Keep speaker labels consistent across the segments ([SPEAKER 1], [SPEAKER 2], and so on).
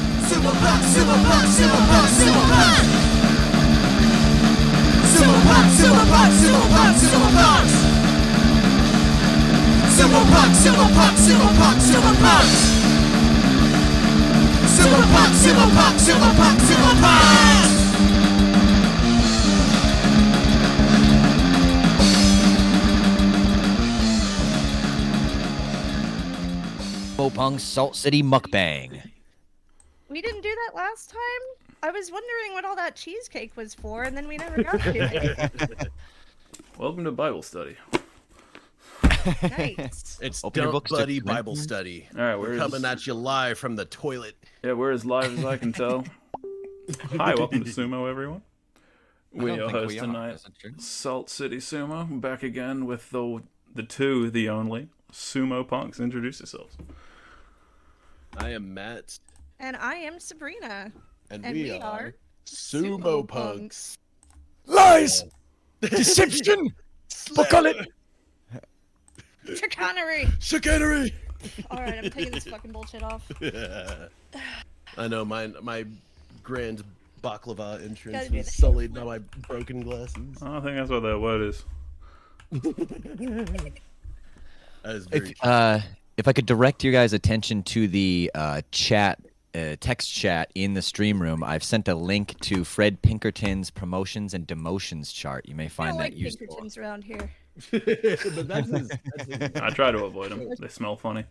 [SPEAKER 1] pop, silver pop, silver pop, silver pop. Silver pop, silver pop, silver pop, silver pop. Silver pop, silver pop, silver pop, silver pop. Silver pop, silver pop, silver pop, silver pop.
[SPEAKER 2] Bopong Salt City Mukbang.
[SPEAKER 3] We didn't do that last time. I was wondering what all that cheesecake was for, and then we never got to it.
[SPEAKER 4] Welcome to Bible study.
[SPEAKER 3] nice.
[SPEAKER 5] It's
[SPEAKER 2] Open your
[SPEAKER 5] Dump
[SPEAKER 2] books to
[SPEAKER 5] Buddy
[SPEAKER 2] Corinthians.
[SPEAKER 5] Bible Study.
[SPEAKER 4] All right, where
[SPEAKER 5] We're
[SPEAKER 4] is
[SPEAKER 5] coming at you live from the toilet.
[SPEAKER 4] yeah, we're as live as I can tell. Hi, welcome to Sumo, everyone. We
[SPEAKER 2] I
[SPEAKER 4] are
[SPEAKER 2] don't think
[SPEAKER 4] host
[SPEAKER 2] we are,
[SPEAKER 4] tonight,
[SPEAKER 2] is that true?
[SPEAKER 4] Salt City Sumo, back again with the the two, the only Sumo Punks. Introduce yourselves.
[SPEAKER 5] I am Matt,
[SPEAKER 3] And I am Sabrina.
[SPEAKER 5] and,
[SPEAKER 3] And we are
[SPEAKER 5] Sumo Punks.
[SPEAKER 6] Lies!
[SPEAKER 2] Oh.
[SPEAKER 6] Deception! Buckle it!
[SPEAKER 3] Chicanery.
[SPEAKER 5] Chicanery.
[SPEAKER 3] All right, I'm taking this fucking bullshit off.
[SPEAKER 5] I know my my grand baklava entrance
[SPEAKER 3] Gotta do
[SPEAKER 5] was
[SPEAKER 3] that.
[SPEAKER 5] sullied by my broken glasses.
[SPEAKER 4] I don't think that's what that word is.
[SPEAKER 5] That is very
[SPEAKER 2] If, uh, if I could direct your guys' attention to the uh, chat, uh, text chat in the stream room, I've sent a link to Fred Pinkerton's promotions and demotions chart. You may
[SPEAKER 3] I
[SPEAKER 2] find
[SPEAKER 3] don't
[SPEAKER 2] that
[SPEAKER 3] like
[SPEAKER 2] useful.
[SPEAKER 3] Pinkertons around here.
[SPEAKER 5] but that's his, that's his-
[SPEAKER 4] I try to avoid them. They smell funny.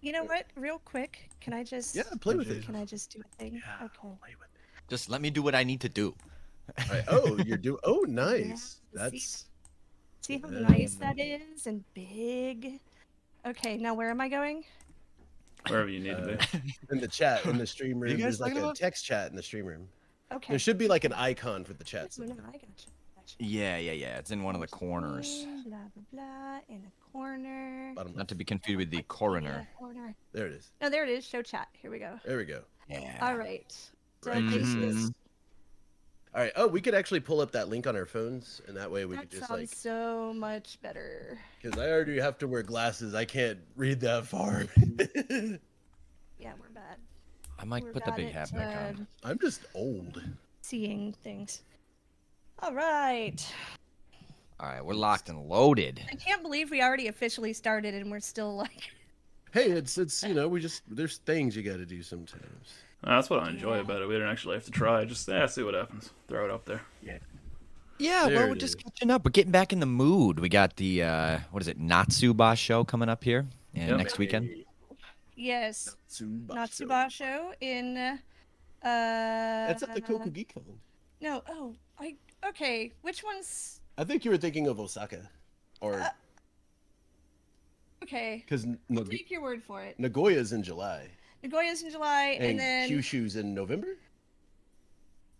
[SPEAKER 3] You know what? Real quick, can I just?
[SPEAKER 5] yeah, play with it.
[SPEAKER 3] Can I just do a thing? Okay.
[SPEAKER 2] Just let me do what I need to do.
[SPEAKER 5] Alright, oh, you're doing. Oh, nice.
[SPEAKER 3] Yeah,
[SPEAKER 5] That's uh,
[SPEAKER 3] See how
[SPEAKER 5] Yeah.
[SPEAKER 3] nice that is and big. Okay, now where am I going?
[SPEAKER 4] Wherever you need to
[SPEAKER 2] Uh.
[SPEAKER 4] be.
[SPEAKER 5] in the chat in the stream room.
[SPEAKER 2] guys
[SPEAKER 5] There's like
[SPEAKER 2] talking
[SPEAKER 5] a
[SPEAKER 2] about-
[SPEAKER 5] text chat in the stream room.
[SPEAKER 3] Okay.
[SPEAKER 5] There should be like an icon for the chat.
[SPEAKER 3] Oh, no,
[SPEAKER 5] section.
[SPEAKER 3] I got you. Got you.
[SPEAKER 2] Yeah, yeah, yeah. It's in one of the corners.
[SPEAKER 3] Blah blah blah in a corner.
[SPEAKER 5] Bottom
[SPEAKER 2] Not
[SPEAKER 5] left.
[SPEAKER 2] to be confused with the
[SPEAKER 3] Yeah,
[SPEAKER 2] coroner.
[SPEAKER 3] corner.
[SPEAKER 5] There it is.
[SPEAKER 3] No, Oh, there it is. Show chat. Here we go.
[SPEAKER 5] There we go.
[SPEAKER 2] Yeah.
[SPEAKER 3] All right. So
[SPEAKER 5] Right, Mm-hmm.
[SPEAKER 3] this
[SPEAKER 2] Mhm.
[SPEAKER 3] is-
[SPEAKER 5] All right. Oh, we could actually pull up that link on our phones, and that way we
[SPEAKER 3] that
[SPEAKER 5] could just
[SPEAKER 3] sounds
[SPEAKER 5] like,
[SPEAKER 3] so much better.
[SPEAKER 5] because I already have to wear glasses. I can't read that far.
[SPEAKER 3] Yeah, we're bad.
[SPEAKER 2] I might
[SPEAKER 3] we're
[SPEAKER 2] put the
[SPEAKER 3] bad
[SPEAKER 2] big
[SPEAKER 3] at,
[SPEAKER 2] hat back
[SPEAKER 3] uh,
[SPEAKER 2] on.
[SPEAKER 5] I'm just old.
[SPEAKER 3] Seeing things. All right.
[SPEAKER 2] All right, we're locked and loaded.
[SPEAKER 3] I can't believe we already officially started and we're still like.
[SPEAKER 5] Hey, it's it's you know we just there's things you got to do sometimes.
[SPEAKER 4] That's what I enjoy about it. We don't actually have to try. Just yeah, see what happens. Throw it up there.
[SPEAKER 2] Yeah,
[SPEAKER 5] There
[SPEAKER 2] well, we're
[SPEAKER 5] it
[SPEAKER 2] just
[SPEAKER 5] is.
[SPEAKER 2] catching up. We're getting back in the mood. We got the uh, what is it, Natsuba show coming up here and
[SPEAKER 4] Yep.
[SPEAKER 2] next weekend.
[SPEAKER 3] Yes,
[SPEAKER 5] Tsubasa.
[SPEAKER 3] Natsubasho in. Uh, That's
[SPEAKER 5] That's at the Koku Geek Con.
[SPEAKER 3] No, oh, I. Okay, which one's.
[SPEAKER 5] I think you were thinking of Osaka,
[SPEAKER 3] Uh,
[SPEAKER 5] or
[SPEAKER 3] Okay.
[SPEAKER 5] because
[SPEAKER 3] I'll take your word for it.
[SPEAKER 5] Nagoya's in July
[SPEAKER 3] Nagoya's in July, and,
[SPEAKER 5] and,
[SPEAKER 3] then.
[SPEAKER 5] Kyushu's in November.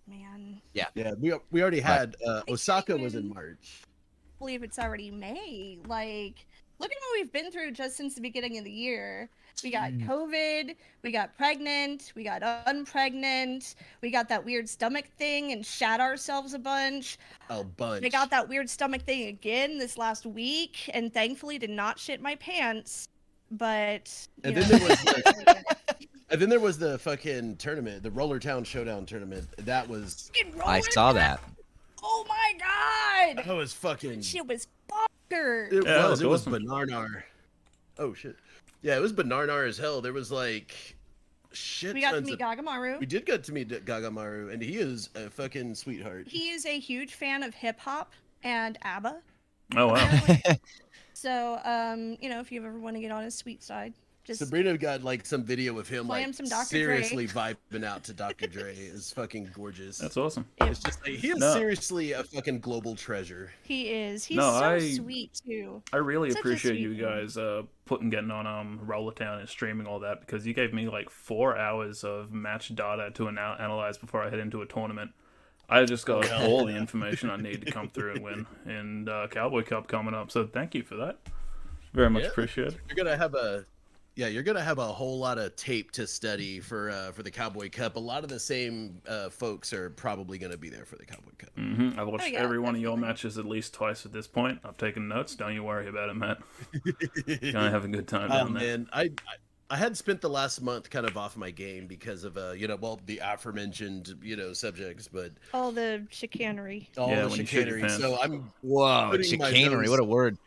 [SPEAKER 3] Man,
[SPEAKER 5] Yeah, we al- we already
[SPEAKER 2] Right.
[SPEAKER 5] had uh, Osaka was in March.
[SPEAKER 3] I believe it's already May. Like, look at what we've been through just since the beginning of the year. We got
[SPEAKER 2] Mm.
[SPEAKER 3] COVID, we got pregnant, we got unpregnant, we got that weird stomach thing and shat ourselves a bunch.
[SPEAKER 5] A bunch.
[SPEAKER 3] I got that weird stomach thing again this last week, and thankfully did not shit my pants. But you
[SPEAKER 5] And then
[SPEAKER 3] know,
[SPEAKER 5] there was And then there was the fucking tournament, the Roller Town Showdown tournament. That was
[SPEAKER 3] fucking
[SPEAKER 2] I
[SPEAKER 3] rolling
[SPEAKER 2] saw
[SPEAKER 3] back-
[SPEAKER 2] that.
[SPEAKER 3] Oh my god,
[SPEAKER 5] that was fucking. It
[SPEAKER 3] shit was bonkers.
[SPEAKER 5] was.
[SPEAKER 4] that was
[SPEAKER 5] it was
[SPEAKER 4] awesome.
[SPEAKER 5] Banarnar. Oh shit. Yeah, it was Banarnar as hell. There was like shit
[SPEAKER 3] We got to
[SPEAKER 5] tons
[SPEAKER 3] meet
[SPEAKER 5] of.
[SPEAKER 3] Gagamaru.
[SPEAKER 5] We did get to meet Gagamaru, and he is a fucking sweetheart.
[SPEAKER 3] he is a huge fan of hip hop and ABBA.
[SPEAKER 4] Oh wow.
[SPEAKER 3] So, um, you know, if you ever want to get on his sweet side, just
[SPEAKER 5] Sabrina got like some video of him
[SPEAKER 3] Play
[SPEAKER 5] like
[SPEAKER 3] him some Dr. Dre.
[SPEAKER 5] seriously vibing out to Dr. Dre. is fucking gorgeous.
[SPEAKER 4] That's awesome.
[SPEAKER 5] it's just like he is
[SPEAKER 4] No.
[SPEAKER 5] seriously a fucking global treasure.
[SPEAKER 3] he is. He's
[SPEAKER 4] No,
[SPEAKER 3] so
[SPEAKER 4] I-
[SPEAKER 3] sweet too.
[SPEAKER 4] I really
[SPEAKER 3] Such a
[SPEAKER 4] appreciate
[SPEAKER 3] sweet
[SPEAKER 4] you
[SPEAKER 3] man.
[SPEAKER 4] guys uh, putting getting on um Roller Town and streaming all that because you gave me like four hours of match data to anal- analyze before I head into a tournament. I just got all the information I need to come through and win. And uh, Cowboy Cup coming up, so thank you for that. Very much
[SPEAKER 5] Yeah.
[SPEAKER 4] appreciated.
[SPEAKER 5] You're gonna have a yeah, you're gonna have a whole lot of tape to study for uh, for the Cowboy Cup. A lot of the same uh, folks are probably gonna be there for the Cowboy Cup.
[SPEAKER 4] hmm I've watched
[SPEAKER 3] Oh, yeah,
[SPEAKER 4] every one of your
[SPEAKER 3] definitely.
[SPEAKER 4] matches at least twice at this point. I've taken notes. Don't you worry about it, Matt. Gonna have a good time
[SPEAKER 5] Oh
[SPEAKER 4] down there.
[SPEAKER 5] man, I, I I had spent the last month kind of off my game because of uh, you know, well, the aforementioned you know subjects, but
[SPEAKER 3] All the chicanery.
[SPEAKER 5] all
[SPEAKER 4] Yeah,
[SPEAKER 5] the
[SPEAKER 4] when you shoot your
[SPEAKER 5] chicanery.
[SPEAKER 4] pants.
[SPEAKER 5] So I'm,
[SPEAKER 2] Whoa,
[SPEAKER 5] Putting my
[SPEAKER 2] chicanery!
[SPEAKER 5] nose-
[SPEAKER 2] What a word.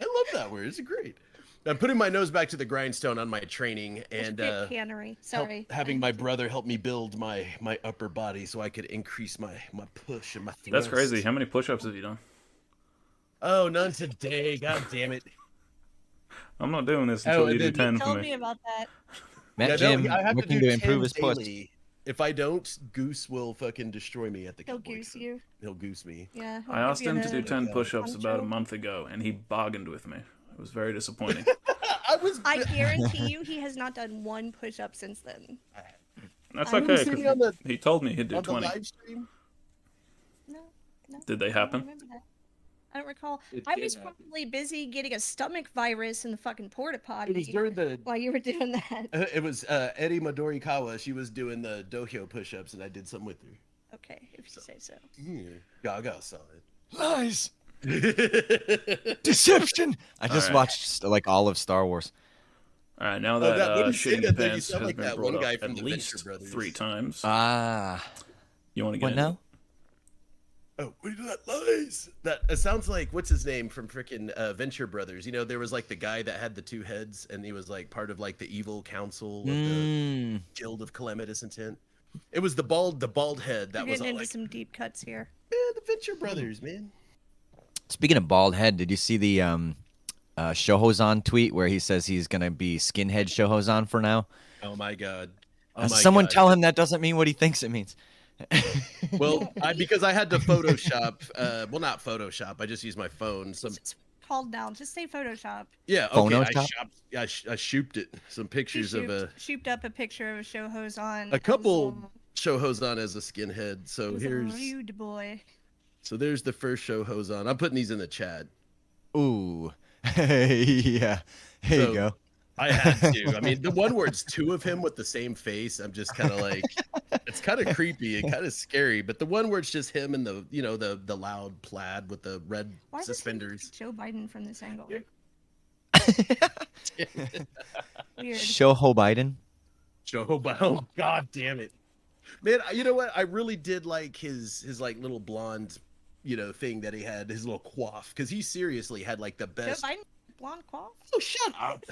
[SPEAKER 5] I love that word. It's great. I'm putting my nose back to the grindstone on my training and uh,
[SPEAKER 3] chicanery.
[SPEAKER 5] help-
[SPEAKER 3] Sorry.
[SPEAKER 5] having my brother help me build my my upper body so I could increase my my push and my.
[SPEAKER 4] That's
[SPEAKER 5] thrust.
[SPEAKER 4] crazy. How many push-ups have you done?
[SPEAKER 5] Oh, none today. God damn it.
[SPEAKER 4] I'm not doing this
[SPEAKER 5] Oh,
[SPEAKER 4] until
[SPEAKER 5] and
[SPEAKER 4] you do
[SPEAKER 5] then
[SPEAKER 4] ten
[SPEAKER 5] you
[SPEAKER 4] for
[SPEAKER 3] Told
[SPEAKER 4] me.
[SPEAKER 3] me about that.
[SPEAKER 2] Matt
[SPEAKER 5] Yeah, no,
[SPEAKER 2] Jim
[SPEAKER 5] I have
[SPEAKER 2] looking
[SPEAKER 5] do
[SPEAKER 2] to improve
[SPEAKER 5] 10
[SPEAKER 2] his push.
[SPEAKER 5] daily. If I don't, Goose will fucking destroy me at the
[SPEAKER 3] He'll
[SPEAKER 5] Cowboy
[SPEAKER 3] goose
[SPEAKER 5] Cup.
[SPEAKER 3] you.
[SPEAKER 5] He'll goose me.
[SPEAKER 3] Yeah. he'll
[SPEAKER 4] I
[SPEAKER 3] give
[SPEAKER 4] asked
[SPEAKER 3] you
[SPEAKER 4] him to
[SPEAKER 3] the-
[SPEAKER 4] do ten
[SPEAKER 5] Yeah.
[SPEAKER 4] push-ups about a
[SPEAKER 3] Poncho.
[SPEAKER 4] month ago, and he bargained with me. It was very disappointing.
[SPEAKER 5] I was
[SPEAKER 3] I guarantee you, he has not done one push up since then.
[SPEAKER 4] That's
[SPEAKER 3] I remember
[SPEAKER 4] okay.
[SPEAKER 5] sitting
[SPEAKER 4] 'cause
[SPEAKER 5] on the-
[SPEAKER 4] He told me he'd do
[SPEAKER 5] on the
[SPEAKER 4] twenty.
[SPEAKER 5] live stream.
[SPEAKER 3] No, no.
[SPEAKER 4] Did they
[SPEAKER 3] I don't
[SPEAKER 4] happen?
[SPEAKER 3] remember that. I don't recall. I was probably busy getting a stomach virus in the fucking porta
[SPEAKER 5] It was
[SPEAKER 3] potty
[SPEAKER 5] during the.
[SPEAKER 3] while you were doing that.
[SPEAKER 5] uh, It was uh, Eddie Midorikawa. She was doing the dohyo push-ups, and I did something with her.
[SPEAKER 3] Okay, if you say so.
[SPEAKER 5] Yeah, Gaga saw
[SPEAKER 6] Lies.
[SPEAKER 5] it.
[SPEAKER 6] Deception.
[SPEAKER 2] I just
[SPEAKER 4] Alright.
[SPEAKER 2] watched like all of Star Wars.
[SPEAKER 4] All right, now
[SPEAKER 5] Oh, that
[SPEAKER 4] that, uh,
[SPEAKER 5] wouldn't say
[SPEAKER 4] shitting your
[SPEAKER 5] that, though. You
[SPEAKER 4] pants has
[SPEAKER 5] sound like
[SPEAKER 4] been
[SPEAKER 5] that
[SPEAKER 4] brought
[SPEAKER 5] one guy
[SPEAKER 4] up
[SPEAKER 5] from
[SPEAKER 4] at
[SPEAKER 5] the Venture
[SPEAKER 4] least
[SPEAKER 5] Brothers.
[SPEAKER 4] three times.
[SPEAKER 2] Ah,
[SPEAKER 4] you want to get
[SPEAKER 2] what
[SPEAKER 4] into
[SPEAKER 2] now?
[SPEAKER 5] oh, we do that lies. That it sounds like what's his name from frickin' uh, Venture Brothers. You know, there was like the guy that had the two heads, and he was like part of like the evil council of the
[SPEAKER 2] Mm.
[SPEAKER 5] Guild of Calamitous Intent. It was the bald, the bald head that
[SPEAKER 3] We're
[SPEAKER 5] was
[SPEAKER 3] getting
[SPEAKER 5] all
[SPEAKER 3] into
[SPEAKER 5] like,
[SPEAKER 3] some deep cuts here.
[SPEAKER 5] man, the Venture Brothers, man.
[SPEAKER 2] Speaking of bald head, did you see the um, uh, Shohozan tweet where he says he's gonna be skinhead Shohozan for now?
[SPEAKER 5] Oh my god. Oh
[SPEAKER 2] Uh,
[SPEAKER 5] my
[SPEAKER 2] Someone
[SPEAKER 5] God.
[SPEAKER 2] tell him that doesn't mean what he thinks it means.
[SPEAKER 5] Well, I, because I had to Photoshop. Uh, well, not Photoshop. I just used my phone. Some
[SPEAKER 3] It's just called down. Just say Photoshop.
[SPEAKER 5] yeah. Okay, I
[SPEAKER 2] Photoshop?
[SPEAKER 5] shopped. I, sh- I shooped it. Some
[SPEAKER 3] She
[SPEAKER 5] pictures of
[SPEAKER 3] shooped,
[SPEAKER 5] a
[SPEAKER 3] shooped up a picture of a show hose on.
[SPEAKER 5] a couple
[SPEAKER 3] Amazon.
[SPEAKER 5] show Hosan as a skinhead.
[SPEAKER 3] He
[SPEAKER 5] So
[SPEAKER 3] was a
[SPEAKER 5] here's
[SPEAKER 3] rude boy.
[SPEAKER 5] so there's the first show Hosan. I'm putting these in the chat.
[SPEAKER 2] Ooh, yeah. Here
[SPEAKER 5] So-
[SPEAKER 2] you go.
[SPEAKER 5] I had to. I mean, the one where it's two of him with the same face, I'm just kind of like, it's kind of creepy and kind of scary. But the one where it's just him and the, you know, the the loud plaid with the red
[SPEAKER 3] Why does he look
[SPEAKER 5] suspenders.
[SPEAKER 3] like Joe Biden from this angle.
[SPEAKER 5] Yeah.
[SPEAKER 3] Weird.
[SPEAKER 2] Shoho Biden.
[SPEAKER 5] Joe Biden. Oh, God damn it, man! I- You know what? I really did like his his like little blonde, you know, thing that he had, his little quaff, because he seriously had like the
[SPEAKER 3] Joe
[SPEAKER 5] best.
[SPEAKER 3] Biden, blonde quaff.
[SPEAKER 5] Oh, shut up.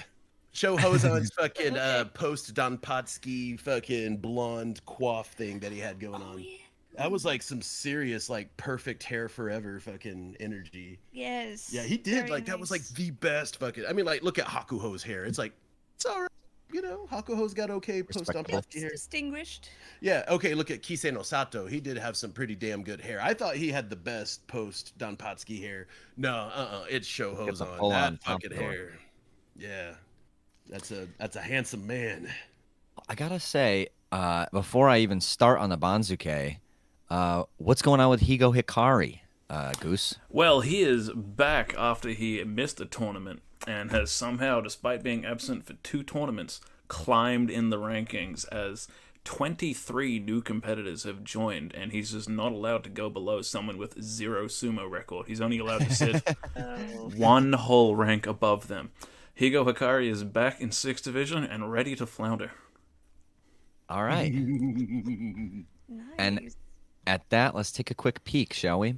[SPEAKER 5] Show Hozon's fucking uh,
[SPEAKER 3] Okay.
[SPEAKER 5] post Don Potsky fucking blonde quaff thing that he had going
[SPEAKER 3] Oh
[SPEAKER 5] on.
[SPEAKER 3] yeah.
[SPEAKER 5] That was like some serious, like perfect hair forever fucking energy.
[SPEAKER 3] Yes.
[SPEAKER 5] Yeah, he did.
[SPEAKER 3] Very
[SPEAKER 5] like that was like
[SPEAKER 3] nice.
[SPEAKER 5] the best fucking. I mean, like look at Hakuho's hair. It's like it's all right. You know, Hakuho's got okay post on
[SPEAKER 2] Respectable.
[SPEAKER 5] post
[SPEAKER 3] He
[SPEAKER 5] hair.
[SPEAKER 3] looks distinguished.
[SPEAKER 5] Yeah, okay. Look at Kisei no Sato. He did have some pretty damn good hair. I thought he had the best post Don Potsky hair. No, uh, uh it's
[SPEAKER 2] Look at
[SPEAKER 5] Shoho's
[SPEAKER 2] the
[SPEAKER 5] on
[SPEAKER 2] full-on
[SPEAKER 5] that
[SPEAKER 2] top
[SPEAKER 5] fucking
[SPEAKER 2] door.
[SPEAKER 5] hair. Yeah, that's a that's a handsome man.
[SPEAKER 2] I gotta say, uh, before I even start on the Banzuke, uh, what's going on with Higo Hikari, uh, Goose?
[SPEAKER 4] Well, he is back after he missed a tournament and has somehow, despite being absent for two tournaments, climbed in the rankings as 23 new competitors have joined, and he's just not allowed to go below someone with zero sumo record. He's only allowed to sit one whole rank above them. Higo Hikari is back in 6th Division and ready to flounder.
[SPEAKER 2] All right.
[SPEAKER 3] Nice.
[SPEAKER 2] And- At that, let's take a quick peek, shall we?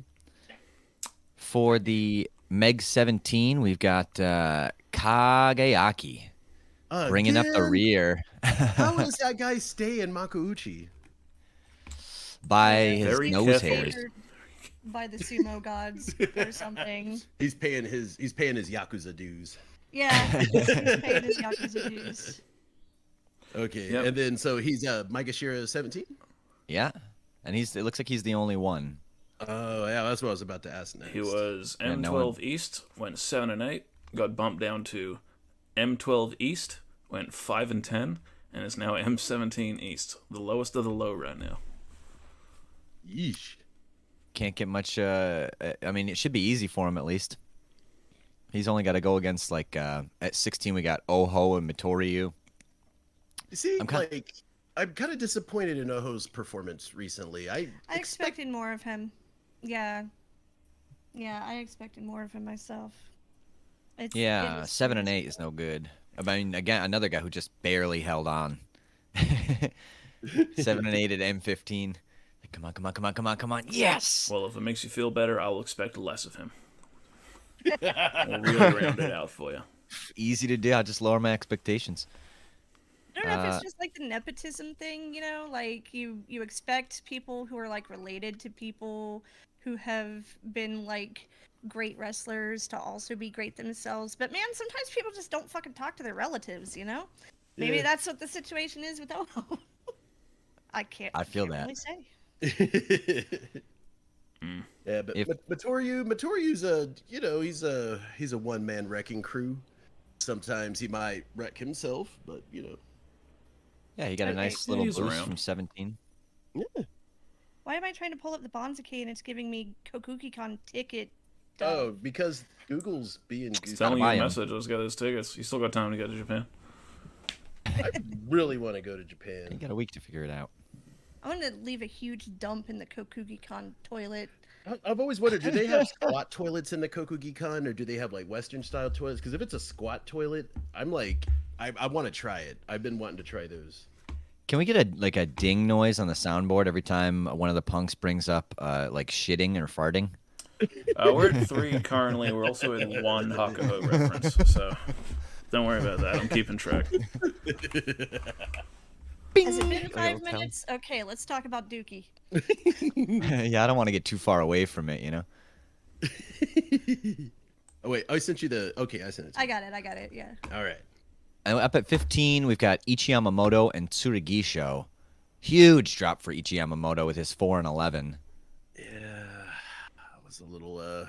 [SPEAKER 2] For the Meg 17, we've got uh, Kageaki bringing up the
[SPEAKER 5] Again?
[SPEAKER 2] rear
[SPEAKER 5] How is that guy stay in Makauchi?
[SPEAKER 2] by his
[SPEAKER 4] Very
[SPEAKER 2] nose
[SPEAKER 4] carefully.
[SPEAKER 2] hairs.
[SPEAKER 3] Murdered by the sumo gods or something.
[SPEAKER 5] He's paying his he's paying his yakuza dues.
[SPEAKER 3] Yeah. he's paid his yakuza dues.
[SPEAKER 5] Okay,
[SPEAKER 4] Yep.
[SPEAKER 5] and then so he's uh Mikashiro seventeen.
[SPEAKER 2] Yeah. And he's it looks like he's the only one.
[SPEAKER 5] Oh yeah, that's what I was about to ask next.
[SPEAKER 4] Uh-huh. He was
[SPEAKER 2] Yeah,
[SPEAKER 4] M12
[SPEAKER 2] no one-
[SPEAKER 4] East, went 7 and 8, got bumped down to M12 East, went 5 and 10, and is now M17 East, the lowest of the low right now.
[SPEAKER 5] Yeesh.
[SPEAKER 2] Can't get much. Uh, uh, I mean, it should be easy for him at least. He's only got to go against like uh, at 16 we got Oho and Mitoriu.
[SPEAKER 5] You See,
[SPEAKER 2] I'm kinda-
[SPEAKER 5] like I'm kind of disappointed in Oho's performance recently. I,
[SPEAKER 3] I
[SPEAKER 5] expect
[SPEAKER 3] expected more of him. Yeah. Yeah, I expected more of him myself. It's, it
[SPEAKER 2] Yeah,
[SPEAKER 3] was-
[SPEAKER 2] seven and eight is no good. I mean, again, another guy who just barely held on. Seven and eight at M15. Like, come on, come on, come on, come on, come on. Yes.
[SPEAKER 4] Well, if it makes you feel better, I'll expect less of him. we'll really round it out for you.
[SPEAKER 2] Easy to do. I just lower my expectations.
[SPEAKER 3] I don't know if
[SPEAKER 2] Uh,
[SPEAKER 3] it's just like the nepotism thing, you know, like you you expect people who are like related to people who have been like great wrestlers to also be great themselves. But man, sometimes people just don't fucking talk to their relatives, you know? Maybe
[SPEAKER 5] Yeah.
[SPEAKER 3] that's what the situation is with Ono. I can't
[SPEAKER 2] I feel
[SPEAKER 3] can't
[SPEAKER 2] that.
[SPEAKER 3] really say.
[SPEAKER 5] Yeah, but
[SPEAKER 2] If-
[SPEAKER 5] but Matoriu, Matoriu's a you know he's a he's a one man wrecking crew. Sometimes he might wreck himself, but you know
[SPEAKER 2] Yeah, he got a
[SPEAKER 3] Okay.
[SPEAKER 2] nice little
[SPEAKER 4] He's
[SPEAKER 2] boost
[SPEAKER 4] around.
[SPEAKER 2] from 17.
[SPEAKER 3] Why am I trying to pull up the Bonzuki and it's giving me Kokukicon ticket? dumb?
[SPEAKER 5] oh because Google's being
[SPEAKER 4] It's
[SPEAKER 5] goofy.
[SPEAKER 4] telling you
[SPEAKER 2] buy
[SPEAKER 4] a
[SPEAKER 2] 'em.
[SPEAKER 4] message. Let's get those tickets. You still got time to get to Japan.
[SPEAKER 5] I really want to go to
[SPEAKER 2] He
[SPEAKER 5] Japan.
[SPEAKER 2] got a week to figure it out.
[SPEAKER 3] I'm gonna leave a huge dump in the Kokukicon toilet.
[SPEAKER 5] I- I've always wondered, do they have squat toilets in the Kokugikan, or do they have like Western style toilets? Because if it's a squat toilet, I'm like, I, I want to try it. I've been wanting to try those.
[SPEAKER 2] Can we get a like a ding noise on the soundboard every time one of the punks brings up uh, like shitting or farting?
[SPEAKER 4] Uh, we're at three currently. We're also at one Hakuho reference, so don't worry about that. I'm keeping track.
[SPEAKER 3] Has it been
[SPEAKER 2] Like a
[SPEAKER 3] five
[SPEAKER 2] little town.
[SPEAKER 3] minutes? Okay, let's talk about Dookie.
[SPEAKER 2] yeah, I don't want to get too far away from it, you know.
[SPEAKER 5] Oh wait, I sent you the. Okay, I sent it. To
[SPEAKER 3] I got it. I got it. Yeah.
[SPEAKER 5] you. All right.
[SPEAKER 2] And up at 15, we've got Ichiyamamoto and Tsurugisho. Huge drop for Ichiyamamoto with his 4 and 11.
[SPEAKER 5] Yeah, that was a little. uh that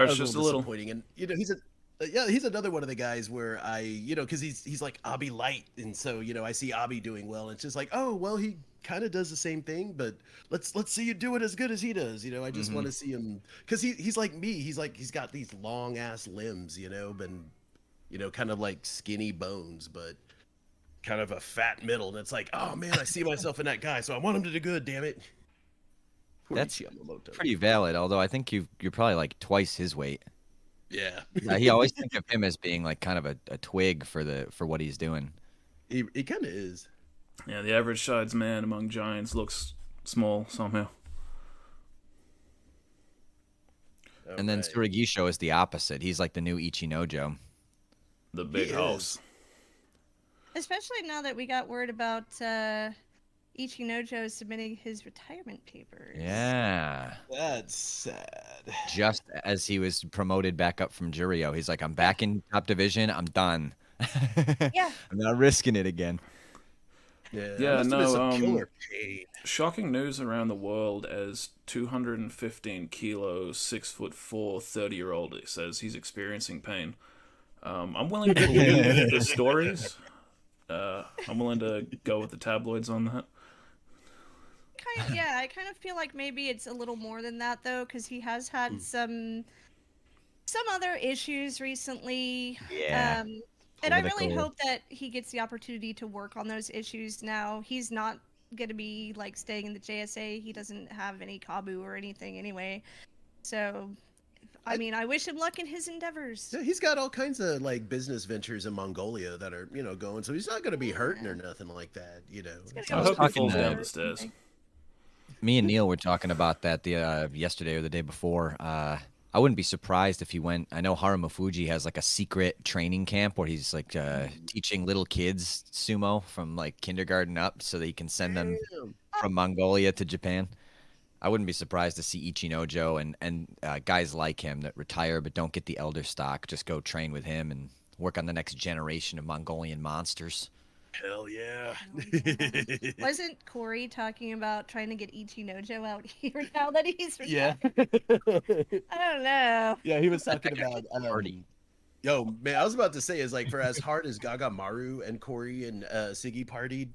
[SPEAKER 4] Hurts
[SPEAKER 5] was
[SPEAKER 4] just a little.
[SPEAKER 5] disappointing, and you know he's a. uh, Yeah, he's another one of the guys where I, you know, because he's he's like Abby light, and so you know I see Abby doing well, and it's just like, oh well, he kind of does the same thing, but let's let's see you do it as good as he does, you know. I just want to see him because he he's like me, he's like he's got these long ass limbs, you know, and you know, kind of like skinny bones, but kind of a fat middle, and it's like, oh man, I see myself in that guy, so I want him to do good, damn it. Poor
[SPEAKER 2] That's
[SPEAKER 5] Ichiyamamoto.
[SPEAKER 2] Pretty valid, although I think you you're probably like twice his weight.
[SPEAKER 5] yeah.
[SPEAKER 2] Yeah, he always think of him as being like kind of a, a twig for the for what he's doing.
[SPEAKER 5] He, he kind of is.
[SPEAKER 4] Yeah, the average sized man among giants looks small somehow.
[SPEAKER 2] and then
[SPEAKER 5] Alright.
[SPEAKER 2] Tsurugisho is the opposite. He's like the new Ichinojo.
[SPEAKER 4] The big
[SPEAKER 5] He
[SPEAKER 4] house.
[SPEAKER 5] is.
[SPEAKER 3] Especially now that we got word about uh, Ichinojo submitting his retirement papers.
[SPEAKER 2] Yeah.
[SPEAKER 5] That's sad.
[SPEAKER 2] Just as he was promoted back up from Jurio, he's like, I'm back in top division. I'm done.
[SPEAKER 3] Yeah.
[SPEAKER 2] I'm not risking it again.
[SPEAKER 5] Yeah,
[SPEAKER 4] Yeah,
[SPEAKER 5] must have been
[SPEAKER 4] no,
[SPEAKER 5] some
[SPEAKER 4] um,
[SPEAKER 5] killer pain.
[SPEAKER 4] Shocking news around the world as 215 kilo, 6 foot 4, 30 year old says he's experiencing pain. Um, I'm willing to believe the stories. Uh, I'm willing to go with the tabloids on that.
[SPEAKER 3] Kind yeah, I kind of feel like maybe it's a little more than that though, because he has
[SPEAKER 2] Hmm.
[SPEAKER 3] had some some other issues recently.
[SPEAKER 2] Yeah.
[SPEAKER 3] Um, and I really
[SPEAKER 2] Political.
[SPEAKER 3] hope that he gets the opportunity to work on those issues now. He's not going to be like staying in the JSA. He doesn't have any Kabu or anything anyway. So, I
[SPEAKER 5] I-
[SPEAKER 3] mean, I wish him luck in his endeavors.
[SPEAKER 5] Yeah, he's got all kinds of like business ventures in Mongolia that are you know going, so he's not going to be hurting or nothing like that, you know.
[SPEAKER 3] He's gonna
[SPEAKER 4] I
[SPEAKER 3] go
[SPEAKER 2] was
[SPEAKER 4] hope he
[SPEAKER 2] talking
[SPEAKER 4] falls
[SPEAKER 2] to-
[SPEAKER 4] down the stairs.
[SPEAKER 2] Me and Neil were talking about that the uh, yesterday or the day before. Uh, I wouldn't be surprised if he went. I know Haramufuji has like a secret training camp where he's like uh, teaching little kids sumo from like kindergarten up, so that he can send them
[SPEAKER 5] Damn.
[SPEAKER 2] from Mongolia to Japan. I wouldn't be surprised to see Ichinojo and and uh, guys like him that retire but don't get the elder stock. Just go train with him and work on the next generation of Mongolian monsters.
[SPEAKER 5] Hell yeah.
[SPEAKER 3] Wasn't Corey talking about trying to get Ichinojo out here now that he's retired?
[SPEAKER 5] yeah,
[SPEAKER 3] I don't know.
[SPEAKER 5] yeah, he was talking about um,
[SPEAKER 2] Party.
[SPEAKER 5] Yo, man, I was about to say is like for as hard as Gaga Maru and Corey and uh, Siggy partied,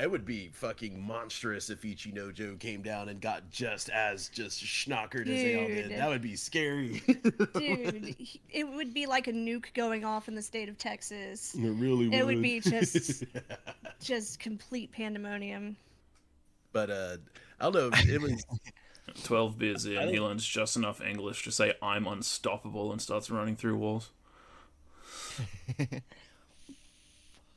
[SPEAKER 5] it would be fucking monstrous if Ichinojo came down and got just as just schnockered as they all did.
[SPEAKER 3] Dude.
[SPEAKER 5] That would be scary.
[SPEAKER 3] Dude, he- it would be like a nuke going off in the state of Texas.
[SPEAKER 5] It really
[SPEAKER 3] It would be just just complete pandemonium.
[SPEAKER 5] but uh, I don't know. It was
[SPEAKER 4] 12 beers in,
[SPEAKER 5] don't-
[SPEAKER 4] he learns just enough English to say, I'm unstoppable, and starts running through walls.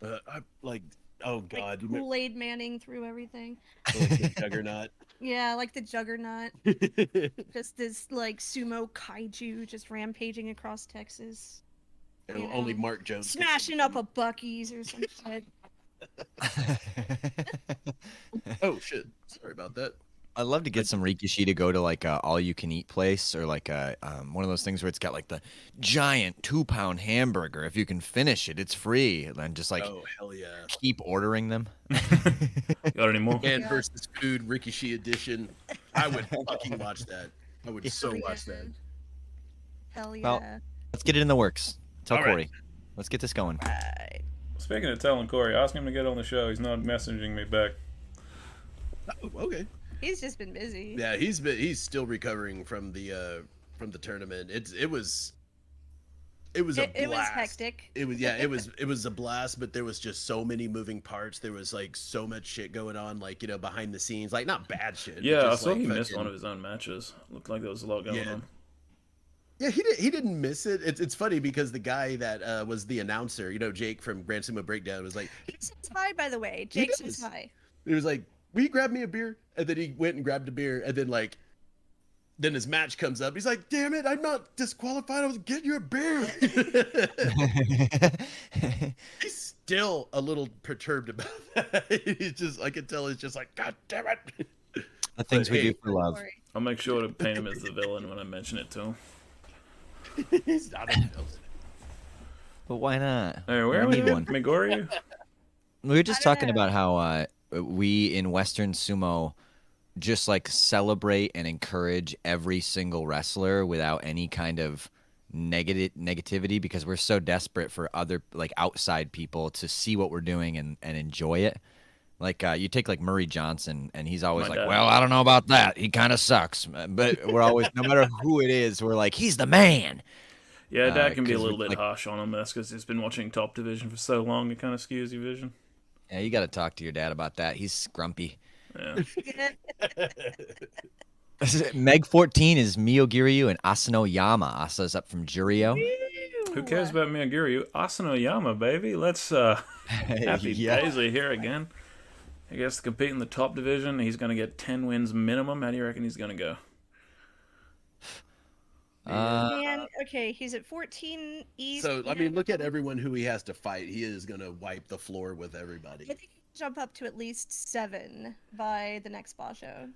[SPEAKER 5] Uh, I like. Oh God,
[SPEAKER 3] like
[SPEAKER 5] you remember
[SPEAKER 3] Kool Aid Manning through everything.
[SPEAKER 5] the Juggernaut?
[SPEAKER 3] Yeah, like the Juggernaut, just this like sumo kaiju just rampaging across Texas,
[SPEAKER 5] No, Only
[SPEAKER 3] know,
[SPEAKER 5] Mark Jones. could
[SPEAKER 3] smashing up a
[SPEAKER 5] survive.
[SPEAKER 3] Bucky's or some shit.
[SPEAKER 5] Oh shit! Sorry about that.
[SPEAKER 2] I'd love to get some Rikishi to go to like a all you can eat place or like a um, one of those things where it's got like the giant two pound hamburger. If you can finish it, it's free. And then just like
[SPEAKER 5] oh hell yeah!
[SPEAKER 2] keep ordering them.
[SPEAKER 4] Got any more?
[SPEAKER 5] Man
[SPEAKER 3] Yeah.
[SPEAKER 5] versus Food Rikishi Edition. I would fucking watch that. I would so
[SPEAKER 3] Hell
[SPEAKER 5] watch
[SPEAKER 3] yeah.
[SPEAKER 5] that.
[SPEAKER 3] Hell yeah.
[SPEAKER 2] Well, Let's get it in the works. Tell
[SPEAKER 5] All right.
[SPEAKER 2] Corey. Let's get this going.
[SPEAKER 3] Right.
[SPEAKER 4] Speaking of telling Corey, ask him to get on the show. He's not messaging me back.
[SPEAKER 5] Oh, okay.
[SPEAKER 3] He's just been busy.
[SPEAKER 5] Yeah, he's been he's still recovering from the uh from the tournament. It's it was it was a
[SPEAKER 3] It,
[SPEAKER 5] blast.
[SPEAKER 3] it was hectic.
[SPEAKER 5] It was yeah, it was it was a blast, but there was just so many moving parts. There was like so much shit going on, like you know, behind the scenes, like not bad shit. but
[SPEAKER 4] Yeah, I
[SPEAKER 5] just,
[SPEAKER 4] saw
[SPEAKER 5] like,
[SPEAKER 4] he missed
[SPEAKER 5] fucking-
[SPEAKER 4] one of his own matches. Looked like there was a lot going
[SPEAKER 5] Yeah.
[SPEAKER 4] on.
[SPEAKER 5] Yeah, he did, he didn't miss it. It's it's funny because the guy that uh, was the announcer, you know, Jake from Grand Sumo Breakdown, was like
[SPEAKER 3] He sits high, by the way. Jake sits
[SPEAKER 5] does.
[SPEAKER 3] high.
[SPEAKER 5] He was like, "Will you grab me a beer?" And then he went and grabbed a beer, and then like, then his match comes up. He's like, "Damn it, I'm not disqualified. I was getting you a beer." he's still a little perturbed about that. he's just, I can tell, he's just like, "God damn it."
[SPEAKER 2] the things we
[SPEAKER 5] hey,
[SPEAKER 2] do for love.
[SPEAKER 3] Sorry.
[SPEAKER 4] I'll make sure to paint him as the villain when I mention it to him.
[SPEAKER 5] he's not. a-
[SPEAKER 2] But why not?
[SPEAKER 4] Hey, where are
[SPEAKER 2] We
[SPEAKER 4] we?
[SPEAKER 2] need
[SPEAKER 4] at?
[SPEAKER 2] one.
[SPEAKER 4] Megori?
[SPEAKER 2] We were just
[SPEAKER 3] I don't
[SPEAKER 2] talking
[SPEAKER 3] know.
[SPEAKER 2] about how uh, we in Western sumo just like celebrate and encourage every single wrestler without any kind of negative negativity because we're so desperate for other like outside people to see what we're doing and, and enjoy it. Like uh, you take like Murray Johnson and he's always
[SPEAKER 4] My
[SPEAKER 2] like,
[SPEAKER 4] dad.
[SPEAKER 2] "Well, I don't know about that. He kind of sucks." Uh, But we're always no matter who it is, we're like, "He's the man."
[SPEAKER 4] Yeah,
[SPEAKER 2] Uh,
[SPEAKER 4] Dad can be a
[SPEAKER 2] 'cause we-
[SPEAKER 4] little bit
[SPEAKER 2] like-
[SPEAKER 4] harsh on him. That's because he's been watching Top Division for so long. It kind of skews your vision.
[SPEAKER 2] Yeah, you got to talk to your dad about that. He's grumpy.
[SPEAKER 4] Yeah.
[SPEAKER 2] Meg 14 is Miyogiryu and Asano Yama. Asa's up from Jurio.
[SPEAKER 4] Who cares about Miyagiri? Asano Yama, baby. Let's uh, happy
[SPEAKER 2] Yeah.
[SPEAKER 4] days are here again. I guess to compete in the top division, he's going to get 10 wins minimum. How do you reckon he's going to go?
[SPEAKER 2] Uh,
[SPEAKER 3] Man, okay, he's at 14 East.
[SPEAKER 5] so I
[SPEAKER 3] yeah,
[SPEAKER 5] mean, look at everyone who he has to fight. He is gonna wipe the floor with everybody.
[SPEAKER 3] I think he can jump up to at least seven by the next boss show.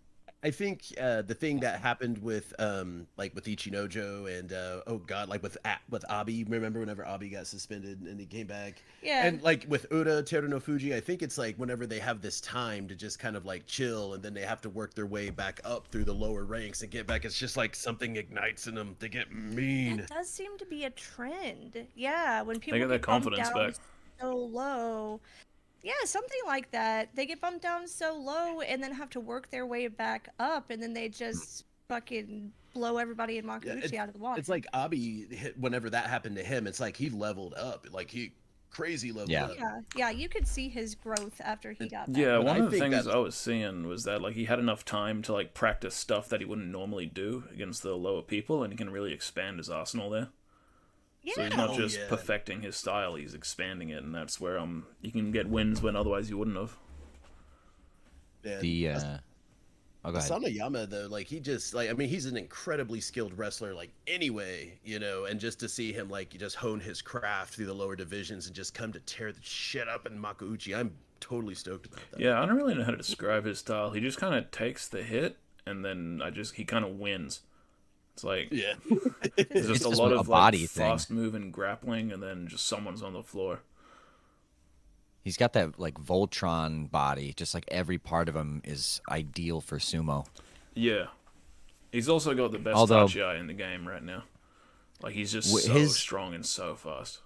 [SPEAKER 5] I think uh, the thing that happened with um, like with Ichinojo and uh, oh god, like with A- with Abi. Remember whenever Abi got suspended and he came back,
[SPEAKER 3] Yeah.
[SPEAKER 5] and like with Uda Teru no Fuji, I think it's like whenever they have this time to just kind of like chill, and then they have to work their way back up through the lower ranks and get back. It's just like something ignites in them. They get mean.
[SPEAKER 3] That does seem to be a trend. Yeah, when people
[SPEAKER 4] get their
[SPEAKER 3] bumped
[SPEAKER 4] confidence
[SPEAKER 3] down
[SPEAKER 4] back.
[SPEAKER 3] so low. Yeah, something like that. They get bumped down so low and then have to work their way back up, and then they just fucking blow everybody in
[SPEAKER 5] Yeah,
[SPEAKER 3] Makaguchi
[SPEAKER 5] it's-
[SPEAKER 3] out of the water.
[SPEAKER 5] It's like Abi. hit- Whenever that happened to him, it's like he leveled up. Like he crazy leveled
[SPEAKER 2] Yeah.
[SPEAKER 5] up.
[SPEAKER 3] yeah, yeah, you could see his growth after he got back.
[SPEAKER 4] uh, Yeah,
[SPEAKER 5] But
[SPEAKER 4] one
[SPEAKER 5] I
[SPEAKER 4] of the
[SPEAKER 5] think
[SPEAKER 4] things
[SPEAKER 5] that's-
[SPEAKER 4] I was seeing was that like he had enough time to like practice stuff that he wouldn't normally do against the lower people, and he can really expand his arsenal there.
[SPEAKER 3] yeah.
[SPEAKER 4] So he's not
[SPEAKER 5] Oh,
[SPEAKER 4] just
[SPEAKER 5] yeah.
[SPEAKER 4] perfecting his style; he's expanding it, and that's where um he can get wins when otherwise you wouldn't have.
[SPEAKER 5] Yeah.
[SPEAKER 2] the uh, oh, go ahead.
[SPEAKER 5] Asano Yama though, like he just like I mean he's an incredibly skilled wrestler like anyway, you know, and just to see him like just hone his craft through the lower divisions and just come to tear the shit up in Makauchi, I'm totally stoked about that.
[SPEAKER 4] Yeah, I don't really know how to describe his style. He just kind of takes the hit, and then I just he kind of wins. It's like
[SPEAKER 5] Yeah.
[SPEAKER 4] there's just
[SPEAKER 2] It's
[SPEAKER 4] a
[SPEAKER 2] just
[SPEAKER 4] lot
[SPEAKER 2] a
[SPEAKER 4] of
[SPEAKER 2] body
[SPEAKER 4] like
[SPEAKER 2] thing.
[SPEAKER 4] fast moving grappling, and then just someone's on the floor.
[SPEAKER 2] He's got that like Voltron body. Just like every part of him is ideal for sumo.
[SPEAKER 4] Yeah, he's also got the best
[SPEAKER 2] Although-
[SPEAKER 4] Tachi in the game right now. Like he's just
[SPEAKER 2] Wi-
[SPEAKER 4] so
[SPEAKER 2] his-
[SPEAKER 4] strong and so fast.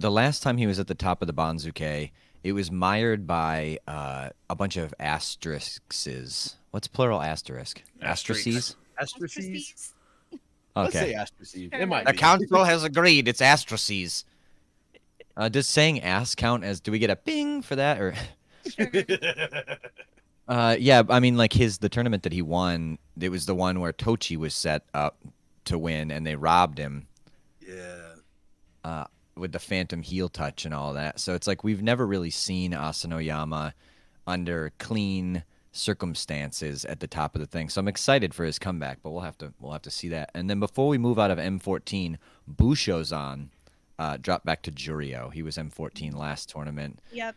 [SPEAKER 2] The last time he was at the top of the Banzuke, it was mired by uh, a bunch of asterisks. What's plural asterisk?
[SPEAKER 4] Asterisks.
[SPEAKER 2] Asterisks.
[SPEAKER 5] Astrices.
[SPEAKER 3] Asterisks.
[SPEAKER 5] Let's
[SPEAKER 2] Okay.
[SPEAKER 5] say astrices.
[SPEAKER 3] Fair
[SPEAKER 5] It might
[SPEAKER 2] The
[SPEAKER 5] be.
[SPEAKER 2] council has agreed. It's asterisks. Uh, does saying ass count as? Do we get a ping for that or?
[SPEAKER 3] Sure.
[SPEAKER 2] Uh, yeah, I mean, like his the tournament that he won, it was the one where Tochi was set up to win, and they robbed him.
[SPEAKER 5] Yeah.
[SPEAKER 2] Uh, with the phantom heel touch and all that. So it's like we've never really seen Asanoyama under clean circumstances at the top of the thing. So I'm excited for his comeback, but we'll have to we'll have to see that. And then before we move out of M14, Busho's on uh, dropped back to Jurio. He was M14 last tournament.
[SPEAKER 3] Yep.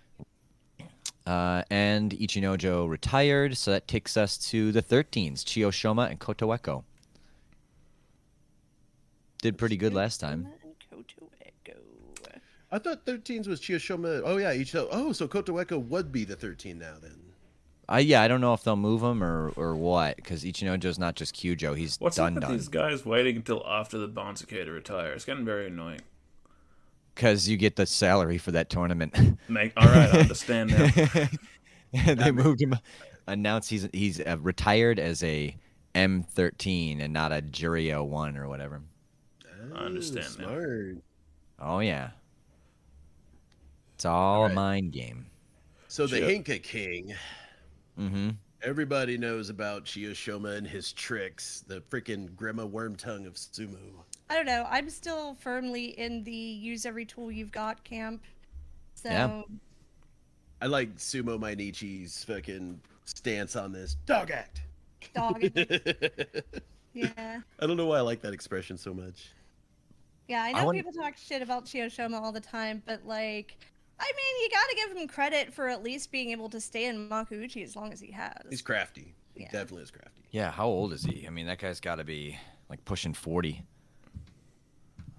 [SPEAKER 2] Uh, and Ichinojo retired, so that takes us to the 13s, Chiyoshima and Kotoweko. Did pretty good last time.
[SPEAKER 5] I thought 13s was Chiyoshima. Oh yeah, each. Oh, so Kotoweko would be the 13 now then.
[SPEAKER 2] I yeah, I don't know if they'll move him or or what, because Ichinojo's not just Kyujo. He's
[SPEAKER 4] What's
[SPEAKER 2] done
[SPEAKER 4] up with
[SPEAKER 2] done.
[SPEAKER 4] these guys waiting until after the Bonsuke to retire? It's getting very annoying.
[SPEAKER 2] Because you get the salary for that tournament.
[SPEAKER 4] Make all right, I understand now.
[SPEAKER 2] they moved him. Announced he's he's uh, retired as a M13 and not a Jurio one or whatever.
[SPEAKER 5] Oh,
[SPEAKER 4] understand now.
[SPEAKER 5] Smart.
[SPEAKER 2] Oh yeah, it's all a mind game.
[SPEAKER 5] So the
[SPEAKER 4] Sure.
[SPEAKER 5] Hinka King.
[SPEAKER 2] Mm-hmm.
[SPEAKER 5] Everybody knows about Chiyoshima and his tricks, the freaking Grima worm tongue of sumo.
[SPEAKER 3] I don't know. I'm still firmly in the use every tool you've got camp. So
[SPEAKER 2] Yeah.
[SPEAKER 5] I like Sumo Mainichi's fucking stance on this dog act.
[SPEAKER 3] dog.
[SPEAKER 5] I
[SPEAKER 3] yeah.
[SPEAKER 5] don't know why I like that expression so much.
[SPEAKER 3] Yeah, I
[SPEAKER 2] I
[SPEAKER 3] know
[SPEAKER 2] wouldn't-
[SPEAKER 3] people talk shit about Chiyoshima all the time, but like I mean, you gotta give him credit for at least being able to stay in Makuuchi as long as he has.
[SPEAKER 5] He's crafty. He
[SPEAKER 3] Yeah.
[SPEAKER 5] definitely is crafty.
[SPEAKER 2] Yeah, how old is he? I mean, that guy's got to be like pushing forty.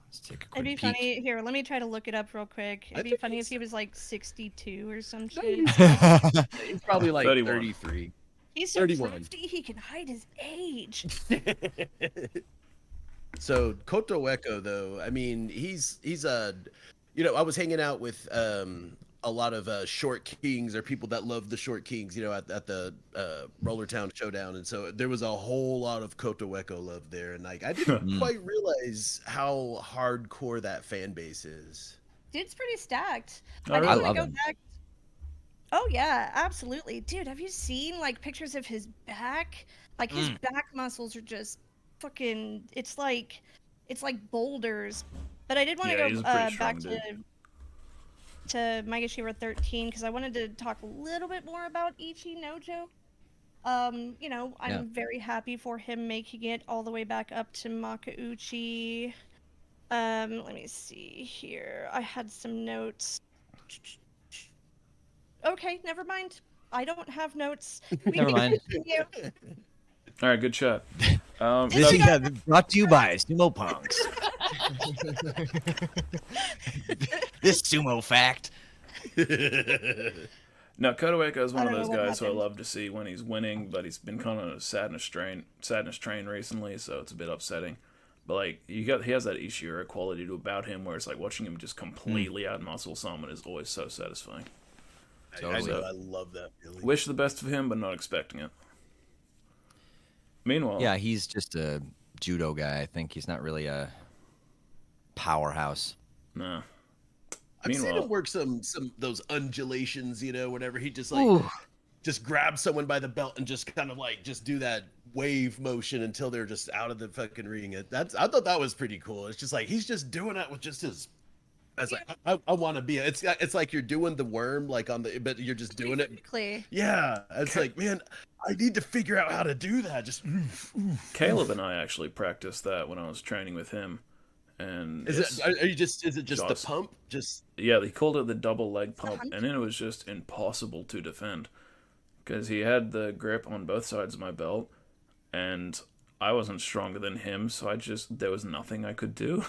[SPEAKER 2] Let's take a quick
[SPEAKER 3] It'd be
[SPEAKER 2] peek.
[SPEAKER 3] funny. Here, let me try to look it up real quick.
[SPEAKER 5] I
[SPEAKER 3] It'd be
[SPEAKER 5] think
[SPEAKER 3] funny
[SPEAKER 5] he's-
[SPEAKER 3] if he was like 62 or some
[SPEAKER 5] No,
[SPEAKER 3] shit.
[SPEAKER 5] he's- He's probably like
[SPEAKER 4] 31.
[SPEAKER 5] 33.
[SPEAKER 3] He's so
[SPEAKER 6] 31.
[SPEAKER 3] crafty, he can hide his age.
[SPEAKER 5] so Kotoweko though, I mean, he's he's a you know, I was hanging out with um a lot of uh, short kings or people that love the short kings, you know, at, at the uh, Roller Town Showdown, and so there was a whole lot of Kotoweko love there, and like I didn't
[SPEAKER 2] Hmm.
[SPEAKER 5] quite realize how hardcore that fan base is.
[SPEAKER 3] Dude's pretty stacked.
[SPEAKER 4] Oh,
[SPEAKER 3] do
[SPEAKER 2] I
[SPEAKER 3] wanna
[SPEAKER 2] love him.
[SPEAKER 3] back. Oh yeah, absolutely, dude. Have you seen like pictures of his back? Like his
[SPEAKER 4] Mm.
[SPEAKER 3] back muscles are just fucking. It's like, it's like boulders. But I did want to
[SPEAKER 4] Yeah,
[SPEAKER 3] go
[SPEAKER 4] he's a pretty
[SPEAKER 3] uh, back
[SPEAKER 4] strong
[SPEAKER 3] to to Magashira 13 because I wanted to talk a little bit more about Ichi Nojo. Um, you know, I'm
[SPEAKER 2] Yeah.
[SPEAKER 3] very happy for him making it all the way back up to Makauchi. Um, let me see here. I had some notes. Okay, never mind. I don't have notes. We
[SPEAKER 2] Never
[SPEAKER 3] can
[SPEAKER 2] mind.
[SPEAKER 3] continue.
[SPEAKER 4] All right, good shot. Um,
[SPEAKER 3] This
[SPEAKER 4] no,
[SPEAKER 3] is- Yeah,
[SPEAKER 2] brought to you by Sumo Punks. this sumo fact.
[SPEAKER 4] no Kotoweka is one
[SPEAKER 3] I don't
[SPEAKER 4] of
[SPEAKER 3] know what
[SPEAKER 4] those guys who I
[SPEAKER 3] happened.
[SPEAKER 4] love to see when he's winning, but he's been kind of on a sadness train, sadness train recently, so it's a bit upsetting. But like, you got he has that Ishiro quality to about him, where it's like watching him
[SPEAKER 2] Hmm.
[SPEAKER 4] just completely out muscle someone is always so satisfying.
[SPEAKER 5] I, I
[SPEAKER 2] Totally.
[SPEAKER 5] know, I love that. Feeling.
[SPEAKER 4] Wish the best of him, but not expecting it. Meanwhile,
[SPEAKER 2] Yeah, he's just a judo guy. I think he's not really a powerhouse.
[SPEAKER 4] nah.
[SPEAKER 5] I've seen
[SPEAKER 4] Meanwhile-
[SPEAKER 5] him work some some those undulations, you know, whenever he just like just grab someone by the belt and just kind of like just do that wave motion until they're just out of the fucking ring. It- That's I thought that was pretty cool. It's just like he's just doing that with just his. I was like, I, I want to be. a- It's it's like you're doing the worm like on the, but you're just doing it.
[SPEAKER 3] Basically,
[SPEAKER 5] Yeah, it's like man, I need to figure out how to do that. Just mm, oof, oof.
[SPEAKER 4] Caleb and I actually practiced that when I was training with him, and
[SPEAKER 5] Is
[SPEAKER 4] it's-
[SPEAKER 5] it? Are, are you just? Is it just
[SPEAKER 4] Joss.
[SPEAKER 5] the pump? Just
[SPEAKER 4] Yeah, he called it the double leg
[SPEAKER 3] a
[SPEAKER 4] pump,
[SPEAKER 3] hunt.
[SPEAKER 4] and then it was just impossible to defend because he had the grip on both sides of my belt, and I wasn't stronger than him, so I just there was nothing I could do.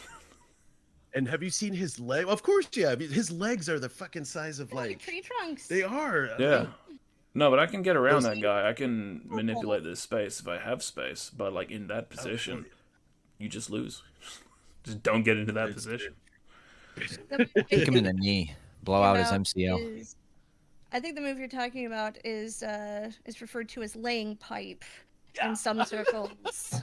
[SPEAKER 5] and have you seen his leg? Of course, yeah. His legs are the fucking size of
[SPEAKER 3] like
[SPEAKER 5] like
[SPEAKER 3] tree trunks.
[SPEAKER 5] they are.
[SPEAKER 4] yeah, no, but I can get around
[SPEAKER 5] Those-
[SPEAKER 4] that guy. I can manipulate this space if I have space, but like in that position, you just lose. just don't get into that position.
[SPEAKER 3] The-
[SPEAKER 2] Kick him in the knee, blow out his
[SPEAKER 3] about
[SPEAKER 2] MCL.
[SPEAKER 3] is- I think the move you're talking about is uh, is referred to as laying pipe in some circles.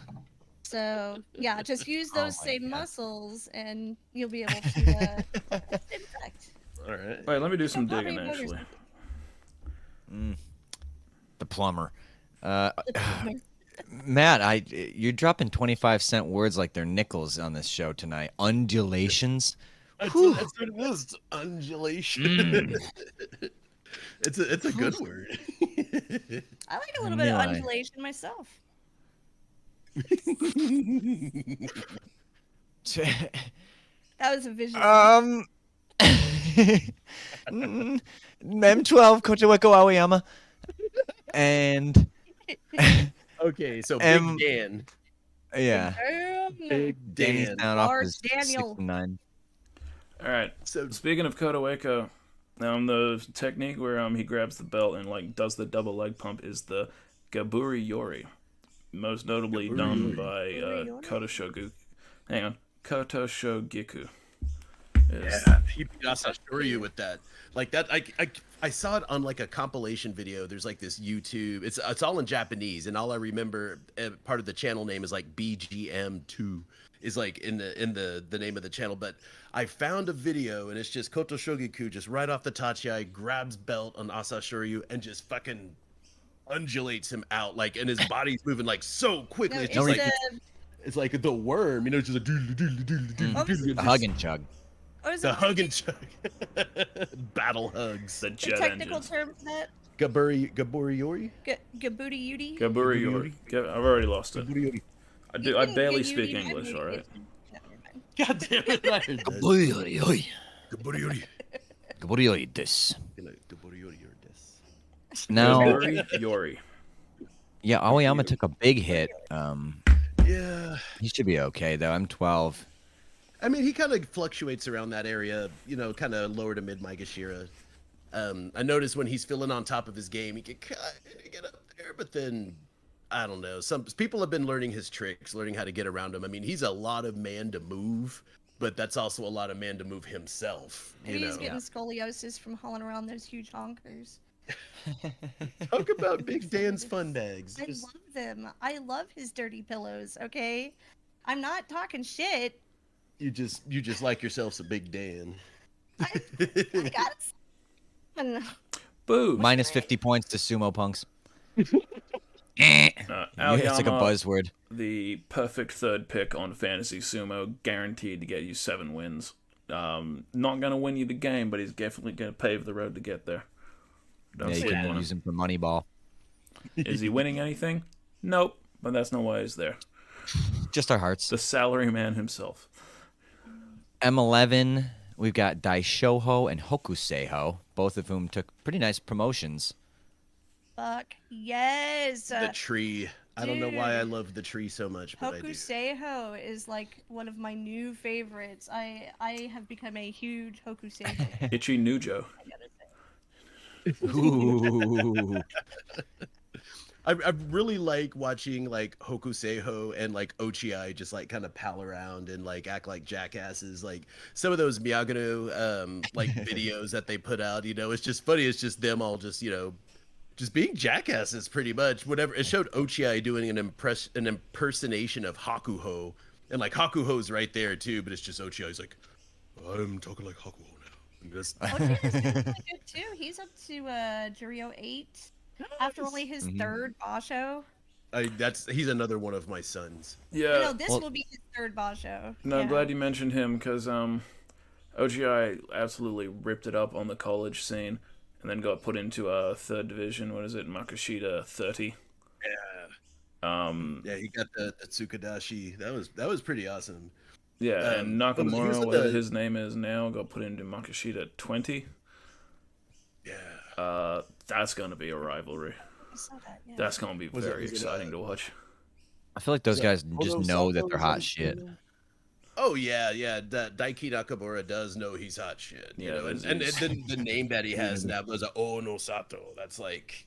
[SPEAKER 3] so yeah, just use
[SPEAKER 2] Oh
[SPEAKER 3] those
[SPEAKER 2] my
[SPEAKER 3] same
[SPEAKER 2] God.
[SPEAKER 3] muscles, and you'll be able to uh, impact.
[SPEAKER 5] All right.
[SPEAKER 4] Wait, let me do some
[SPEAKER 3] Bobby
[SPEAKER 4] digging
[SPEAKER 3] Boger's
[SPEAKER 4] actually.
[SPEAKER 2] The plumber. Uh, Matt, I you're dropping 25 cent words like they're nickels on this show tonight. Undulations.
[SPEAKER 5] That's,
[SPEAKER 6] Whew.
[SPEAKER 5] that's what it is. Undulation.
[SPEAKER 6] Mm.
[SPEAKER 5] it's a it's a good word.
[SPEAKER 3] I like a little bit of
[SPEAKER 2] Vanilla.
[SPEAKER 3] undulation myself. That was a visual.
[SPEAKER 4] Uh,
[SPEAKER 2] um. mm, Mem 12 Kotoweko Aoyama. And
[SPEAKER 5] okay, so
[SPEAKER 2] Um,
[SPEAKER 5] Big Dan.
[SPEAKER 2] yeah.
[SPEAKER 3] Damn.
[SPEAKER 5] Big
[SPEAKER 2] Danny's
[SPEAKER 5] Dan.
[SPEAKER 2] down off
[SPEAKER 3] Lars
[SPEAKER 2] his six
[SPEAKER 3] Daniel.
[SPEAKER 2] and nine.
[SPEAKER 4] All right.
[SPEAKER 5] So
[SPEAKER 4] Speaking of Kodaweko, um, the technique where um he grabs the belt and like does the double leg pump is the Gaburi Yori, most notably done by uh,
[SPEAKER 3] Gaburi Yori?
[SPEAKER 4] Koto Shogu. Hang on, Koto Shogiku. Is-
[SPEAKER 5] Yeah, he beat Asashoryu with that. Like that, I, I I saw it on like a compilation video. There's like this YouTube. It's it's all in Japanese, and all I remember uh, part of the channel name is like BGM two is like in the in the the name of the channel. But I found a video, and it's just Koto Shogiku just right off the tachi grabs belt on Asashoryu and just fucking undulates him out like and his body's moving like so quickly
[SPEAKER 3] No,
[SPEAKER 5] it's
[SPEAKER 3] it's
[SPEAKER 5] just
[SPEAKER 2] don't
[SPEAKER 5] like
[SPEAKER 3] a,
[SPEAKER 5] it's like the worm you know it's just a doodly doodly doodly doodly
[SPEAKER 3] Oh,
[SPEAKER 5] doodly.
[SPEAKER 2] The hug and chug.
[SPEAKER 3] what is
[SPEAKER 5] The
[SPEAKER 3] it?
[SPEAKER 5] hug and chug. Battle hugs.
[SPEAKER 4] the
[SPEAKER 3] The
[SPEAKER 4] jet
[SPEAKER 3] technical
[SPEAKER 4] engine.
[SPEAKER 3] term for that?
[SPEAKER 5] Gaburi Gaburiyori?
[SPEAKER 3] G- Gabuti Yudi?
[SPEAKER 4] Gaburi Yori. Ga- I've already lost it.
[SPEAKER 5] Gaburiyori.
[SPEAKER 4] I
[SPEAKER 3] You
[SPEAKER 4] do. I
[SPEAKER 3] can-
[SPEAKER 4] barely
[SPEAKER 3] you
[SPEAKER 4] speak
[SPEAKER 3] can-
[SPEAKER 4] English. All right.
[SPEAKER 3] No, never mind.
[SPEAKER 5] God damn it. I heard that. Gaburiyori. You know, Gaburiyori or this.
[SPEAKER 2] Now,
[SPEAKER 4] Gaburi Yori.
[SPEAKER 2] yeah, Aoyama took a big hit. Um,
[SPEAKER 5] Yeah.
[SPEAKER 2] he should be okay though. I'm 12.
[SPEAKER 5] I mean, he kind of fluctuates around that area, you know, kind of lower to mid Migashira. Um, I noticed when he's feeling on top of his game, he can kind of get up there, but then I don't know. Some people have been learning his tricks, learning how to get around him. I mean, he's a lot of man to move, but that's also a lot of man to move himself. You
[SPEAKER 3] Maybe
[SPEAKER 5] know?
[SPEAKER 3] he's getting scoliosis from hauling around those huge honkers.
[SPEAKER 5] Talk about Big Dan's fun bags.
[SPEAKER 3] I
[SPEAKER 5] Just-
[SPEAKER 3] love them. I love his dirty pillows, okay? I'm not talking shit.
[SPEAKER 5] you just you just like yourself some Big Dan.
[SPEAKER 3] I, I got it.
[SPEAKER 4] Boo.
[SPEAKER 2] Minus 50 points to sumo punks. Eh.
[SPEAKER 4] Uh,
[SPEAKER 2] it's like a
[SPEAKER 4] Aoyama,
[SPEAKER 2] buzzword.
[SPEAKER 4] the perfect third pick on fantasy sumo, guaranteed to get you seven wins. Um, not gonna win you the game, but he's definitely gonna pave the road to get there. Don't
[SPEAKER 2] Yeah, you
[SPEAKER 4] sleep
[SPEAKER 2] can
[SPEAKER 4] on him.
[SPEAKER 2] use him for Moneyball.
[SPEAKER 4] Is he winning anything? Nope. But that's not why he's there.
[SPEAKER 2] Just our hearts.
[SPEAKER 4] The salary man himself.
[SPEAKER 2] M11, we've got Daishoho and Hokuseiho, both of whom took pretty nice promotions.
[SPEAKER 3] Fuck yes.
[SPEAKER 5] The
[SPEAKER 3] Uh,
[SPEAKER 5] tree. I don't know why I
[SPEAKER 3] dude.
[SPEAKER 5] love the tree so much, but I do.
[SPEAKER 3] Hokuseiho is like one of my new favorites. I I have become a huge Hokuseiho. fan,
[SPEAKER 4] Ichi Nujo.
[SPEAKER 3] I gotta say.
[SPEAKER 2] Ooh.
[SPEAKER 5] I, I really like watching like Hokuseiho and like Ochi just like kind of pal around and like act like jackasses. Like some of those Miyagano um like videos that they put out, you know, it's just funny. It's just them all just, you know, just being jackasses pretty much. Whatever it showed Ochi doing an impress an impersonation of Hakuho. And like Hakuho's right there too, but it's just Ochi He's like, I'm talking like Hakuho now. And that's-
[SPEAKER 3] Ochi Oh, is doing really good too. He's up to uh Jirio eight after only his
[SPEAKER 5] Mm-hmm.
[SPEAKER 2] Mhm.
[SPEAKER 3] third basho.
[SPEAKER 5] I, that's he's another one of my sons.
[SPEAKER 3] No,
[SPEAKER 4] Yeah.
[SPEAKER 3] this
[SPEAKER 2] well-
[SPEAKER 3] will be his third basho.
[SPEAKER 4] No,
[SPEAKER 3] Yeah.
[SPEAKER 4] I'm glad you mentioned him because um, OGI absolutely ripped it up on the college scene, and then got put into uh, third division. What is it, Makushita 30? Yeah. Um.
[SPEAKER 5] Yeah, he got the, the Tsukadashi. That was that was pretty awesome.
[SPEAKER 4] Yeah, and
[SPEAKER 5] Um, what was- he was
[SPEAKER 4] Nakamura,
[SPEAKER 5] at
[SPEAKER 4] whatever
[SPEAKER 5] the-
[SPEAKER 4] his name is now, got put into Makushita 20.
[SPEAKER 5] Yeah.
[SPEAKER 4] Uh, that's going to be a rivalry.
[SPEAKER 3] I saw that, yeah.
[SPEAKER 4] That's going to be
[SPEAKER 5] Was it-
[SPEAKER 4] very
[SPEAKER 5] was it,
[SPEAKER 4] exciting
[SPEAKER 5] uh,
[SPEAKER 4] to watch.
[SPEAKER 2] I feel like those guys just know that they're hot shit.
[SPEAKER 5] Oh yeah, yeah. Da- Daiki Nakamura does know he's hot shit. You
[SPEAKER 4] Yeah,
[SPEAKER 5] know, and,
[SPEAKER 4] that's-
[SPEAKER 5] and, and then the name that he has now was a Oh no Sato. That's like,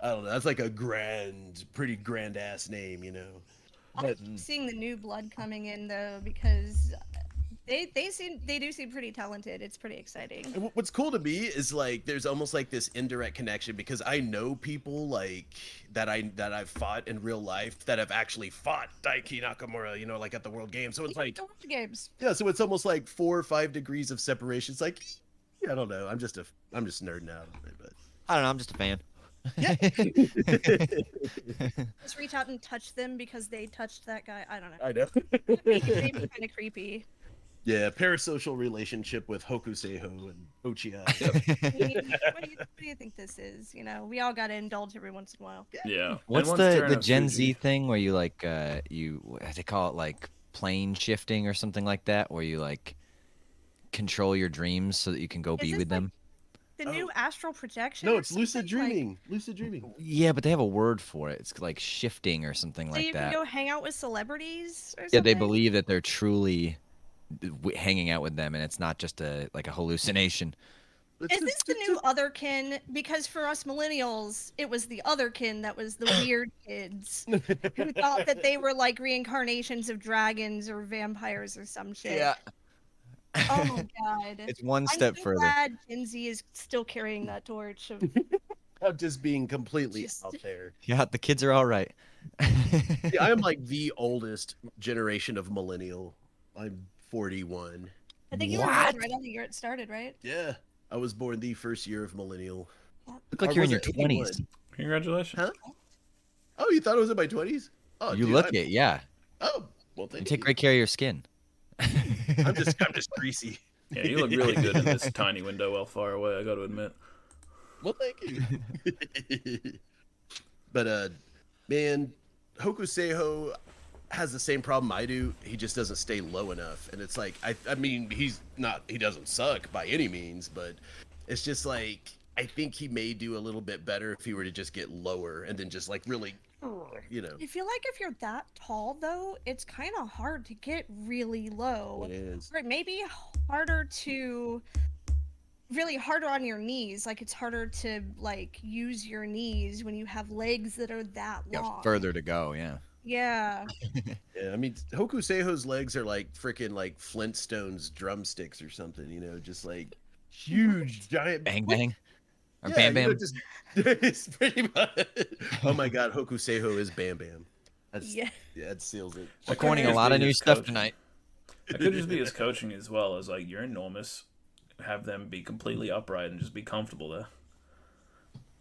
[SPEAKER 5] I don't know. That's like a grand, pretty grand ass name. You know.
[SPEAKER 3] I
[SPEAKER 5] Mm.
[SPEAKER 3] keep seeing the new blood coming in though because they they seem they do seem pretty talented. It's pretty exciting.
[SPEAKER 5] And wh- what's cool to me is like there's almost like this indirect connection because I know people like that I that I've fought in real life that have actually fought Daiki Nakamura. You know, like at the World Games. So it's like.
[SPEAKER 3] the World games.
[SPEAKER 5] Yeah, so it's almost like four or five degrees of separation. It's like I don't know. I'm just a I'm just nerding out on it, but
[SPEAKER 2] I don't know. I'm just a fan.
[SPEAKER 3] Just reach out and touch them because they touched that guy. I don't know.
[SPEAKER 5] I know.
[SPEAKER 3] They seem kind of creepy.
[SPEAKER 5] Yeah, parasocial relationship with Hokuseiho and Ochiai.
[SPEAKER 3] I mean, what, do you, what do you think this is? You know, we all gotta indulge every once in a while.
[SPEAKER 4] Yeah. And
[SPEAKER 2] What's
[SPEAKER 4] once
[SPEAKER 2] the,
[SPEAKER 4] Terra
[SPEAKER 2] the
[SPEAKER 4] and
[SPEAKER 2] Gen
[SPEAKER 4] Fuji-
[SPEAKER 2] Z thing where you like uh you what- they call it like plane shifting or something like that where you like control your dreams so that you can go be
[SPEAKER 3] this
[SPEAKER 2] with
[SPEAKER 3] like-
[SPEAKER 2] them.
[SPEAKER 3] The new astral projection.
[SPEAKER 5] Oh. no,
[SPEAKER 3] or
[SPEAKER 5] it's lucid
[SPEAKER 3] something, like-
[SPEAKER 5] dreaming. Lucid dreaming.
[SPEAKER 2] Yeah, but they have a word for it. It's like shifting or something
[SPEAKER 3] so
[SPEAKER 2] like
[SPEAKER 3] you
[SPEAKER 2] that.
[SPEAKER 3] can go hang out with celebrities. Or
[SPEAKER 2] yeah, they
[SPEAKER 3] something?
[SPEAKER 2] believe that they're truly w- hanging out with them and it's not just a like a hallucination.
[SPEAKER 5] It's
[SPEAKER 3] Is
[SPEAKER 5] a-
[SPEAKER 3] this the
[SPEAKER 5] it's a-
[SPEAKER 3] new otherkin? Because for us millennials, it was the otherkin that was the weird kids who thought that they were like reincarnations of dragons or vampires or some shit. Oh my god.
[SPEAKER 2] It's one step
[SPEAKER 3] I'm so
[SPEAKER 2] further.
[SPEAKER 3] glad Gen Z is still carrying that torch of
[SPEAKER 5] of just being completely
[SPEAKER 3] Just-
[SPEAKER 5] out there.
[SPEAKER 2] Yeah, the kids are all right.
[SPEAKER 5] Yeah, I am like the oldest generation of millennial. I'm 41.
[SPEAKER 3] I think you were
[SPEAKER 2] What?
[SPEAKER 3] born right on the year it started, right?
[SPEAKER 5] Yeah, I was born the first year of millennial.
[SPEAKER 2] Look like
[SPEAKER 5] Or
[SPEAKER 2] you're in
[SPEAKER 5] was
[SPEAKER 2] your
[SPEAKER 5] it 81?
[SPEAKER 2] twenties.
[SPEAKER 4] Congratulations.
[SPEAKER 5] Huh? Oh, you thought it was in my 20s? Oh,
[SPEAKER 2] you
[SPEAKER 5] dude,
[SPEAKER 2] look
[SPEAKER 5] I'm-
[SPEAKER 2] it, yeah.
[SPEAKER 5] Oh, well,
[SPEAKER 2] You
[SPEAKER 5] thank
[SPEAKER 2] take great care of your skin.
[SPEAKER 5] I'm just, I'm just greasy.
[SPEAKER 4] Yeah, you look really good in this tiny window well far away, I gotta admit.
[SPEAKER 5] Well, thank you. but uh, man, Hokuseiho has the same problem I do. He just doesn't stay low enough, and it's like I, I mean, he's not, he doesn't suck by any means, but it's just like I think he may do a little bit better if he were to just get lower and then just like really, you know,
[SPEAKER 3] I feel like if you're that tall though, it's kind of hard to get really low.
[SPEAKER 5] what it is.
[SPEAKER 3] Or it may be harder to really harder on your knees. Like it's harder to like use your knees when you have legs that are that
[SPEAKER 2] Yeah,
[SPEAKER 3] long.
[SPEAKER 2] further to go, yeah.
[SPEAKER 3] Yeah.
[SPEAKER 5] Yeah, I mean, Hokuseiho's legs are like freaking like Flintstones drumsticks or something, you know, just like huge giant
[SPEAKER 2] Bang bang. Or
[SPEAKER 5] Yeah,
[SPEAKER 2] bam
[SPEAKER 5] you
[SPEAKER 2] bam.
[SPEAKER 5] know, just- it's pretty much. Oh my God, Hokuseiho is Bam Bam. That's, yeah.
[SPEAKER 3] Yeah.
[SPEAKER 5] that seals it.
[SPEAKER 2] We're coining a
[SPEAKER 4] Just
[SPEAKER 2] lot of
[SPEAKER 4] being
[SPEAKER 2] new
[SPEAKER 4] his
[SPEAKER 2] stuff
[SPEAKER 4] coach.
[SPEAKER 2] tonight.
[SPEAKER 4] It could just be his coaching as well, as like you're enormous. Have them be completely upright and just be comfortable there.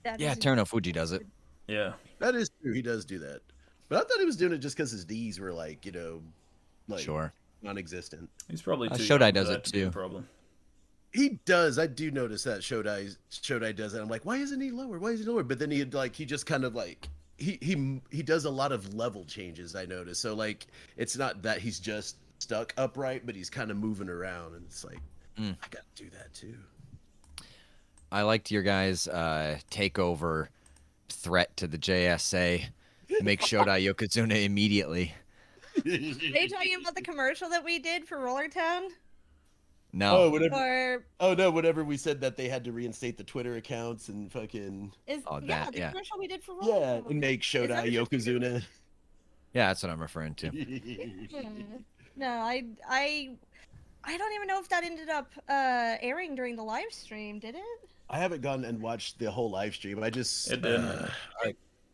[SPEAKER 3] That
[SPEAKER 2] Yeah,
[SPEAKER 3] is-
[SPEAKER 2] Terno Fuji does it.
[SPEAKER 4] Yeah.
[SPEAKER 5] That is true. He does do that, but I thought he was doing it just because his knees were like you know, like
[SPEAKER 2] Sure.
[SPEAKER 5] non-exististant.
[SPEAKER 4] He's probably
[SPEAKER 2] Uh,
[SPEAKER 4] too
[SPEAKER 2] Shodai
[SPEAKER 4] young for
[SPEAKER 2] does
[SPEAKER 4] that
[SPEAKER 2] it
[SPEAKER 4] to be a
[SPEAKER 2] too.
[SPEAKER 4] Problem.
[SPEAKER 5] He does. I do notice that Shodai Shodai does that. I'm like, why isn't he lower? Why is he lower? But then he like he just kind of like. He, he he does a lot of level changes I notice. So like it's not that he's just stuck upright, but he's kind of moving around, and it's like
[SPEAKER 2] Mm.
[SPEAKER 5] I gotta do that too.
[SPEAKER 2] I liked your guys' uh, takeover threat to the JSA. Make Shodai Yokozuna immediately.
[SPEAKER 3] Are you talking about the commercial that we did for Roller Town?
[SPEAKER 5] Oh,
[SPEAKER 2] No.
[SPEAKER 5] whatever.
[SPEAKER 3] Or
[SPEAKER 5] Oh no, whenever we said that they had to reinstate the Twitter accounts and fucking
[SPEAKER 3] is
[SPEAKER 2] Oh,
[SPEAKER 3] yeah,
[SPEAKER 2] that-
[SPEAKER 3] the
[SPEAKER 2] yeah.
[SPEAKER 3] commercial we did for Roller
[SPEAKER 5] yeah,
[SPEAKER 3] Town.
[SPEAKER 5] and make Shodai Yokozuna.
[SPEAKER 2] Yeah, that's what I'm referring to.
[SPEAKER 3] Yeah. Hmm. No, I I I don't even know if that ended up uh airing during the live stream, did it?
[SPEAKER 5] I haven't gone and watched the whole live stream. I just
[SPEAKER 4] It didn't.
[SPEAKER 5] uh,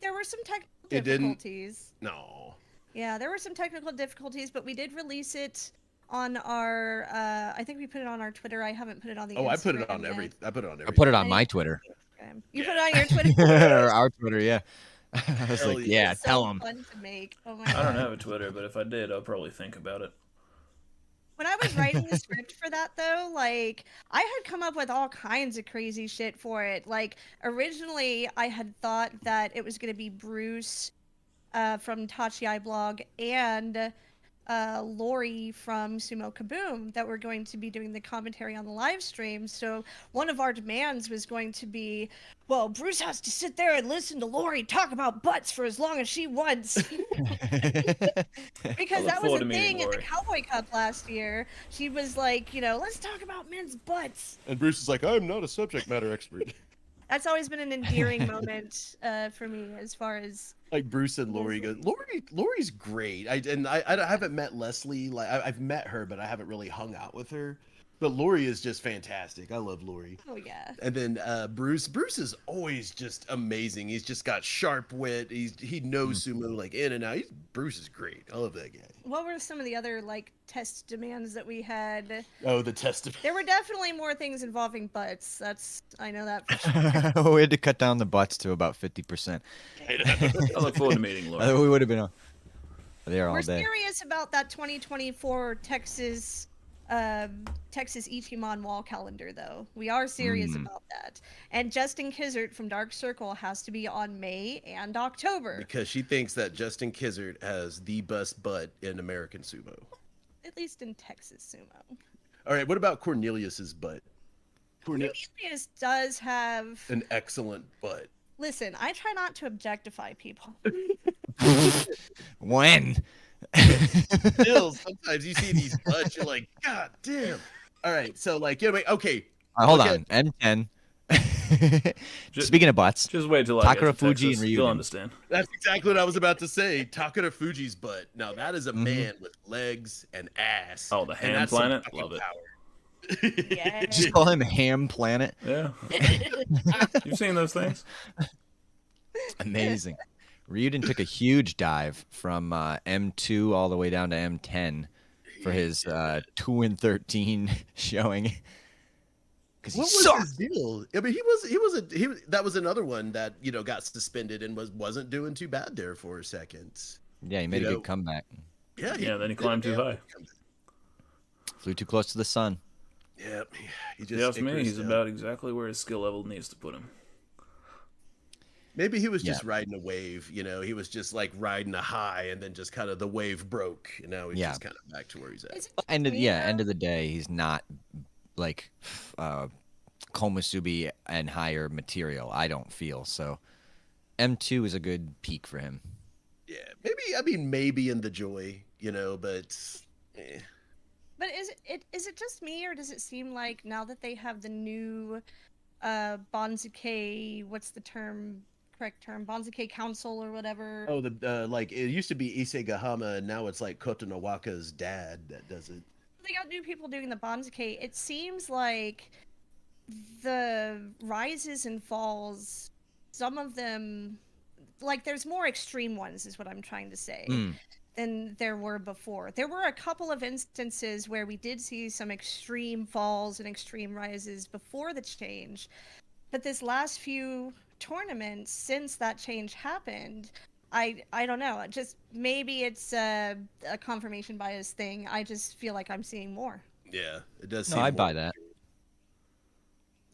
[SPEAKER 3] There were some technical
[SPEAKER 5] It didn't.
[SPEAKER 3] difficulties.
[SPEAKER 5] no.
[SPEAKER 3] Yeah, there were some technical difficulties, but we did release it on our uh I think we put it on our Twitter. I haven't put it on the
[SPEAKER 5] Oh, I put it
[SPEAKER 3] Instagram
[SPEAKER 5] on
[SPEAKER 3] yet.
[SPEAKER 5] every. I put it on every.
[SPEAKER 2] I put it on my Twitter.
[SPEAKER 3] Instagram. You put it on your
[SPEAKER 2] or
[SPEAKER 3] Twitter.
[SPEAKER 2] our Twitter, yeah. I was
[SPEAKER 5] Hell
[SPEAKER 2] like,
[SPEAKER 5] yeah.
[SPEAKER 2] yeah,
[SPEAKER 3] It's so
[SPEAKER 2] tell him.
[SPEAKER 3] Fun to make. Oh my
[SPEAKER 4] I don't
[SPEAKER 3] God.
[SPEAKER 4] have a Twitter, but if I did, I'll probably think about it.
[SPEAKER 3] When I was writing the script for that, though, like I had come up with all kinds of crazy shit for it. Like originally, I had thought that it was gonna be Bruce uh, from Tachi I Blog and uh, Lori from Sumo Kaboom that were going to be doing the commentary on the live stream. So one of our demands was going to be, well, Bruce has to sit there and listen to Lori talk about butts for as long as she wants.
[SPEAKER 4] I
[SPEAKER 3] because
[SPEAKER 4] look
[SPEAKER 3] that was
[SPEAKER 4] forward
[SPEAKER 3] a
[SPEAKER 4] to meeting
[SPEAKER 3] thing at the
[SPEAKER 4] Lori.
[SPEAKER 3] Cowboy Cup last year. She was like, you know, let's talk about men's butts.
[SPEAKER 5] And Bruce is like, I'm not a subject matter expert.
[SPEAKER 3] That's always been an endearing moment uh, for me, as far as
[SPEAKER 5] like Bruce and Lori go. Lori, Lori's great. I and I, I haven't met Leslie. Like I, I've met her, but I haven't really hung out with her. But Lori is just fantastic. I love Lori.
[SPEAKER 3] oh yeah,
[SPEAKER 5] And then uh, Bruce. Bruce is always just amazing. He's just got sharp wit. He's he knows sumo like in and out. He's, Bruce is great. I love that guy.
[SPEAKER 3] what were some of the other like test demands that we had?
[SPEAKER 5] Oh, the testament.
[SPEAKER 3] There were definitely more things involving butts. That's I know that. For sure.
[SPEAKER 2] we had to cut down the butts to about 50%.
[SPEAKER 4] I look forward to meeting Laura.
[SPEAKER 2] Otherwise, we would have been on there all
[SPEAKER 3] We're
[SPEAKER 2] day.
[SPEAKER 3] serious about that 2024 Texas um, Texas Ichimon wall calendar, though. We are serious
[SPEAKER 2] Mm.
[SPEAKER 3] about that. And Justin Kizert from Dark Circle has to be on May and October.
[SPEAKER 5] Because she thinks that Justin Kizard has the best butt in American sumo.
[SPEAKER 3] At least in Texas Sumo.
[SPEAKER 5] All right, what about Cornelius's butt? Cornelius,
[SPEAKER 3] Cornelius does have.
[SPEAKER 5] an excellent butt.
[SPEAKER 3] Listen, I try not to objectify people.
[SPEAKER 2] When?
[SPEAKER 5] Still, sometimes you see these butts, you're like, God damn. All right, so like, anyway, okay,
[SPEAKER 2] Uh, hold
[SPEAKER 5] Okay.
[SPEAKER 2] on. M10. Speaking of butts,
[SPEAKER 4] Just wait till I
[SPEAKER 2] Takara
[SPEAKER 4] get to
[SPEAKER 2] Fuji
[SPEAKER 4] Texas.
[SPEAKER 2] and
[SPEAKER 4] You'll
[SPEAKER 2] Ryuden.
[SPEAKER 4] understand.
[SPEAKER 5] that's exactly what I was about to say. Takara Fuji's butt. Now that is a man with legs and ass.
[SPEAKER 4] Oh, the
[SPEAKER 5] and
[SPEAKER 4] hand
[SPEAKER 5] that's some
[SPEAKER 4] planet?
[SPEAKER 5] fucking
[SPEAKER 4] Love it.
[SPEAKER 5] power.
[SPEAKER 3] Yeah.
[SPEAKER 2] just call him Ham Planet.
[SPEAKER 4] Yeah. You've seen those things?
[SPEAKER 2] Amazing. Ryuden took a huge dive from uh, M2 all the way down to M10 for his uh, 2 and 13 showing. Because he
[SPEAKER 5] What was
[SPEAKER 2] sucked.
[SPEAKER 5] his deal? I mean, he was he was a he was- that was another one that you know got suspended and was wasn't doing too bad there for a second.
[SPEAKER 2] Yeah, he made
[SPEAKER 5] you
[SPEAKER 2] a
[SPEAKER 5] know.
[SPEAKER 2] good comeback.
[SPEAKER 5] Yeah,
[SPEAKER 4] Yeah, then he
[SPEAKER 5] did
[SPEAKER 4] climbed too
[SPEAKER 5] damn
[SPEAKER 4] high.
[SPEAKER 5] good comeback.
[SPEAKER 2] Flew too close to the sun.
[SPEAKER 5] Yep, he- he just
[SPEAKER 4] If you ask me,
[SPEAKER 5] Icarus
[SPEAKER 4] he's
[SPEAKER 5] down.
[SPEAKER 4] about exactly where his skill level needs to put him.
[SPEAKER 5] Maybe he was
[SPEAKER 2] Yeah.
[SPEAKER 5] just riding a wave, you know. He was just like riding a high, and then just kind of the wave broke, and now he's
[SPEAKER 2] Yeah.
[SPEAKER 5] just kind of back to where he's at.
[SPEAKER 3] Is it
[SPEAKER 2] End of, yeah,
[SPEAKER 3] Yeah.
[SPEAKER 2] end of the day, he's not like uh, Komasubi and higher material, I don't feel. So M2 is a good peak for him.
[SPEAKER 5] Yeah, maybe I mean maybe in the joy, you know, but eh.
[SPEAKER 3] But is it- it is it just me, or does it seem like now that they have the new uh, Bonzuke, what's the term, correct term, Bonzuke Council or whatever?
[SPEAKER 5] oh, the uh, like it used to be Issei Gahama, and now it's like Kotonowaka's dad that does it.
[SPEAKER 3] They got new people doing the Bonzuke. It seems like the rises and falls, some of them, like there's more extreme ones, is what I'm trying to say.
[SPEAKER 2] Mm.
[SPEAKER 3] than there were before. There were a couple of instances where we did see some extreme falls and extreme rises before the change, but this last few tournaments since that change happened, I I don't know. Just maybe it's a, a confirmation bias thing. I just feel like I'm seeing more.
[SPEAKER 5] Yeah, it does.
[SPEAKER 2] No,
[SPEAKER 5] seem
[SPEAKER 2] I
[SPEAKER 5] more-
[SPEAKER 2] buy that.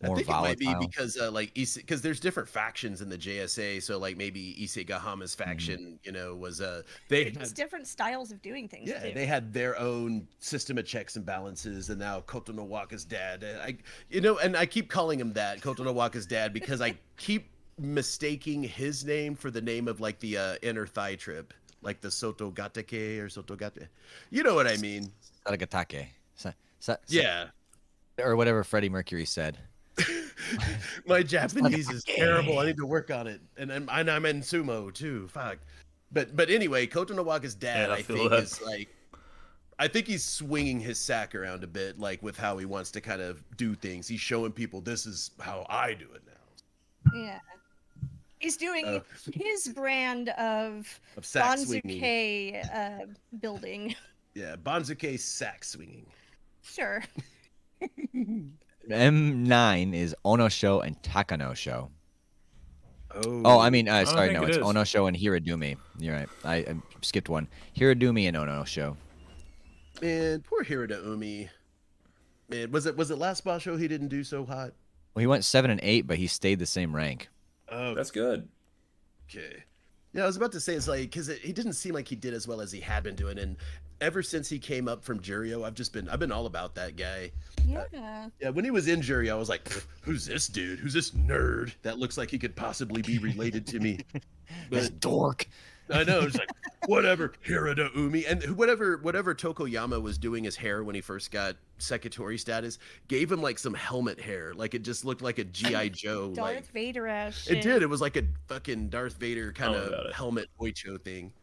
[SPEAKER 5] I
[SPEAKER 2] More
[SPEAKER 5] think
[SPEAKER 2] volatile.
[SPEAKER 5] it might be because uh, like because there's different factions in the JSA, so like maybe Issei Gahama's
[SPEAKER 2] Hmm.
[SPEAKER 5] faction, you know, was uh they had-
[SPEAKER 3] It's different styles of doing things.
[SPEAKER 5] yeah
[SPEAKER 3] too.
[SPEAKER 5] they had their own system of checks and balances, and now Koto Nowaka's dad, and I you know, and I keep calling him that Koto Nowaka's dad because I keep mistaking his name for the name of like the uh, inner thigh trip, like the Soto Gatake or Soto Gate, you know what I mean?
[SPEAKER 2] Saragatake. Sa- sa- sa-
[SPEAKER 5] Yeah,
[SPEAKER 2] or whatever Freddie Mercury said.
[SPEAKER 5] My Japanese is terrible. I need to work on it, and I'm and I'm in sumo too. Fuck. But but anyway, Koto Nowaka's dad,
[SPEAKER 4] Yeah, I
[SPEAKER 5] I
[SPEAKER 4] feel
[SPEAKER 5] think,
[SPEAKER 4] that.
[SPEAKER 5] is like, I think he's swinging his sack around a bit, like with how he wants to kind of do things. He's showing people this is how I do it now.
[SPEAKER 3] Yeah. He's doing
[SPEAKER 5] Oh.
[SPEAKER 3] his brand of
[SPEAKER 5] Of sack swinging,
[SPEAKER 3] Bonzuke uh, building.
[SPEAKER 5] yeah, Bonzuke sack swinging.
[SPEAKER 3] Sure.
[SPEAKER 2] M9 is Onosho and Takanosho.
[SPEAKER 5] Oh,
[SPEAKER 2] Oh, I mean,
[SPEAKER 4] I
[SPEAKER 2] uh,
[SPEAKER 4] don't
[SPEAKER 2] sorry,
[SPEAKER 4] think
[SPEAKER 2] no,
[SPEAKER 4] it
[SPEAKER 2] it's
[SPEAKER 4] is.
[SPEAKER 2] Onosho and Hiradumi. You're right. I, I skipped one. Hiradumi and Onosho.
[SPEAKER 5] man, poor Hirada Umi. Man, was it was it last basho he didn't do so hot?
[SPEAKER 2] Well, he went seven and eight, but he stayed the same rank.
[SPEAKER 5] Oh,
[SPEAKER 4] That's good.
[SPEAKER 5] Okay. Yeah, I was about to say it's like because it, he didn't seem like he did as well as he had been doing, and ever since he came up from Jurio, I've just been I've been all about that guy.
[SPEAKER 3] Yeah.
[SPEAKER 5] Yeah, when he was in Jurio, I was like, "Pff, who's this dude? Who's this nerd that looks like he could possibly be related to me?
[SPEAKER 2] This dork.
[SPEAKER 5] I know it's like whatever Hirada Umi and who- whatever whatever Tokoyama was doing his hair when he first got secretary status gave him like some helmet hair, like it just looked like a GI Joe.
[SPEAKER 3] Darth
[SPEAKER 5] like
[SPEAKER 3] Vader ass.
[SPEAKER 5] it did. It was like a fucking Darth Vader kind
[SPEAKER 4] about
[SPEAKER 5] of
[SPEAKER 4] it.
[SPEAKER 5] helmet Oicho thing.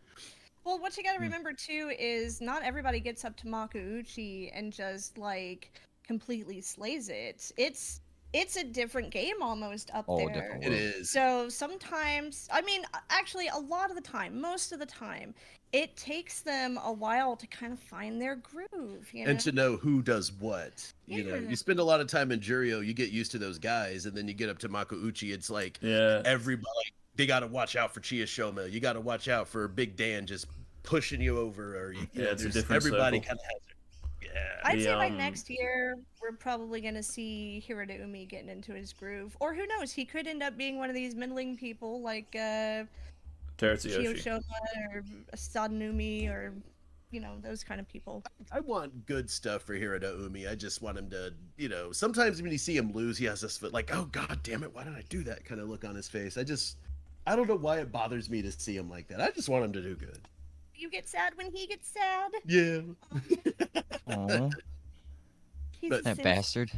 [SPEAKER 3] Well, what you
[SPEAKER 5] Hmm.
[SPEAKER 3] gotta remember too is not everybody gets up to Makauchi and just like completely slays it. It's it's a different game almost up
[SPEAKER 2] Oh,
[SPEAKER 3] there.
[SPEAKER 2] different
[SPEAKER 5] It
[SPEAKER 2] world.
[SPEAKER 5] is.
[SPEAKER 3] So sometimes, I mean, a- actually, a lot of the time, most of the time, it takes them a while to kind of find their groove. You know?
[SPEAKER 5] and to know who does what. You know,
[SPEAKER 3] Yeah.
[SPEAKER 5] you spend a lot of time in Jurio, you get used to those guys, and then you get up to Makauchi, it's like
[SPEAKER 4] Yeah.
[SPEAKER 5] everybody they got to watch out for Chiyoshima. You got to watch out for Big Dan just pushing you over, or you, you
[SPEAKER 4] Yeah,
[SPEAKER 5] know,
[SPEAKER 4] it's a
[SPEAKER 5] there's-
[SPEAKER 4] different
[SPEAKER 5] everybody
[SPEAKER 4] circle.
[SPEAKER 5] kind of has. Their, Yeah.
[SPEAKER 3] I'd
[SPEAKER 4] The,
[SPEAKER 3] say by
[SPEAKER 4] um,
[SPEAKER 3] next year we're probably gonna see Hiroto Umi getting into his groove, or who knows? He could end up being one of these middling people like uh,
[SPEAKER 4] Teretsu Yoshi.
[SPEAKER 3] Kiyoshima or Sadanumi or you know those kind of people.
[SPEAKER 5] I want good stuff for Hiroto Umi. I just want him to, you know, sometimes when you see him lose, he has this like, oh god damn it, why did I do that kind of look on his face. I just I don't know why it bothers me to see him like that. I just want him to do good.
[SPEAKER 3] You get sad when he gets sad.
[SPEAKER 5] Yeah.
[SPEAKER 2] Aw,
[SPEAKER 3] He's
[SPEAKER 5] But-
[SPEAKER 3] a
[SPEAKER 2] that
[SPEAKER 3] sim-
[SPEAKER 2] bastard.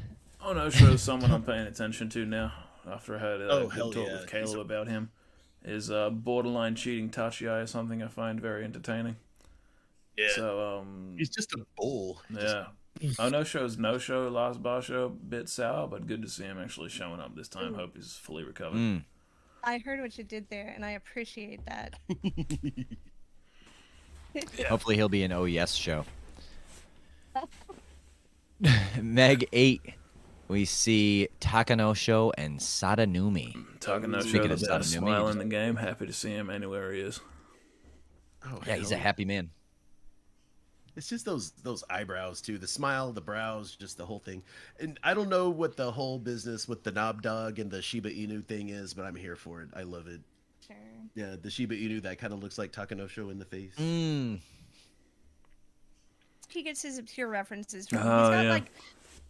[SPEAKER 4] Oh no, shows someone I'm paying attention to now. After I heard uh,
[SPEAKER 5] Oh,
[SPEAKER 4] good
[SPEAKER 5] hell
[SPEAKER 4] talk
[SPEAKER 5] yeah,
[SPEAKER 4] with
[SPEAKER 5] he's
[SPEAKER 4] Caleb about him, is uh, borderline cheating Tachiai is something I find very entertaining.
[SPEAKER 5] Yeah.
[SPEAKER 4] So um,
[SPEAKER 5] He's just a bull.
[SPEAKER 4] yeah. Oh no show's no show last bar show bit sour, but good to see him actually showing up this
[SPEAKER 5] Mm.
[SPEAKER 4] time. Hope he's fully recovered.
[SPEAKER 2] Mm.
[SPEAKER 3] I heard what you did there, and I appreciate that.
[SPEAKER 2] Hopefully he'll be an oh yes show. Meg eight, we see Takanosho and Sadanumi.
[SPEAKER 4] Talking no show,
[SPEAKER 2] Speaking
[SPEAKER 4] the
[SPEAKER 2] of
[SPEAKER 4] best
[SPEAKER 2] Sadanumi,
[SPEAKER 4] smile
[SPEAKER 2] just-
[SPEAKER 4] in the game. Happy to see him anywhere he is.
[SPEAKER 5] Oh,
[SPEAKER 2] Yeah, he's a
[SPEAKER 5] hell
[SPEAKER 2] happy man.
[SPEAKER 5] It's just those those eyebrows too, the smile, the brows, just the whole thing. And I don't know what the whole business with the knob dog and the Shiba Inu thing is, but I'm here for it. I love it.
[SPEAKER 3] Sure.
[SPEAKER 5] Yeah, the Shiba Inu that kind of looks like Takanosho in the face.
[SPEAKER 2] Mm.
[SPEAKER 3] He gets his obscure references from.
[SPEAKER 4] Oh,
[SPEAKER 3] He's got
[SPEAKER 4] yeah.
[SPEAKER 3] like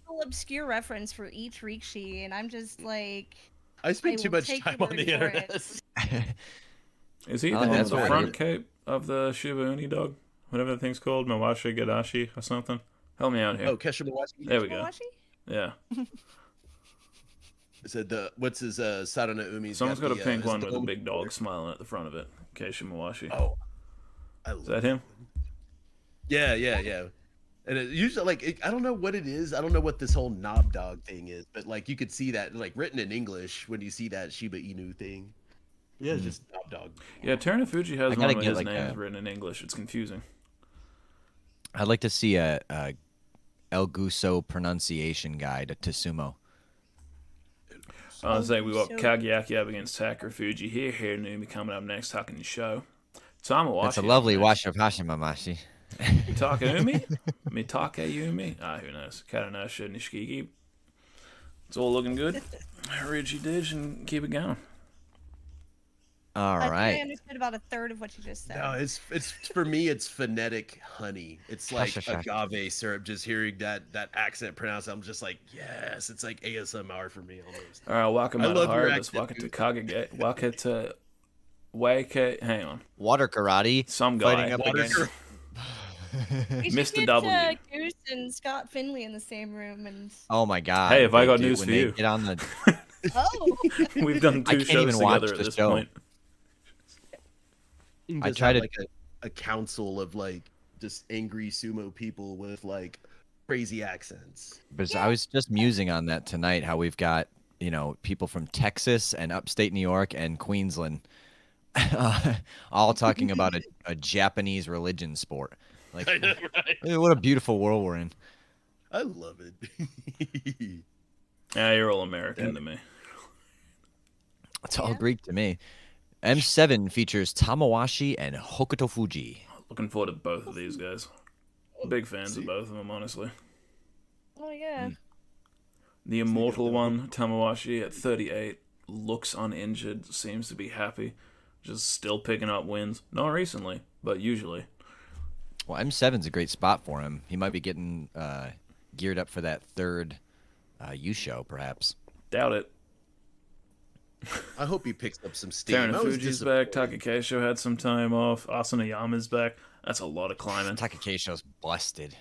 [SPEAKER 3] full obscure reference for each Rikishi, and I'm just like,
[SPEAKER 5] I
[SPEAKER 3] I
[SPEAKER 5] spend too
[SPEAKER 3] will
[SPEAKER 5] much
[SPEAKER 3] take
[SPEAKER 5] time
[SPEAKER 3] your
[SPEAKER 5] on
[SPEAKER 3] word
[SPEAKER 5] the
[SPEAKER 3] for
[SPEAKER 5] internet.
[SPEAKER 3] it.
[SPEAKER 4] Is he
[SPEAKER 2] Oh,
[SPEAKER 4] the one with
[SPEAKER 2] that's
[SPEAKER 4] the
[SPEAKER 2] right.
[SPEAKER 4] front cape of the Shiba Uni dog? Whatever the thing's called, Mawashi Gadashi or something. Help me out here.
[SPEAKER 5] Oh, Kesha Mawashi
[SPEAKER 4] There we go.
[SPEAKER 3] Mawashi?
[SPEAKER 4] Yeah.
[SPEAKER 5] said the what's his uh Sarana Umi's
[SPEAKER 4] Someone's got a
[SPEAKER 5] the, uh,
[SPEAKER 4] pink
[SPEAKER 5] his
[SPEAKER 4] one with a
[SPEAKER 5] dome.
[SPEAKER 4] big dog smiling at the front of it. Keisha Mawashi.
[SPEAKER 5] Oh, I
[SPEAKER 4] Is
[SPEAKER 5] love
[SPEAKER 4] that him?
[SPEAKER 5] Yeah, yeah, yeah. And it usually, like, it, I don't know what it is. I don't know what this whole knob dog thing is, but like, you could see that, like, written in English when you see that Shiba Inu thing. Mm. Yeah, it's just knob dog.
[SPEAKER 4] Yeah, Terna Fuji has
[SPEAKER 2] gotta
[SPEAKER 4] one where
[SPEAKER 2] get,
[SPEAKER 4] his
[SPEAKER 2] like,
[SPEAKER 4] name is
[SPEAKER 2] a-
[SPEAKER 4] written in English. It's confusing.
[SPEAKER 2] I'd like to see a, a El Guso pronunciation guide to sumo. Oh,
[SPEAKER 4] I was say we got
[SPEAKER 3] so-
[SPEAKER 4] Kagiaki up against Sakura Fuji here. Here, Numi coming up next, talking the show. Tamawashi.
[SPEAKER 2] That's a lovely wash of Hashimamashi.
[SPEAKER 4] Takayumi? Mitake Yumi? Ah, who knows? Katanosha Nishikigi. It's all looking good. Reggie Dish and keep it going.
[SPEAKER 2] All
[SPEAKER 3] I think I
[SPEAKER 2] right.
[SPEAKER 3] understood about a third of what you just said.
[SPEAKER 5] No, it's it's for me. It's phonetic honey. It's like
[SPEAKER 2] Shashashak.
[SPEAKER 5] agave syrup. Just hearing that that accent pronounced, I'm just like, yes. It's like ASMR for me almost.
[SPEAKER 4] All right, welcome
[SPEAKER 5] I
[SPEAKER 4] out of
[SPEAKER 5] love your
[SPEAKER 4] Harvest.
[SPEAKER 5] accent,
[SPEAKER 4] Welcome to
[SPEAKER 5] dude.
[SPEAKER 4] Kagage. Welcome to Wake. Hang on.
[SPEAKER 2] Water karate.
[SPEAKER 4] Some guy.
[SPEAKER 2] Fighting up
[SPEAKER 5] Water
[SPEAKER 2] against-
[SPEAKER 5] girl.
[SPEAKER 3] We should
[SPEAKER 4] Mr.
[SPEAKER 3] get,
[SPEAKER 4] W.
[SPEAKER 3] Uh, Goose and Scott Finley in the same room, and
[SPEAKER 2] Oh my god.
[SPEAKER 4] Hey, have I
[SPEAKER 2] they
[SPEAKER 4] got
[SPEAKER 2] do-
[SPEAKER 4] news
[SPEAKER 2] when
[SPEAKER 4] for
[SPEAKER 2] they
[SPEAKER 4] you.
[SPEAKER 2] Get on the
[SPEAKER 3] oh,
[SPEAKER 4] We've done
[SPEAKER 2] I
[SPEAKER 4] two
[SPEAKER 2] can't
[SPEAKER 4] shows
[SPEAKER 2] even
[SPEAKER 4] together
[SPEAKER 2] watch
[SPEAKER 4] at
[SPEAKER 2] the
[SPEAKER 4] this
[SPEAKER 2] show.
[SPEAKER 4] point.
[SPEAKER 5] You
[SPEAKER 2] I
[SPEAKER 5] just
[SPEAKER 2] try
[SPEAKER 5] have,
[SPEAKER 2] to-
[SPEAKER 5] like a, a council of like just angry sumo people with like crazy accents.
[SPEAKER 2] Because I was just musing on that tonight, how we've got you know people from Texas and upstate New York and Queensland, all talking about a, a Japanese religion sport. Like, eh, what a beautiful world we're in.
[SPEAKER 5] I love it.
[SPEAKER 4] Yeah, you're all American to me.
[SPEAKER 2] It's all
[SPEAKER 3] Yeah.
[SPEAKER 2] Greek to me. M7 features Tamawashi and Hokuto Fuji.
[SPEAKER 4] Looking forward to both of these guys. Big fans of both of them, honestly.
[SPEAKER 3] oh yeah.
[SPEAKER 4] The immortal one, Tamawashi, at 38, looks uninjured, seems to be happy, just still picking up wins. Not recently, but usually.
[SPEAKER 2] Well, M7's a great spot for him. He might be getting uh, geared up for that third uh, U show, perhaps.
[SPEAKER 4] Doubt it.
[SPEAKER 5] I hope he picks up some steam.
[SPEAKER 4] Terran
[SPEAKER 5] I was
[SPEAKER 4] Fuji's back.
[SPEAKER 5] disappointed.
[SPEAKER 4] Takakesho had some time off. Asanayama's back. That's a lot of climbing.
[SPEAKER 2] Takakesho's busted.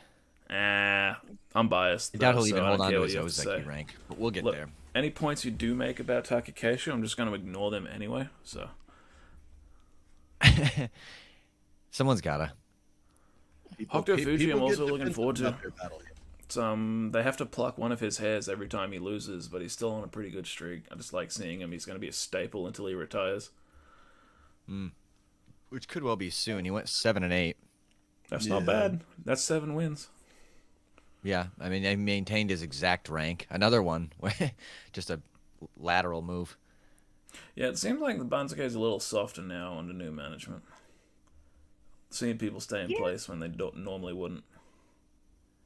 [SPEAKER 4] Ah, I'm biased.
[SPEAKER 2] I
[SPEAKER 4] though,
[SPEAKER 2] doubt he'll
[SPEAKER 4] so
[SPEAKER 2] even
[SPEAKER 4] I
[SPEAKER 2] hold
[SPEAKER 4] don't
[SPEAKER 2] on
[SPEAKER 4] care
[SPEAKER 2] to
[SPEAKER 4] what
[SPEAKER 2] his
[SPEAKER 4] you have to
[SPEAKER 2] Ozeki
[SPEAKER 4] say.
[SPEAKER 2] rank, but we'll get
[SPEAKER 4] Look,
[SPEAKER 2] there.
[SPEAKER 4] any points you do make about Takakesho, I'm just going to ignore them anyway. So
[SPEAKER 2] Someone's gotta.
[SPEAKER 5] People-
[SPEAKER 4] Hokuto
[SPEAKER 5] pe-
[SPEAKER 4] Fuji,
[SPEAKER 5] people
[SPEAKER 4] I'm
[SPEAKER 5] get
[SPEAKER 4] also looking
[SPEAKER 5] defensive
[SPEAKER 4] forward to.
[SPEAKER 5] about their battle hymn.
[SPEAKER 4] it's, um, they have to pluck one of his hairs every time he loses, but he's still on a pretty good streak. I just like seeing him. He's going to be a staple until he retires.
[SPEAKER 2] Which could well be soon. He went seven and eight.
[SPEAKER 4] That's not
[SPEAKER 5] Yeah.
[SPEAKER 4] bad. That's seven wins.
[SPEAKER 2] Yeah, I mean, he maintained his exact rank. Another one, just a lateral move.
[SPEAKER 4] Yeah, it seems like the Banzakai's a little softer now under new management. Seeing people stay in place when they don't, normally wouldn't.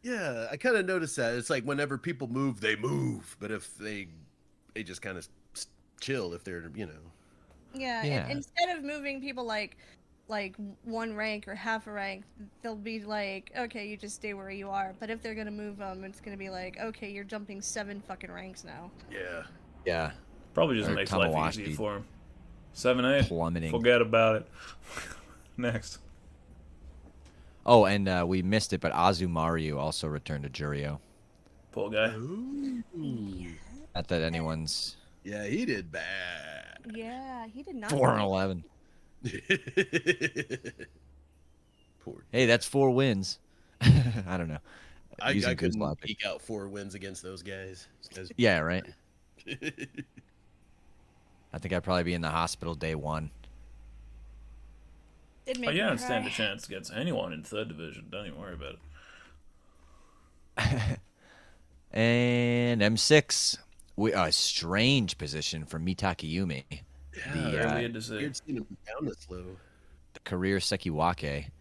[SPEAKER 5] Yeah, I kind of noticed that. It's like whenever people move, they move, but if they they just kind of chill if they're, you know.
[SPEAKER 3] Yeah, and
[SPEAKER 2] Yeah.
[SPEAKER 3] instead of moving people like like one rank or half a rank, they'll be like, okay, you just stay where you are. But if they're gonna move them, it's gonna be like, okay, you're jumping seven fucking ranks now.
[SPEAKER 5] Yeah.
[SPEAKER 2] Yeah,
[SPEAKER 4] Probably just
[SPEAKER 2] Or
[SPEAKER 4] makes life
[SPEAKER 2] Tamawashii.
[SPEAKER 4] easy for him. Seven eight.
[SPEAKER 2] plummeting.
[SPEAKER 4] Forget about it. Next.
[SPEAKER 2] Oh, and uh, we missed it, but Azumaru also returned to Jurio.
[SPEAKER 4] Poor guy.
[SPEAKER 5] Ooh.
[SPEAKER 2] Not that anyone's
[SPEAKER 5] Yeah, he did bad.
[SPEAKER 3] Yeah, he did not.
[SPEAKER 2] four and eleven.
[SPEAKER 5] Poor.
[SPEAKER 2] Hey, that's four wins. I don't know.
[SPEAKER 5] I,
[SPEAKER 2] Using
[SPEAKER 5] I couldn't
[SPEAKER 2] Guzmán.
[SPEAKER 5] eke out four wins against those guys. Those-
[SPEAKER 2] Yeah, right. I think I'd probably be in the hospital day one.
[SPEAKER 3] Did make
[SPEAKER 4] Oh, you
[SPEAKER 3] me
[SPEAKER 4] don't stand a
[SPEAKER 3] cry.
[SPEAKER 4] chance against anyone in third division. Don't even worry about it.
[SPEAKER 2] And M6, we a strange position for Mitaki Yumi,
[SPEAKER 5] Yeah,
[SPEAKER 2] the, uh,
[SPEAKER 4] Very weird to see.
[SPEAKER 5] Weird seeing him down this low.
[SPEAKER 2] the career Sekiwake,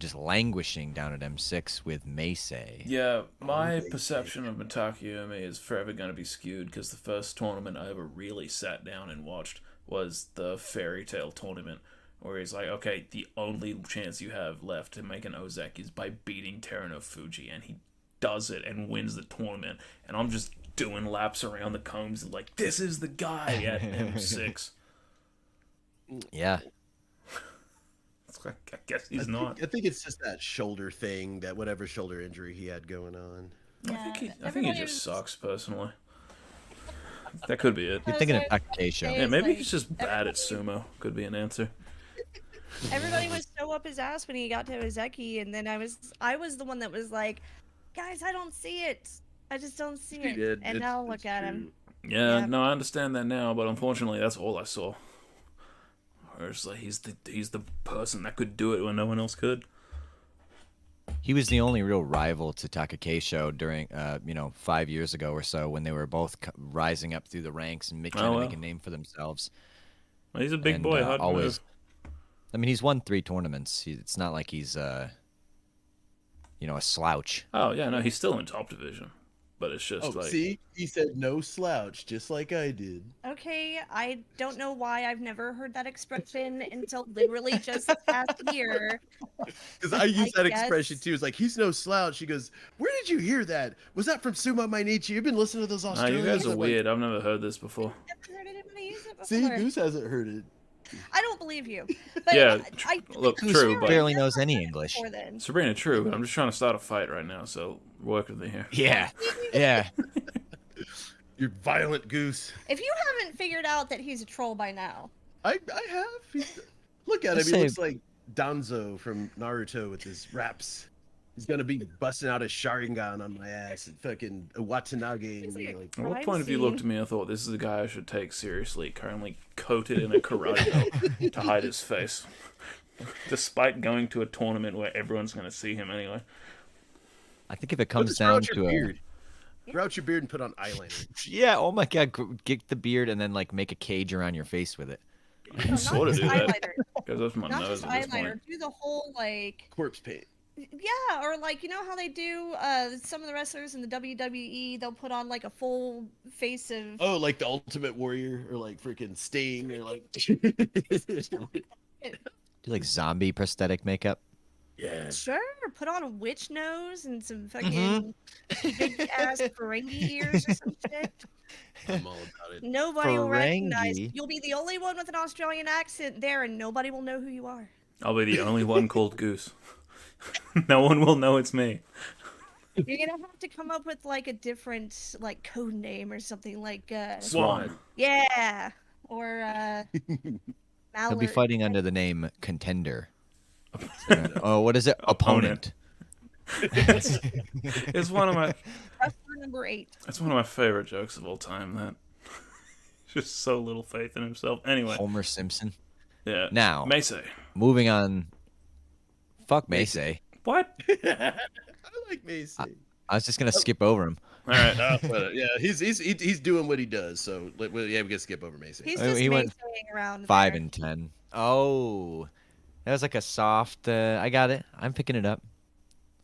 [SPEAKER 2] just languishing down at M6 with Meisei.
[SPEAKER 4] Yeah, my perception of Mitakiyomi is forever going to be skewed because the first tournament I ever really sat down and watched was the fairy tale tournament, where he's like, okay, the only chance you have left to make an Ozek is by beating Terano Fuji, and he does it and wins the tournament, and I'm just doing laps around the combs like this is the guy at M6.
[SPEAKER 2] Yeah,
[SPEAKER 4] It's like, I guess he's not.
[SPEAKER 5] I think it's just that shoulder thing, that whatever shoulder injury he had going on.
[SPEAKER 4] I think he, I think he
[SPEAKER 3] everybody
[SPEAKER 4] just
[SPEAKER 3] was-
[SPEAKER 4] sucks personally. That could be it.
[SPEAKER 2] you're thinking of
[SPEAKER 3] Ozai-
[SPEAKER 2] Takakesho.
[SPEAKER 4] Yeah,
[SPEAKER 3] It's
[SPEAKER 4] maybe
[SPEAKER 3] like-
[SPEAKER 4] he's just bad at sumo. Could be an answer.
[SPEAKER 3] Everybody was so up his ass when he got to Ozeki, and then I was I was the one that was like, guys, I don't see it. I just don't see
[SPEAKER 5] He
[SPEAKER 3] it.
[SPEAKER 5] did.
[SPEAKER 3] And
[SPEAKER 5] It's-
[SPEAKER 3] now look
[SPEAKER 5] it's
[SPEAKER 3] at him.
[SPEAKER 5] true.
[SPEAKER 4] Yeah,
[SPEAKER 3] Yeah.
[SPEAKER 4] no, I understand that now, but unfortunately, that's all I saw. Or it's like he's the he's the person that could do it when no one else could.
[SPEAKER 2] He was the only real rival to Takakesho during, uh, you know, five years ago or so when they were both c- rising up through the ranks and make, trying
[SPEAKER 4] Oh, wow.
[SPEAKER 2] to make a name for themselves.
[SPEAKER 4] Well, he's a big
[SPEAKER 2] And,
[SPEAKER 4] boy,
[SPEAKER 2] uh,
[SPEAKER 4] hard to
[SPEAKER 2] always-
[SPEAKER 4] move.
[SPEAKER 2] I mean, he's won three tournaments. He, it's not like he's, uh, you know, a slouch.
[SPEAKER 4] Oh yeah, no, he's still in top division, but it's just
[SPEAKER 5] Oh,
[SPEAKER 4] like
[SPEAKER 5] see, he said no slouch, just like I did.
[SPEAKER 3] Okay, I don't know why I've never heard that expression until literally just this past year.
[SPEAKER 5] Because I use
[SPEAKER 3] I
[SPEAKER 5] that expression
[SPEAKER 3] guess-
[SPEAKER 5] too. It's like he's no slouch. She goes, "Where did you hear that? Was that from Suma Mainichi? You've been listening to those
[SPEAKER 4] Nah, you
[SPEAKER 5] Australians."
[SPEAKER 4] guys are
[SPEAKER 5] I'm like,
[SPEAKER 4] weird. I've never heard this before.
[SPEAKER 3] Never heard anybody use it
[SPEAKER 5] See,
[SPEAKER 3] before.
[SPEAKER 5] Goose hasn't heard it.
[SPEAKER 3] I don't believe you. But
[SPEAKER 4] Yeah,
[SPEAKER 3] I-
[SPEAKER 4] tr-
[SPEAKER 3] I,
[SPEAKER 4] look,
[SPEAKER 3] I'm
[SPEAKER 4] true,
[SPEAKER 3] sure
[SPEAKER 4] but-
[SPEAKER 3] I've
[SPEAKER 2] Barely
[SPEAKER 3] never
[SPEAKER 2] knows any
[SPEAKER 3] heard it
[SPEAKER 2] English.
[SPEAKER 3] before then.
[SPEAKER 4] Sabrina, true, but I'm just trying to start a fight right now, so work with me here.
[SPEAKER 2] Yeah, yeah.
[SPEAKER 5] You're violent, Goose.
[SPEAKER 3] If you haven't figured out that he's a troll by now,
[SPEAKER 5] I, I have. He's, look at him.
[SPEAKER 2] Let's
[SPEAKER 5] He
[SPEAKER 2] say-
[SPEAKER 5] looks like Danzo from Naruto with his raps. He's gonna be busting out a Sharingan on my ass and fucking Watanabe and
[SPEAKER 3] He's like
[SPEAKER 5] be
[SPEAKER 3] a
[SPEAKER 4] At
[SPEAKER 5] like,
[SPEAKER 4] what
[SPEAKER 3] crime
[SPEAKER 4] point have you looked at
[SPEAKER 3] scene.
[SPEAKER 4] me and thought this is a guy I should take seriously, currently coated in a karate belt to hide his face, despite going to a tournament where everyone's going to see him anyway?
[SPEAKER 2] I think if it
[SPEAKER 5] "Put
[SPEAKER 2] comes
[SPEAKER 5] this
[SPEAKER 2] down
[SPEAKER 5] out your
[SPEAKER 2] to a,
[SPEAKER 5] beard. Grow out your beard and put on eyeliner.
[SPEAKER 2] yeah, oh my god, gr- get the beard and then like make a cage around your face with it.
[SPEAKER 4] I can
[SPEAKER 3] No, not
[SPEAKER 4] sort of
[SPEAKER 3] just
[SPEAKER 4] do that.
[SPEAKER 3] eyeliner,
[SPEAKER 4] Goes up my
[SPEAKER 3] not
[SPEAKER 4] nose
[SPEAKER 3] just
[SPEAKER 4] at this point.
[SPEAKER 3] eyeliner. Do the whole like
[SPEAKER 5] Corpse paint.
[SPEAKER 3] Yeah, or like you know how they do uh some of the wrestlers in the WWE, they'll put on like a full face of
[SPEAKER 5] Oh, like the Ultimate Warrior or like freaking Sting or like.
[SPEAKER 2] Do like zombie prosthetic makeup.
[SPEAKER 5] yeah.
[SPEAKER 3] sure, put on a witch nose and some
[SPEAKER 2] Mm-hmm.
[SPEAKER 3] fucking big ass Ferengi ears or some shit.
[SPEAKER 5] I'm all about it.
[SPEAKER 3] Nobody will recognize.
[SPEAKER 2] Ferengi?
[SPEAKER 3] You'll be the only one with an Australian accent there, and nobody will know who you are.
[SPEAKER 4] I'll be the only one called Goose. no one will know it's me.
[SPEAKER 3] You're gonna have to come up with like a different like code name or something like uh
[SPEAKER 4] Swan.
[SPEAKER 3] yeah or uh.
[SPEAKER 2] He'll be
[SPEAKER 3] Mallard.
[SPEAKER 2] fighting under the name Contender. oh, what is it?
[SPEAKER 4] Opponent.
[SPEAKER 2] Opponent.
[SPEAKER 4] It's one of my
[SPEAKER 3] Wrestler number eight.
[SPEAKER 4] it's one of my favorite jokes of all time. That just so little faith in himself. Anyway,
[SPEAKER 2] Homer Simpson.
[SPEAKER 4] yeah.
[SPEAKER 2] Now-
[SPEAKER 4] Macy,
[SPEAKER 2] Moving on. Fuck Macy.
[SPEAKER 4] what?
[SPEAKER 5] I like Macy.
[SPEAKER 2] I was just gonna skip over him.
[SPEAKER 4] All right.
[SPEAKER 5] Uh, but, yeah, he's he's he- he's doing what he does. So like, well, yeah, we can skip over Macy.
[SPEAKER 3] He's
[SPEAKER 2] Oh,
[SPEAKER 3] just
[SPEAKER 2] he went
[SPEAKER 3] maceing around.
[SPEAKER 2] Five
[SPEAKER 3] there.
[SPEAKER 2] and ten. Oh, that was like a soft. Uh, I got it. I'm picking it up.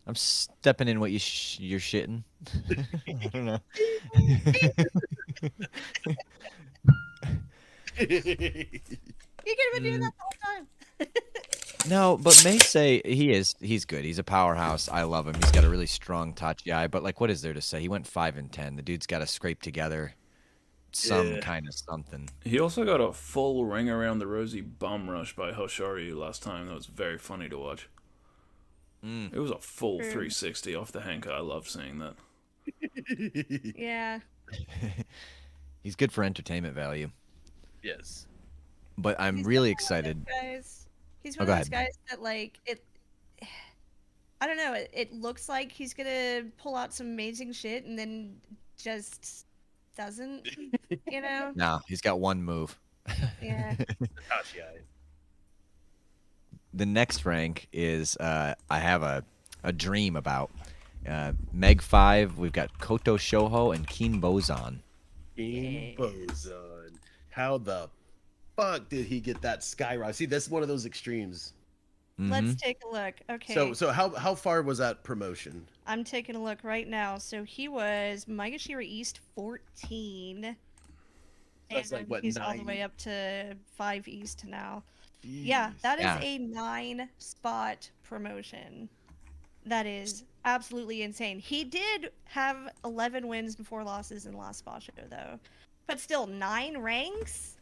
[SPEAKER 2] I'm stepping in what you sh- you're shitting. I don't know.
[SPEAKER 3] You could have
[SPEAKER 2] Mm.
[SPEAKER 3] been doing that the whole time.
[SPEAKER 2] No, but May say he is he's good. He's a powerhouse. I love him. He's got a really strong touch guy. But like, what is there to say? He went five and ten. The dude's got to scrape together some
[SPEAKER 5] Yeah.
[SPEAKER 2] kind of something.
[SPEAKER 4] He also got a full ring around the rosy bum rush by Hoshoryu last time. That was very funny to watch.
[SPEAKER 2] Mm.
[SPEAKER 4] It was a full
[SPEAKER 3] True.
[SPEAKER 4] 360 off the Henka. I love seeing that.
[SPEAKER 3] Yeah.
[SPEAKER 2] He's good for entertainment value.
[SPEAKER 5] yes.
[SPEAKER 2] But I'm
[SPEAKER 3] He's
[SPEAKER 2] really
[SPEAKER 3] definitely
[SPEAKER 2] excited.
[SPEAKER 3] one of those Guys. He's
[SPEAKER 2] Oh,
[SPEAKER 3] one
[SPEAKER 2] go
[SPEAKER 3] of those
[SPEAKER 2] ahead.
[SPEAKER 3] guys that like it. I don't know. It, it looks like he's gonna pull out some amazing shit and then just doesn't. You know?
[SPEAKER 2] No, he's got one move.
[SPEAKER 3] Yeah.
[SPEAKER 5] Takashi Eye.
[SPEAKER 2] the next rank is uh, I have a, a dream about. Uh, Meg 5, we've got Koto Shoho and Keen Bozon.
[SPEAKER 5] Game Bozon. How the fuck did he get that skyrocket? See, that's one of those extremes.
[SPEAKER 2] Mhm.
[SPEAKER 3] Let's take a look. Okay.
[SPEAKER 5] So so how how far was that promotion?
[SPEAKER 3] I'm taking a look right now. So he was Magashira East 14.
[SPEAKER 5] That's like, what,
[SPEAKER 3] he's all the
[SPEAKER 5] nine?
[SPEAKER 3] way up to 5 East now. Yeah,
[SPEAKER 5] Jeez.
[SPEAKER 3] that is
[SPEAKER 2] Yeah.
[SPEAKER 3] a 9 spot promotion. That is absolutely insane. He did have 11 wins before losses in Last Basho though. But still 9 ranks?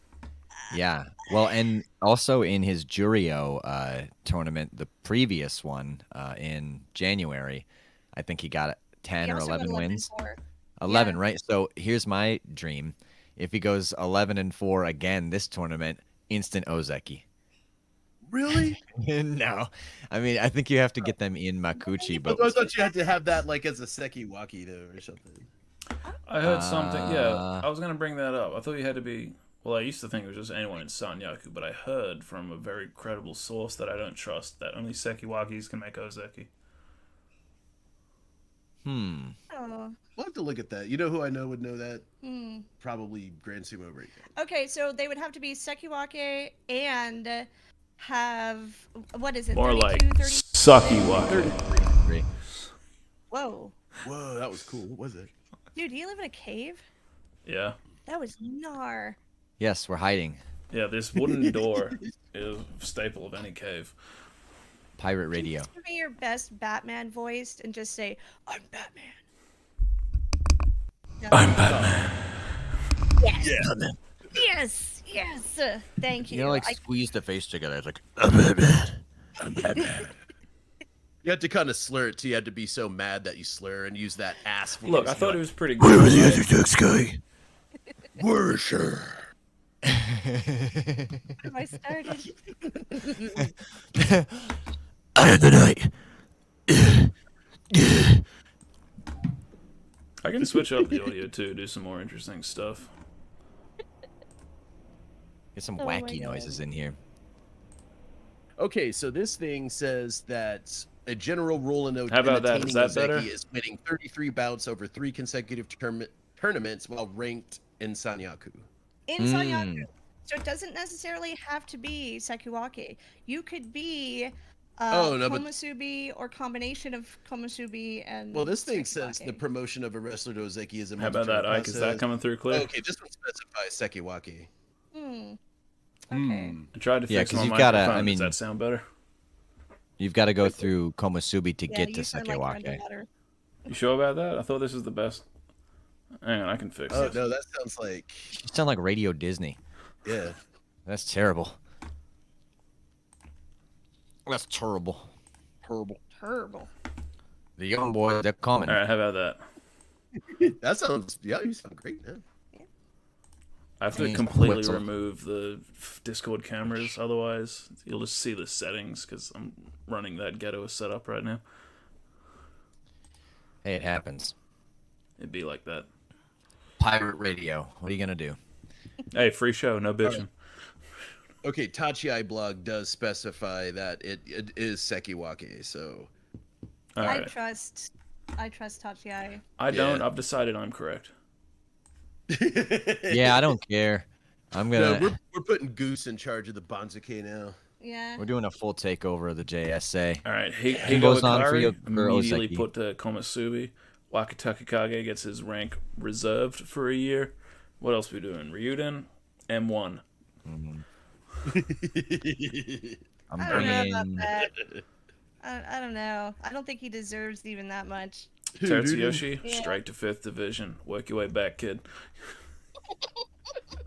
[SPEAKER 2] Yeah. Well, and also in his Jurio uh, tournament, the previous one uh, in January, I think he got 10
[SPEAKER 3] He
[SPEAKER 2] or
[SPEAKER 3] also went
[SPEAKER 2] 11 wins.
[SPEAKER 3] 11-4.
[SPEAKER 2] 11, right? So here's my dream. If he goes 11 and 4 again this tournament, instant Ozeki.
[SPEAKER 5] Really?
[SPEAKER 2] no. I mean, I think you have to get them in Makuchi,
[SPEAKER 5] I
[SPEAKER 2] but
[SPEAKER 5] thought you had to have that like as a sekiwaki though or something.
[SPEAKER 4] I heard something.
[SPEAKER 2] Uh.
[SPEAKER 4] Yeah, I was going to bring that up. I thought you had to be. Well, I used to think it was just anyone in Sanyaku, but I heard from a very credible source that I don't trust that only Sekiwakis can make Ozeki.
[SPEAKER 2] hmm.
[SPEAKER 3] Oh,
[SPEAKER 5] We'll have to look at that. You know who I know would know that?
[SPEAKER 3] hmm.
[SPEAKER 5] Probably Grand Sumo Breakdown.
[SPEAKER 3] Okay, so they would have to be Sekiwake and have what is it?
[SPEAKER 4] More
[SPEAKER 3] 32,
[SPEAKER 4] like
[SPEAKER 3] 30
[SPEAKER 4] Sakiwaki.
[SPEAKER 2] Three.
[SPEAKER 3] Whoa,
[SPEAKER 5] Whoa, that was cool. What was it?
[SPEAKER 3] dude, do you live in a cave?
[SPEAKER 4] Yeah.
[SPEAKER 3] That was gnar.
[SPEAKER 2] Yes, we're hiding.
[SPEAKER 4] Yeah, this wooden door is a staple of any cave.
[SPEAKER 2] Pirate radio.
[SPEAKER 3] Just give me your best Batman voice and just say, "I'm Batman." No.
[SPEAKER 4] Batman.
[SPEAKER 3] yes. yes, yes, uh, Thank you.
[SPEAKER 2] You know, like
[SPEAKER 3] I-
[SPEAKER 2] squeeze the face together. It's like
[SPEAKER 5] You had to kind of slur it too. You had to be so mad that you slur and use that ass voice.
[SPEAKER 4] Look, I
[SPEAKER 5] You're
[SPEAKER 4] thought
[SPEAKER 5] like,
[SPEAKER 4] it was pretty good.
[SPEAKER 3] I, started.
[SPEAKER 4] I can switch up the audio too, do some more interesting stuff.
[SPEAKER 2] Get some
[SPEAKER 3] Oh my
[SPEAKER 2] wacky
[SPEAKER 3] God.
[SPEAKER 2] noises in here.
[SPEAKER 5] Okay, so this thing says that a general rule in
[SPEAKER 4] How about that?
[SPEAKER 5] entertaining
[SPEAKER 4] Is that better?
[SPEAKER 5] Ozeki is winning 33 bouts over three consecutive term- tournaments while ranked in Sanyaku.
[SPEAKER 3] in Sanyaku.
[SPEAKER 5] Mm.
[SPEAKER 3] So it doesn't necessarily have to be Sekiwake. You could be uh,
[SPEAKER 5] Oh, no, but-
[SPEAKER 3] Komusubi or combination of Komusubi and.
[SPEAKER 5] Well, this thing says the
[SPEAKER 3] Sekiwake.
[SPEAKER 5] promotion of a wrestler to Ozeki is a
[SPEAKER 4] How about that,
[SPEAKER 5] mandatory
[SPEAKER 4] Ike? Is that
[SPEAKER 5] process.
[SPEAKER 4] coming through clear?
[SPEAKER 5] Okay, this one specifies Sekiwaki.
[SPEAKER 3] Hmm. Okay.
[SPEAKER 2] Hmm.
[SPEAKER 4] I tried to
[SPEAKER 2] Yeah,
[SPEAKER 4] fix
[SPEAKER 2] 'cause
[SPEAKER 4] my
[SPEAKER 2] you've
[SPEAKER 4] microphone.
[SPEAKER 2] gotta- I mean-
[SPEAKER 4] Does that sound better?
[SPEAKER 2] You've got to go through Komusubi to
[SPEAKER 3] Yeah,
[SPEAKER 2] get to
[SPEAKER 3] you sound like you're
[SPEAKER 2] Sekewake.
[SPEAKER 3] underwater.
[SPEAKER 4] You sure about that? I thought this was the best. Hang on, I can fix
[SPEAKER 5] Oh
[SPEAKER 4] it.
[SPEAKER 5] no, that sounds like
[SPEAKER 2] you sound like Radio Disney.
[SPEAKER 5] yeah.
[SPEAKER 2] That's terrible. That's terrible.
[SPEAKER 3] Terrible.
[SPEAKER 2] The young boys, they're coming.
[SPEAKER 4] All right, how about that?
[SPEAKER 5] That sounds yeah. You sound great now.
[SPEAKER 4] I have to
[SPEAKER 2] Jeez,
[SPEAKER 4] completely
[SPEAKER 2] Wetzel.
[SPEAKER 4] remove the f- Discord cameras, otherwise you'll just see the settings because I'm running that ghetto setup right now.
[SPEAKER 2] Hey, it happens.
[SPEAKER 4] It'd be like that.
[SPEAKER 2] Pirate radio. What are you gonna do?
[SPEAKER 4] Hey, free show, no bitching.
[SPEAKER 5] Okay, Tachi blog does specify that it, it is Sekiwake, so
[SPEAKER 4] All
[SPEAKER 3] I
[SPEAKER 4] right,
[SPEAKER 3] trust. I trust Tachiai.
[SPEAKER 4] I don't.
[SPEAKER 5] Yeah.
[SPEAKER 4] I've decided I'm correct.
[SPEAKER 2] Yeah, I don't care. I'm
[SPEAKER 5] No,
[SPEAKER 2] gonna.
[SPEAKER 5] we're, we're putting Goose in charge of the Bonzuke now.
[SPEAKER 3] Yeah.
[SPEAKER 2] We're doing a full takeover of the JSA.
[SPEAKER 4] All right, he, he
[SPEAKER 2] goes
[SPEAKER 4] goes
[SPEAKER 2] on for
[SPEAKER 4] Hikari
[SPEAKER 2] Yogoro
[SPEAKER 4] immediately
[SPEAKER 2] Ozeki.
[SPEAKER 4] put to Komatsubi. Waka Takakage gets his rank reserved for a year. What else we doing? Ryuden, M1.
[SPEAKER 2] I'm
[SPEAKER 3] I don't know about
[SPEAKER 2] bringing.
[SPEAKER 3] that. I, I don't know. I don't think he deserves even that much.
[SPEAKER 4] Tetsuyoshi,
[SPEAKER 3] Yeah.
[SPEAKER 4] strike to 5th Division. Work your way back, kid.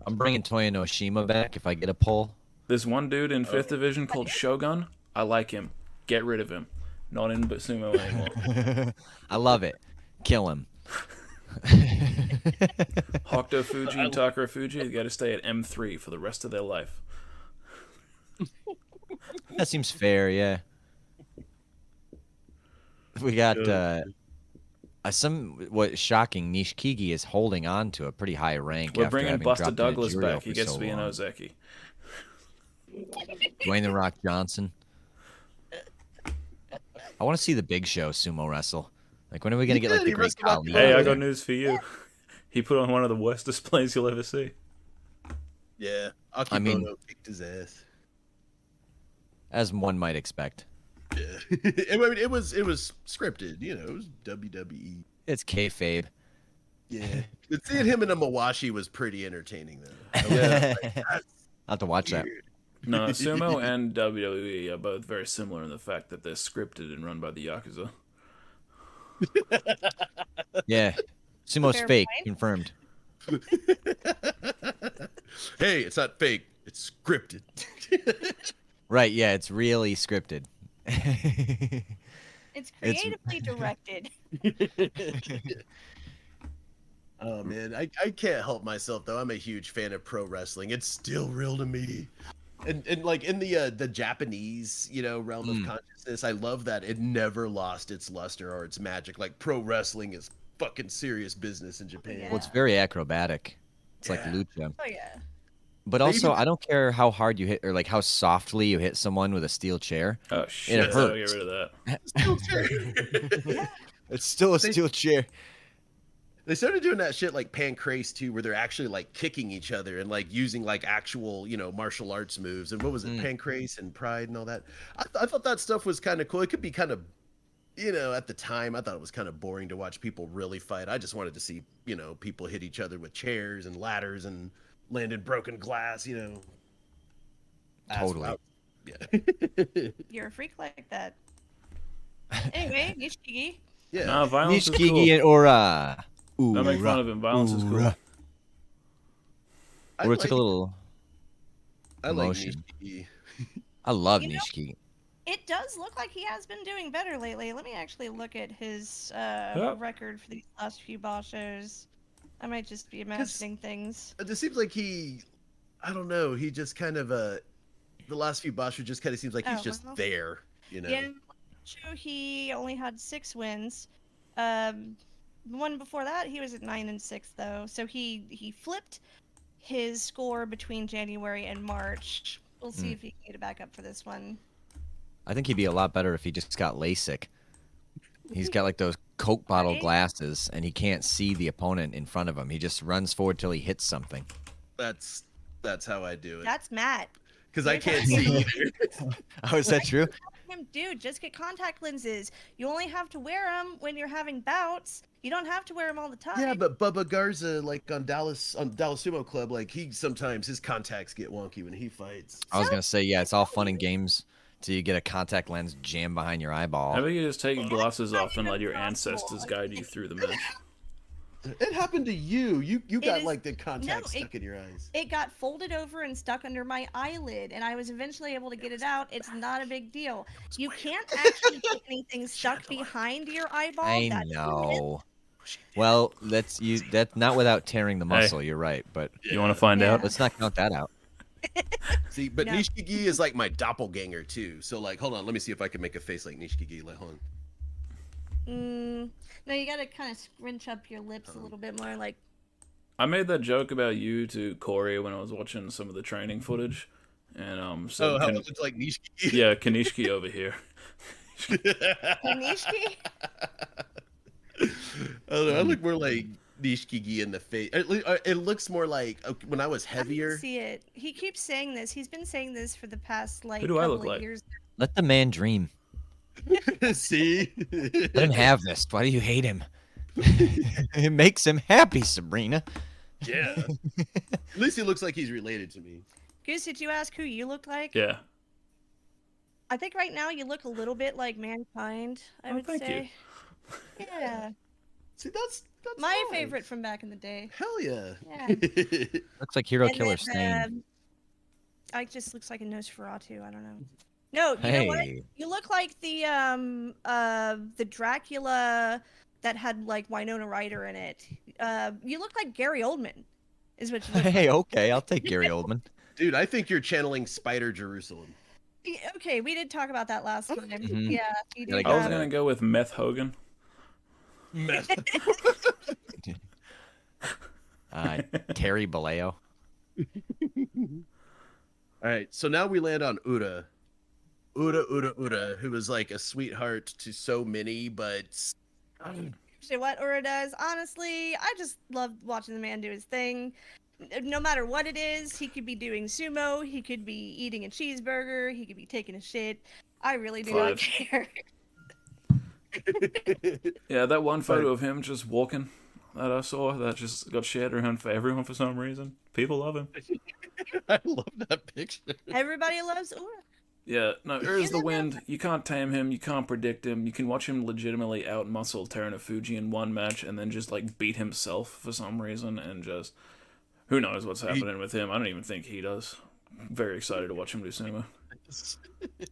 [SPEAKER 2] I'm bringing Toya Noshima back if I get a poll.
[SPEAKER 4] There's one dude in 5th Division called Shogun. I like him. Get rid of him. Not in Sumo anymore.
[SPEAKER 2] I love it. Kill him.
[SPEAKER 4] Hokuto Fuji and Takara Fuji, they got to stay at M3 for the rest of their life.
[SPEAKER 2] That seems fair, yeah. We got uh, a some what shocking Nishikigi is holding on to a pretty high rank.
[SPEAKER 4] We're
[SPEAKER 2] after
[SPEAKER 4] bringing
[SPEAKER 2] having
[SPEAKER 4] Buster
[SPEAKER 2] dropped to
[SPEAKER 4] Douglas
[SPEAKER 2] Jurio
[SPEAKER 4] back.
[SPEAKER 2] for
[SPEAKER 4] He gets
[SPEAKER 2] so
[SPEAKER 4] to be an
[SPEAKER 2] long.
[SPEAKER 4] Ozeki.
[SPEAKER 2] Dwayne the Rock Johnson. I want to see the Big Show sumo wrestle. Like when are we gonna get like
[SPEAKER 5] did,
[SPEAKER 2] the
[SPEAKER 5] he
[SPEAKER 2] great
[SPEAKER 5] wrestled up
[SPEAKER 2] Khali?
[SPEAKER 5] to
[SPEAKER 4] Hey,
[SPEAKER 2] out
[SPEAKER 4] I
[SPEAKER 2] there?
[SPEAKER 4] got news for you. He put on one of the worst displays you'll ever see.
[SPEAKER 5] Yeah,
[SPEAKER 2] I mean-
[SPEAKER 5] Akimono kicked his ass.
[SPEAKER 2] as one might expect.
[SPEAKER 5] Yeah, I mean, it was it was scripted. You know, it was E WWE.
[SPEAKER 2] It's kayfabe.
[SPEAKER 5] Yeah, but seeing him in a Mawashi was pretty entertaining though.
[SPEAKER 2] Yeah. I'll have to watch that.
[SPEAKER 4] No, sumo and WWE are both very similar in the fact that they're scripted and run by the yakuza.
[SPEAKER 2] Yeah. Sumo's
[SPEAKER 3] Fair
[SPEAKER 2] fake,
[SPEAKER 3] point.
[SPEAKER 2] confirmed.
[SPEAKER 5] hey, it's not fake. It's scripted.
[SPEAKER 2] Right, yeah, it's really scripted.
[SPEAKER 3] It's
[SPEAKER 2] It's-
[SPEAKER 3] creatively directed.
[SPEAKER 5] oh man, I, I can't help myself though. I'm a huge fan of pro wrestling. It's still real to me. And, and like in the uh, the Japanese you know realm
[SPEAKER 2] Mm.
[SPEAKER 5] of consciousness, I love that it never lost its luster or its magic. Like pro wrestling is fucking serious business in Japan.
[SPEAKER 2] Well, it's
[SPEAKER 3] Yeah.
[SPEAKER 2] very acrobatic. It's like
[SPEAKER 5] Yeah.
[SPEAKER 2] lucha.
[SPEAKER 3] Oh yeah.
[SPEAKER 2] But also, I don't care how hard you hit or like how softly you hit someone with a steel chair.
[SPEAKER 4] Oh shit! I gotta get
[SPEAKER 2] hurts.
[SPEAKER 4] rid of that.
[SPEAKER 2] It's still a
[SPEAKER 5] They-
[SPEAKER 2] steel chair.
[SPEAKER 5] They started doing that shit like Pancrase too, where they're actually like kicking each other and like using like actual, you know, martial arts moves. And what was it,
[SPEAKER 2] Mm.
[SPEAKER 5] Pancrase and Pride and all that? I, th- I thought that stuff was kind of cool. It could be kind of, you know, at the time, I thought it was kind of boring to watch people really fight. I just wanted to see, you know, people hit each other with chairs and ladders and land in broken glass, you know. That's what
[SPEAKER 2] Totally.
[SPEAKER 5] I- yeah.
[SPEAKER 3] You're a freak like that. Anyway, Nishiki.
[SPEAKER 5] yeah.
[SPEAKER 4] No, violence is
[SPEAKER 2] Nishikigi
[SPEAKER 4] cool.
[SPEAKER 2] and Ura.
[SPEAKER 4] Don't make fun of him. Violence is cool.
[SPEAKER 5] I
[SPEAKER 2] Ura
[SPEAKER 5] like,
[SPEAKER 2] took a little.
[SPEAKER 5] I like
[SPEAKER 2] emotion.
[SPEAKER 5] Nishiki.
[SPEAKER 2] I love
[SPEAKER 3] You know-
[SPEAKER 2] Nishikigi.
[SPEAKER 3] It does look like he has been doing better lately. Let me actually look at his uh,
[SPEAKER 4] Yeah.
[SPEAKER 3] record for these last few boss shows. I might just be
[SPEAKER 5] Because-
[SPEAKER 3] imagining things.
[SPEAKER 5] it just seems like he i don't know he just kind of uh the last few bosses just kind of seems like he's
[SPEAKER 3] Oh,
[SPEAKER 5] just
[SPEAKER 3] well.
[SPEAKER 5] there you know
[SPEAKER 3] Yeah, last show he only had six wins. Um, the one before that he was at nine and six though, so he he flipped his score between January and March. We'll see
[SPEAKER 2] Hmm.
[SPEAKER 3] if he can get it back up for this one.
[SPEAKER 2] I think he'd be a lot better if he just got LASIK. He's got like those Coke bottle
[SPEAKER 3] Right?
[SPEAKER 2] glasses, and he can't see the opponent in front of him. He just runs forward till he hits something.
[SPEAKER 5] that's that's how i do it
[SPEAKER 3] That's Matt.
[SPEAKER 5] because i
[SPEAKER 3] you're
[SPEAKER 5] can't
[SPEAKER 3] talking
[SPEAKER 5] see
[SPEAKER 3] about-
[SPEAKER 5] either
[SPEAKER 2] Oh, is that true?
[SPEAKER 3] him, dude, just get contact lenses. You only have to wear them when you're having bouts. You don't have to wear them all the time.
[SPEAKER 5] yeah but bubba garza like on dallas on dallas sumo club like he sometimes his contacts get wonky when he fights
[SPEAKER 2] I was gonna say, yeah, it's all fun and games till you get a contact lens jammed behind your
[SPEAKER 4] How
[SPEAKER 2] eyeball.
[SPEAKER 4] about you just take your glasses
[SPEAKER 3] not
[SPEAKER 4] off and let
[SPEAKER 3] even
[SPEAKER 4] your
[SPEAKER 3] possible.
[SPEAKER 4] ancestors guide you through the match?
[SPEAKER 5] it happened to you you you
[SPEAKER 3] It
[SPEAKER 5] got
[SPEAKER 3] is-
[SPEAKER 5] like the contacts
[SPEAKER 3] it-
[SPEAKER 5] stuck in your eyes
[SPEAKER 3] It got folded over and stuck under my eyelid, and I was eventually able to get it out. It's not a big deal. You can't actually get anything stuck behind your eyeball.
[SPEAKER 2] I
[SPEAKER 3] Oh, That's human.
[SPEAKER 2] know. Well, that's you. That's not without tearing the muscle. You're right, but
[SPEAKER 4] You want to find
[SPEAKER 3] Yeah.
[SPEAKER 4] out?
[SPEAKER 2] let's not count that out.
[SPEAKER 5] see but
[SPEAKER 3] No.
[SPEAKER 5] nishiki is like my doppelganger too so like hold on let me see if i can make a face like nishiki like hold on
[SPEAKER 3] Mm, no, you gotta kind of scrunch up your lips
[SPEAKER 4] Um.
[SPEAKER 3] a little bit more, like
[SPEAKER 4] I made that joke about you to Corey when I was watching some of the training footage, and um, so
[SPEAKER 5] so Oh, how
[SPEAKER 4] Ken-
[SPEAKER 5] it looks like nishiki
[SPEAKER 4] yeah, Kanishki over here.
[SPEAKER 3] Kanishki.
[SPEAKER 5] I don't know. I look more like Nishikigi in the face. It, loo- uh, it looks more like uh, when I was
[SPEAKER 3] I
[SPEAKER 5] heavier.
[SPEAKER 3] don't see it. He keeps saying this. He's been saying this for the past like
[SPEAKER 4] do I
[SPEAKER 3] couple
[SPEAKER 4] look
[SPEAKER 3] of
[SPEAKER 4] like?
[SPEAKER 3] years.
[SPEAKER 2] Let the man dream.
[SPEAKER 5] see,
[SPEAKER 2] Let him have this. Why do you hate him? it makes him happy, Sabrina.
[SPEAKER 5] yeah. At least he looks like he's related to me.
[SPEAKER 3] Goose, did you ask who you look like?
[SPEAKER 4] Yeah.
[SPEAKER 3] I think right now you look a little bit like mankind. I
[SPEAKER 4] Oh,
[SPEAKER 3] would
[SPEAKER 4] thank you.
[SPEAKER 3] say. Yeah,
[SPEAKER 5] See, that's that's
[SPEAKER 3] my
[SPEAKER 5] nice.
[SPEAKER 3] favorite from back in the day.
[SPEAKER 5] Hell yeah.
[SPEAKER 3] Yeah.
[SPEAKER 2] Looks like Hero
[SPEAKER 3] And
[SPEAKER 2] Killer
[SPEAKER 3] then,
[SPEAKER 2] Stain.
[SPEAKER 3] um, I just looks like a Nosferatu. I don't know. No, you know what?
[SPEAKER 2] Hey,
[SPEAKER 3] You look like the um uh the Dracula that had like Winona Ryder in it. Uh, you look like Gary Oldman, is what you look
[SPEAKER 2] hey, okay, I'll take Gary Oldman.
[SPEAKER 5] Dude, I think you're channeling Spider Jerusalem.
[SPEAKER 3] Y- Okay, we did talk about that last time.
[SPEAKER 2] Mhm.
[SPEAKER 3] Yeah, you
[SPEAKER 2] Yeah, like
[SPEAKER 3] did. um,
[SPEAKER 4] I was
[SPEAKER 2] that.
[SPEAKER 3] that.
[SPEAKER 4] gonna go with Meth Hogan.
[SPEAKER 2] Uh, Terry Baleo.
[SPEAKER 5] All right, so now we land on Ura. Ura, Ura, Ura, who was like a sweetheart to so many, but
[SPEAKER 3] Actually, what Ura does, honestly, I just love watching the man do his thing. N- No matter what it is, he could be doing sumo, he could be eating a cheeseburger, he could be taking a shit. I really do
[SPEAKER 4] Five.
[SPEAKER 3] not care.
[SPEAKER 4] Yeah, that one photo of him just walking that I saw that just got shared around for everyone for some reason. People love him.
[SPEAKER 5] I love that picture.
[SPEAKER 3] Everybody loves Ura.
[SPEAKER 4] Yeah, no, Ur's the wind. You can't tame him. You can't predict him. You can watch him legitimately outmuscle Terran Fuji in one match and then just like beat himself for some reason and just who knows what's happening with him. I don't even think he does. Very excited to watch him do sumo.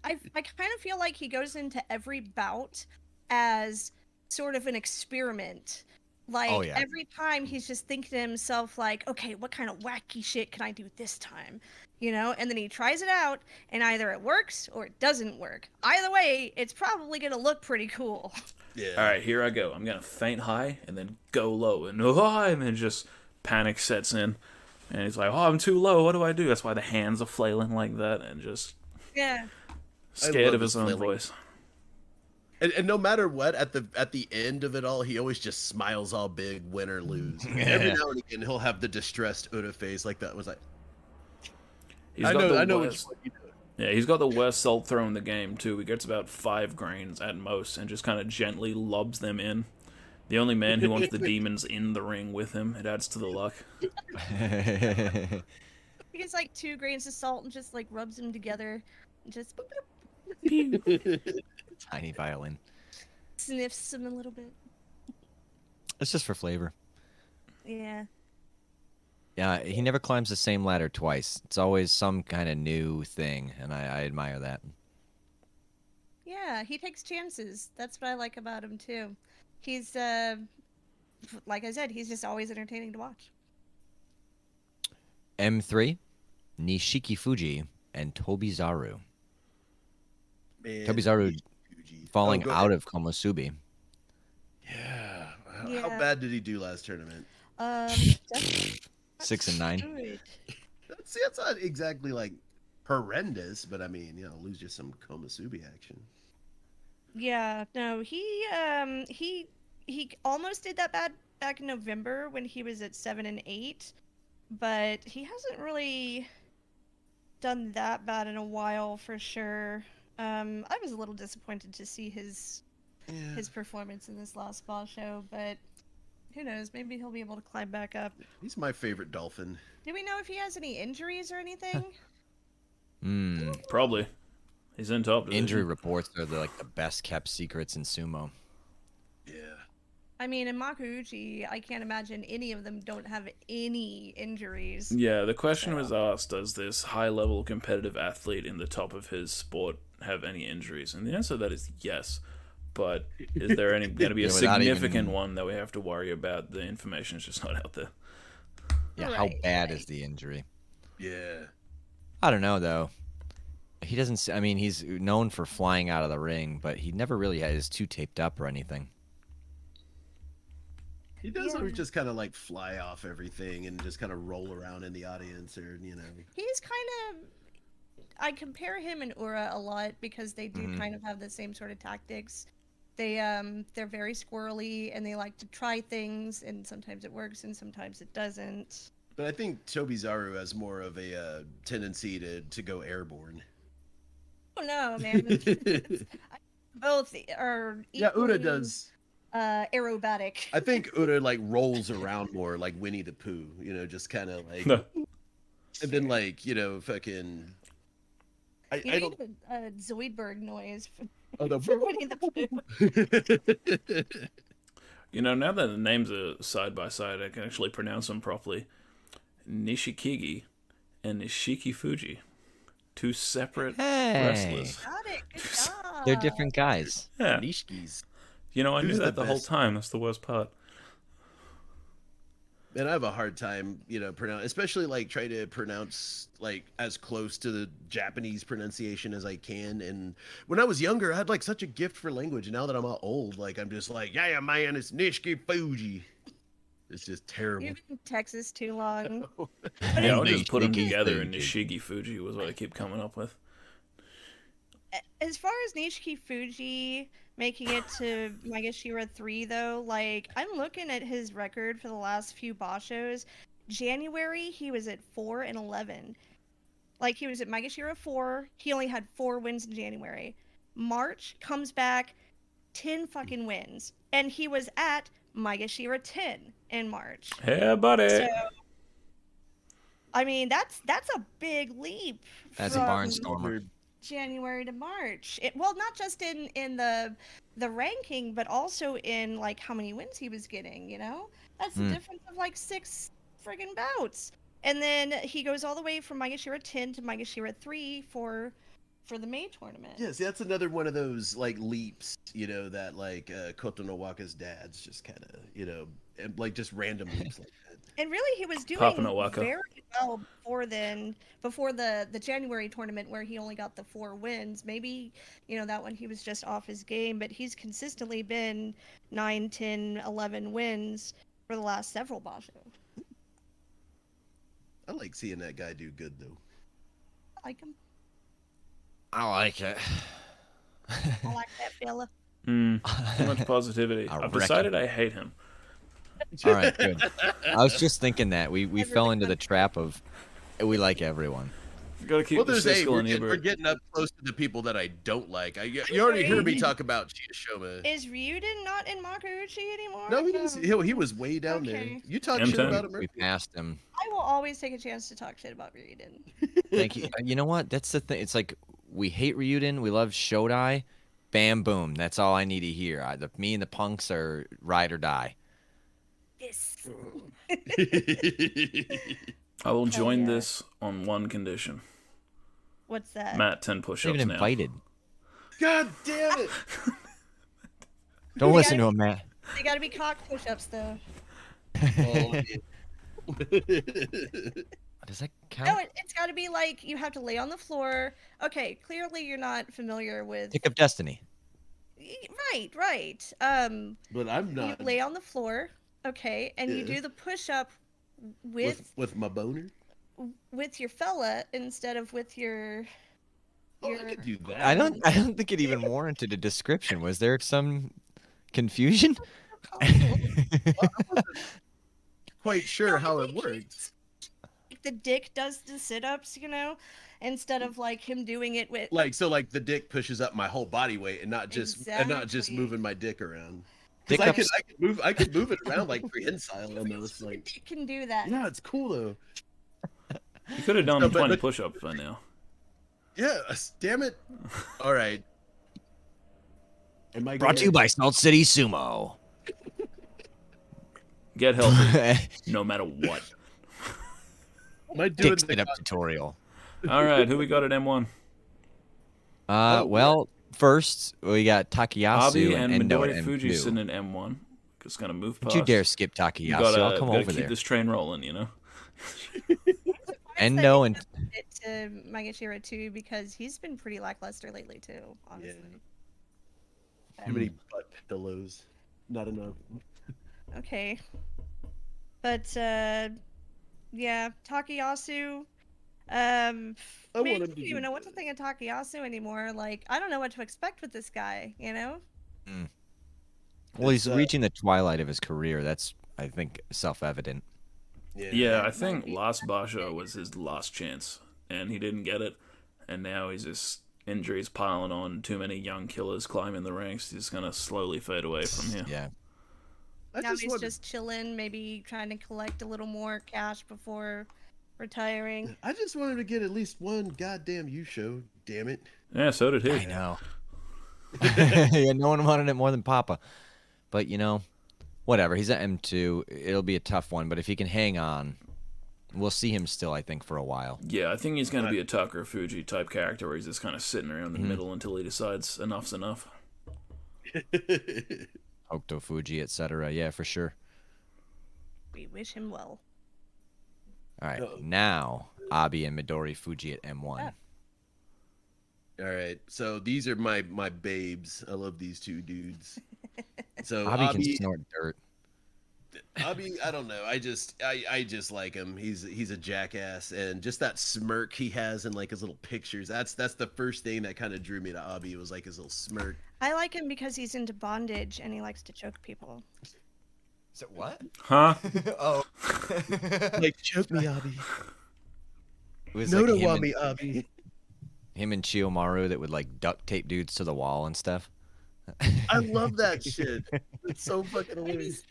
[SPEAKER 3] I, I kind of feel like he goes into every bout as sort of an experiment. Like
[SPEAKER 2] yeah.
[SPEAKER 3] every time he's just thinking to himself, like, okay, what kind of wacky shit can I do this time? You know, and then he tries it out, and either it works or it doesn't work. Either way, it's probably gonna look pretty cool.
[SPEAKER 5] Yeah.
[SPEAKER 4] All right, here I go. I'm gonna faint high and then go low and oh, and then just panic sets in, and he's like, "Oh, I'm too low. What do I do?" That's why the hands are flailing like that and just
[SPEAKER 3] Yeah,
[SPEAKER 4] scared
[SPEAKER 5] love
[SPEAKER 4] of his
[SPEAKER 5] his
[SPEAKER 4] own
[SPEAKER 5] flailing.
[SPEAKER 4] voice.
[SPEAKER 5] And, and no matter what, at the at the end of it all, he always just smiles all big, win or lose. And Every
[SPEAKER 2] Yeah.
[SPEAKER 5] now and again, he'll have the distressed Ura face like that. Was like,
[SPEAKER 4] He's
[SPEAKER 5] I
[SPEAKER 4] got
[SPEAKER 5] know,
[SPEAKER 4] the
[SPEAKER 5] I know which
[SPEAKER 4] worst.
[SPEAKER 5] one you know.
[SPEAKER 4] Yeah, he's got the worst salt throw in the game too. He gets about five grains at most, and just kind of gently lobs them in. The only man who wants the demons in the ring with him. It adds to the luck.
[SPEAKER 3] he gets like two grains of salt and just like rubs them together, and just boop, boop,
[SPEAKER 2] Tiny violin.
[SPEAKER 3] sniffs them a little bit.
[SPEAKER 2] It's just for flavor.
[SPEAKER 3] Yeah.
[SPEAKER 2] Yeah, he never climbs the same ladder twice. It's always some kind of new thing, and I, I admire that.
[SPEAKER 3] Yeah, he takes chances. That's what I like about him too. He's uh like I said, he's just always entertaining to watch.
[SPEAKER 2] M3, Nishiki Fuji, and Tobi Zaru.
[SPEAKER 5] Man,
[SPEAKER 2] Tobizaru
[SPEAKER 5] Yuji.
[SPEAKER 2] Falling
[SPEAKER 5] Oh, go
[SPEAKER 2] out
[SPEAKER 5] ahead.
[SPEAKER 2] of Komosubi.
[SPEAKER 5] Yeah. How, how
[SPEAKER 3] Yeah.
[SPEAKER 5] bad did he do last tournament?
[SPEAKER 3] Um that's-
[SPEAKER 2] Six and
[SPEAKER 3] that's
[SPEAKER 2] nine.
[SPEAKER 3] good.
[SPEAKER 5] That's that's not exactly like horrendous, but I mean, you know, lose just some Komasubi action.
[SPEAKER 3] Yeah, no, he um he he almost did that bad back in November when he was at 7 and 8, but he hasn't really done that bad in a while for sure. Um I was a little disappointed to see his
[SPEAKER 5] Yeah.
[SPEAKER 3] his performance in this last ball show, but who knows? Maybe he'll be able to climb back up.
[SPEAKER 5] He's my favorite dolphin.
[SPEAKER 3] Do we know if he has any injuries or anything?
[SPEAKER 2] Hmm.
[SPEAKER 4] Probably, he's in top division.
[SPEAKER 2] Injury reports are the, like the best kept secrets in sumo.
[SPEAKER 5] Yeah.
[SPEAKER 3] I mean, in Makuuchi, I can't imagine any of them don't have any injuries.
[SPEAKER 5] Mm.
[SPEAKER 4] Yeah, the question was asked Does this high level competitive athlete in the top of his sport have any injuries? And the answer to that is yes. But is there any going to be a
[SPEAKER 2] Yeah, without even-
[SPEAKER 4] significant one that we have to worry about? The information is just not out there.
[SPEAKER 2] Yeah, how
[SPEAKER 3] Right,
[SPEAKER 2] bad is the injury?
[SPEAKER 5] Yeah.
[SPEAKER 2] I don't know though. He doesn't. s- I mean, he's known for flying out of the ring, but he never really had his two taped up or anything.
[SPEAKER 5] He does
[SPEAKER 3] Yeah.
[SPEAKER 5] always just kind of like fly off everything and just kind of roll around in the audience or, you know.
[SPEAKER 3] He's kind of. I compare him and Ura a lot because they do
[SPEAKER 2] Mhm.
[SPEAKER 5] Mm-hmm.
[SPEAKER 3] kind of have the same sort of tactics. They um they're very squirrely and they like to try things and sometimes it works and sometimes it doesn't.
[SPEAKER 5] But I think Toby Zaru has more of a uh, tendency to, to go airborne.
[SPEAKER 3] Oh no, man. Both are
[SPEAKER 5] yeah, Una
[SPEAKER 3] equally,
[SPEAKER 5] does.
[SPEAKER 3] uh aerobatic.
[SPEAKER 5] I think Una like rolls around more like Winnie the Pooh, you know, just kind of like.
[SPEAKER 4] No.
[SPEAKER 5] And then like you know fucking. I,
[SPEAKER 3] You
[SPEAKER 5] I
[SPEAKER 3] need
[SPEAKER 5] don't.
[SPEAKER 3] a, a Zoidberg noise for,
[SPEAKER 5] Oh, no.
[SPEAKER 3] for Winnie the Pooh.
[SPEAKER 4] You know, now that the names are side by side, I can actually pronounce them properly. Nishikigi and Nishiki Fuji. Two separate
[SPEAKER 2] Hey.
[SPEAKER 4] wrestlers.
[SPEAKER 3] Got it. Good job.
[SPEAKER 2] They're different guys.
[SPEAKER 4] Yeah.
[SPEAKER 5] Nishikis.
[SPEAKER 4] You know, I
[SPEAKER 5] Who's
[SPEAKER 4] knew that
[SPEAKER 5] the
[SPEAKER 4] the, whole
[SPEAKER 5] best?
[SPEAKER 4] time. That's the worst part.
[SPEAKER 5] And I have a hard time, you know, pronounce, especially like try to pronounce like as close to the Japanese pronunciation as I can. And when I was younger, I had like such a gift for language. Now that I'm all old, like I'm just like, yeah, man, it's Nishiki Fuji. It's just terrible.
[SPEAKER 3] You've been in Texas too long.
[SPEAKER 4] Yeah, I'll just put them
[SPEAKER 5] Nishiki
[SPEAKER 4] together, and
[SPEAKER 5] Fuji.
[SPEAKER 4] Nishigi Fuji was what I keep coming up with.
[SPEAKER 3] A- As far as Nishiki Fuji making it to Megashira 3, though, like, I'm looking at his record for the last few boss shows. January, he was at 4 and 11. Like, he was at Megashira 4. He only had four wins in January. March comes back, 10 fucking wins. And he was at Megashira 10 in March.
[SPEAKER 4] Yeah, buddy.
[SPEAKER 3] So, I mean, that's that's a big leap.
[SPEAKER 2] That's a
[SPEAKER 3] from-
[SPEAKER 2] barnstormer.
[SPEAKER 3] January to March. It, well, not just in in the the ranking, but also in like how many wins he was getting. You know, that's the
[SPEAKER 2] Hmm.
[SPEAKER 3] difference of like six friggin' bouts. And then he goes all the way from Magashira ten to Magashira three for for the May tournament.
[SPEAKER 5] Yeah, see, that's another one of those like leaps, you know, that like uh, Koto no Waka's dad's just kind of, you know, and, like just random leaps like that.
[SPEAKER 3] And really, he was doing
[SPEAKER 4] Papa no Waka.
[SPEAKER 3] very well before then. Before the the January tournament, where he only got the four wins. Maybe you know that one he was just off his game, but he's consistently been 9, 10, 11 wins for the last several Basho.
[SPEAKER 5] I like seeing that guy do good though.
[SPEAKER 3] I like him.
[SPEAKER 2] I like it.
[SPEAKER 3] I like that fella.
[SPEAKER 4] Mm, too much positivity.
[SPEAKER 2] I
[SPEAKER 4] I've
[SPEAKER 2] reckon.
[SPEAKER 4] decided I hate him.
[SPEAKER 2] All right, good. I was just thinking that we we fell
[SPEAKER 3] Everyone.
[SPEAKER 2] into the trap of we like everyone.
[SPEAKER 4] Got to keep
[SPEAKER 5] Well,
[SPEAKER 4] the
[SPEAKER 5] there's a
[SPEAKER 4] Siskel
[SPEAKER 5] we're,
[SPEAKER 4] and
[SPEAKER 5] get- we're
[SPEAKER 4] Ebert.
[SPEAKER 5] getting up close to the people that I don't like. I, you already heard me talk about Chiyoshima.
[SPEAKER 3] Is Ryuden not in Makuuchi anymore? Um,
[SPEAKER 5] No, he was he, he was way down
[SPEAKER 3] Okay.
[SPEAKER 5] there. You talk
[SPEAKER 4] M10.
[SPEAKER 5] shit about him.
[SPEAKER 2] We
[SPEAKER 5] earlier.
[SPEAKER 2] passed him.
[SPEAKER 3] I will always take a chance to talk shit about Ryuden.
[SPEAKER 2] Thank you. You know what? That's the thing. It's like we hate Ryuden. We love Shodai. Bam, boom. That's all I need to hear. I, the, me and the punks are ride or die.
[SPEAKER 3] Yes.
[SPEAKER 4] I will join
[SPEAKER 3] yeah.
[SPEAKER 4] this on one condition.
[SPEAKER 3] What's that?
[SPEAKER 4] Matt, 10
[SPEAKER 2] Not
[SPEAKER 4] push-ups
[SPEAKER 2] even
[SPEAKER 4] now.
[SPEAKER 2] invited.
[SPEAKER 5] God damn it!
[SPEAKER 2] Don't
[SPEAKER 3] Yeah.
[SPEAKER 2] listen to him, Matt.
[SPEAKER 3] They gotta be cock push-ups though.
[SPEAKER 5] Oh, man.
[SPEAKER 2] Does that
[SPEAKER 3] No,
[SPEAKER 2] count?
[SPEAKER 3] it, it's got to be like you have to lay on the floor. Okay, clearly you're not familiar with.
[SPEAKER 2] Pick up Destiny.
[SPEAKER 3] Y- Right, right. Um,
[SPEAKER 5] but I'm
[SPEAKER 3] you
[SPEAKER 5] not
[SPEAKER 3] lay on the floor, okay, and you
[SPEAKER 5] Yeah.
[SPEAKER 3] do the push up with
[SPEAKER 5] with with my boner.
[SPEAKER 3] with your fella instead of with your.
[SPEAKER 5] Oh, I
[SPEAKER 3] your-
[SPEAKER 5] could do that.
[SPEAKER 2] I don't. I don't think it even warranted a description. Was there some confusion?
[SPEAKER 5] Quite sure
[SPEAKER 3] No, I
[SPEAKER 5] how it
[SPEAKER 3] think he-
[SPEAKER 5] worked.
[SPEAKER 3] like the dick does the sit ups, you know, instead of like him doing it with.
[SPEAKER 5] Like so, like the dick pushes up my whole body weight, and not just and not just
[SPEAKER 3] Exactly.
[SPEAKER 5] moving my dick around. 'Cause
[SPEAKER 2] Dick
[SPEAKER 5] I could,
[SPEAKER 2] ups-
[SPEAKER 5] I could move, I could move it around like prehensile almost.
[SPEAKER 3] The
[SPEAKER 5] Like,
[SPEAKER 3] dick can do that.
[SPEAKER 5] yeah, it's cool though.
[SPEAKER 4] You could have done
[SPEAKER 5] No, but-
[SPEAKER 4] 20
[SPEAKER 5] but-
[SPEAKER 4] push-ups by now.
[SPEAKER 5] Yeah, damn it. All right. Am I
[SPEAKER 2] Brought to you
[SPEAKER 5] gonna-
[SPEAKER 2] by Salt City Sumo.
[SPEAKER 4] Get healthy,
[SPEAKER 2] Dick
[SPEAKER 4] no matter what.
[SPEAKER 5] Am I doing
[SPEAKER 2] sit
[SPEAKER 5] the
[SPEAKER 2] up tutorial.
[SPEAKER 4] All right, who we got at M1?
[SPEAKER 2] Uh,
[SPEAKER 5] Oh,
[SPEAKER 2] well, first we got
[SPEAKER 4] Abi
[SPEAKER 2] Takayasu
[SPEAKER 4] and
[SPEAKER 2] and Endo
[SPEAKER 4] Midori
[SPEAKER 2] and
[SPEAKER 4] Fuji sitting
[SPEAKER 2] Fuji.
[SPEAKER 4] in M1. Just gonna move past.
[SPEAKER 2] Don't you dare skip Takayasu.
[SPEAKER 4] You gotta,
[SPEAKER 2] I'll come
[SPEAKER 4] gotta
[SPEAKER 2] over
[SPEAKER 4] keep
[SPEAKER 2] there.
[SPEAKER 4] this train rolling, you know.
[SPEAKER 2] Endo and
[SPEAKER 3] It to Magashira too because he's been pretty lackluster lately too. Honestly.
[SPEAKER 5] Too many butt pillows. Not enough.
[SPEAKER 3] Okay. But uh yeah, Takayasu. Um
[SPEAKER 5] I
[SPEAKER 3] I,
[SPEAKER 5] want
[SPEAKER 3] man, I
[SPEAKER 5] him
[SPEAKER 3] don't
[SPEAKER 5] to do
[SPEAKER 3] even know what to think of Takayasu anymore. Like, I don't know what to expect with this guy, you know?
[SPEAKER 2] Mm. Well, he's
[SPEAKER 5] It's, uh,
[SPEAKER 2] reaching the twilight of his career. That's, I think, self-evident.
[SPEAKER 4] Yeah, I think last Basha was his last chance, and he didn't get it. And now he's just injuries piling on. Too many young killers climbing the ranks. He's gonna slowly fade away from here.
[SPEAKER 2] Yeah.
[SPEAKER 5] I
[SPEAKER 3] now
[SPEAKER 5] just
[SPEAKER 3] he's
[SPEAKER 5] wonder-
[SPEAKER 3] just chilling, maybe trying to collect a little more cash before retiring.
[SPEAKER 5] I just wanted to get at least one goddamn you show. Damn it!
[SPEAKER 4] Yeah, so did he.
[SPEAKER 2] I know. yeah, no one wanted it more than Papa. But you know, whatever. He's at M2. It'll be a tough one, but if he can hang on, we'll see him still. I think for a while.
[SPEAKER 4] Yeah, I think he's going to be a Tucker Fuji type character where he's just kind of sitting around the middle until he decides enough's enough.
[SPEAKER 2] Hokuto Fuji, etc. Yeah, for sure.
[SPEAKER 3] We wish him well.
[SPEAKER 2] All right,
[SPEAKER 5] Uh-oh.
[SPEAKER 2] now Abi and Midori Fuji at M1.
[SPEAKER 3] Yeah.
[SPEAKER 5] All right, so these are my my babes. I love these two dudes. So
[SPEAKER 2] Abi can
[SPEAKER 5] Abi,
[SPEAKER 2] snort dirt.
[SPEAKER 5] Abi, I don't know. I just I I just like him. He's he's a jackass, and just that smirk he has in like his little pictures. That's that's the first thing that kind of drew me to Abi was like his little smirk.
[SPEAKER 3] I like him because he's into bondage and he likes to choke people.
[SPEAKER 2] So what?
[SPEAKER 4] Huh?
[SPEAKER 2] oh,
[SPEAKER 5] Like choke me, Abi.
[SPEAKER 2] it was
[SPEAKER 5] No
[SPEAKER 2] like
[SPEAKER 5] to
[SPEAKER 2] him,
[SPEAKER 5] want me,
[SPEAKER 2] and,
[SPEAKER 5] Abi.
[SPEAKER 2] him and Chiyomaru that would like duct tape dudes to the wall and stuff.
[SPEAKER 5] I love that shit. It's so fucking hilarious.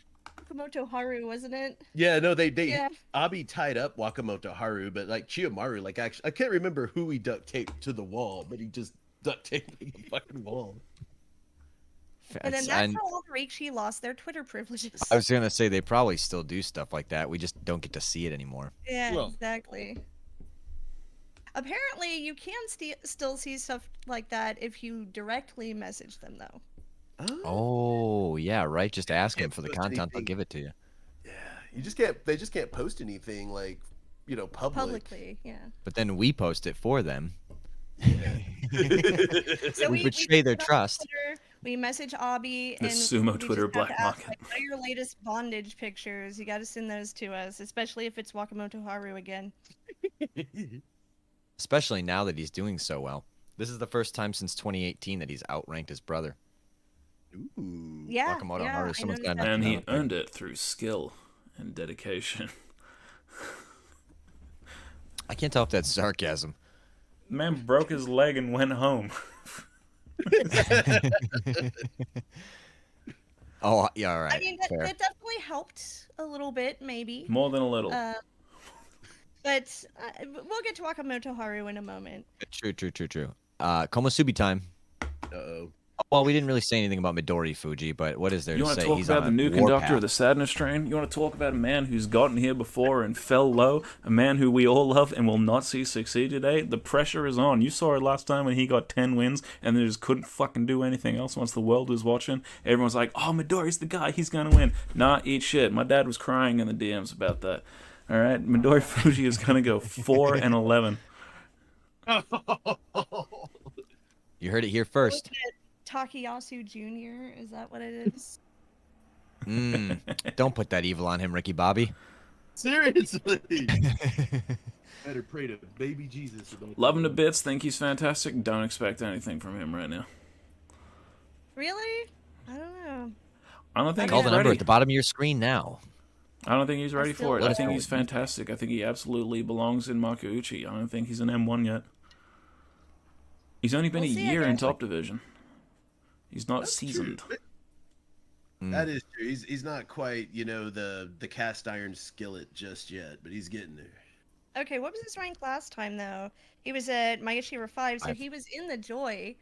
[SPEAKER 3] Komoto Haru, wasn't it?
[SPEAKER 5] Yeah, no, they they
[SPEAKER 3] Yeah.
[SPEAKER 5] Abi tied up Wakamoto Haru, but like Chiyomaru, like actually, I can't remember who he duct taped to the wall, but he just duct taped the fucking wall.
[SPEAKER 3] And then
[SPEAKER 2] It's-
[SPEAKER 3] that's
[SPEAKER 2] I-
[SPEAKER 3] how all the Rikishi lost their Twitter privileges.
[SPEAKER 2] I was gonna say they probably still do stuff like that. We just don't get to see it anymore.
[SPEAKER 3] Yeah,
[SPEAKER 5] Well-
[SPEAKER 3] exactly. Apparently, you can sti- still see stuff like that if you directly message them, though.
[SPEAKER 2] Oh yeah, right. Just ask them
[SPEAKER 5] can't
[SPEAKER 2] for the
[SPEAKER 5] post
[SPEAKER 2] content; they'll
[SPEAKER 5] anything.
[SPEAKER 2] give it to you.
[SPEAKER 5] yeah, you just can't. They just can't post anything like you know public.
[SPEAKER 3] Publicly, yeah.
[SPEAKER 2] But then we post it for them.
[SPEAKER 3] So
[SPEAKER 2] We betray their
[SPEAKER 3] put it on
[SPEAKER 2] trust.
[SPEAKER 3] Twitter, we message Abby.
[SPEAKER 4] The
[SPEAKER 3] and
[SPEAKER 4] sumo
[SPEAKER 3] we just
[SPEAKER 4] Twitter
[SPEAKER 3] have to
[SPEAKER 4] black
[SPEAKER 3] ask,
[SPEAKER 4] market.
[SPEAKER 3] Like, what are your latest bondage pictures? You got to send those to us, especially if it's Wakamoto Haru again.
[SPEAKER 2] Especially now that he's doing so well. This is the first time since 2018 that he's outranked his brother.
[SPEAKER 5] Ooh.
[SPEAKER 3] Yeah.
[SPEAKER 2] Wakamoto
[SPEAKER 3] yeah,
[SPEAKER 2] Haru,
[SPEAKER 3] I
[SPEAKER 2] someone's
[SPEAKER 3] noticed
[SPEAKER 2] gotta
[SPEAKER 3] that.
[SPEAKER 4] and he
[SPEAKER 2] Yeah.
[SPEAKER 4] earned it through skill and dedication.
[SPEAKER 2] I can't tell if that's sarcasm.
[SPEAKER 4] Man broke his leg and went home.
[SPEAKER 2] Oh yeah, all right.
[SPEAKER 3] I mean, that,
[SPEAKER 2] fair.
[SPEAKER 3] that definitely helped a little bit, maybe.
[SPEAKER 4] More than a little.
[SPEAKER 3] Uh, but uh, we'll get to Wakamoto Haru in a moment.
[SPEAKER 2] True, true, true, true. Uh, Komosubi time.
[SPEAKER 5] Uh oh.
[SPEAKER 2] Well, we didn't really say anything about Midori Fuji, but what is there to
[SPEAKER 4] you want
[SPEAKER 2] say?
[SPEAKER 4] to talk
[SPEAKER 2] he's
[SPEAKER 4] about the
[SPEAKER 2] on a
[SPEAKER 4] new
[SPEAKER 2] warpath.
[SPEAKER 4] conductor of the sadness train? You want to talk about a man who's gotten here before and fell low? A man who we all love and will not see succeed today? The pressure is on. You saw it last time when he got 10 wins and then just couldn't fucking do anything else once the world was watching. Everyone's like, oh, Midori's the guy. He's going to win. Nah, eat shit. My dad was crying in the DMs about that. All right, Midori Fuji is going to go 4 and 11.
[SPEAKER 2] You heard it here first.
[SPEAKER 3] Look at Takayasu Jr. Is that what it is?
[SPEAKER 2] Mm, don't put that evil on him, Ricky Bobby.
[SPEAKER 5] Seriously. Better pray to baby Jesus. about
[SPEAKER 4] Love him to
[SPEAKER 5] that.
[SPEAKER 4] bits. Think he's fantastic. Don't expect anything from him right now.
[SPEAKER 3] really? I don't know.
[SPEAKER 4] I don't think
[SPEAKER 2] Call
[SPEAKER 4] he's
[SPEAKER 2] the
[SPEAKER 4] ready.
[SPEAKER 2] number at the bottom of your screen now.
[SPEAKER 4] I don't think he's ready
[SPEAKER 3] still
[SPEAKER 4] for it.
[SPEAKER 2] love
[SPEAKER 4] I think
[SPEAKER 2] him.
[SPEAKER 4] he's fantastic. I think he absolutely belongs in Makauchi. I don't think he's an M1 yet. He's only been
[SPEAKER 3] We'll
[SPEAKER 4] a
[SPEAKER 3] see, I
[SPEAKER 4] year in
[SPEAKER 3] guess.
[SPEAKER 4] top division. He's not
[SPEAKER 5] That's true.
[SPEAKER 4] seasoned.
[SPEAKER 2] Mm.
[SPEAKER 5] That is true. He's he's not quite you know the the cast iron skillet just yet, but he's getting there.
[SPEAKER 3] Okay, what was his rank last time though? He was at Magashira five, so
[SPEAKER 2] Five.
[SPEAKER 3] he was in the joy.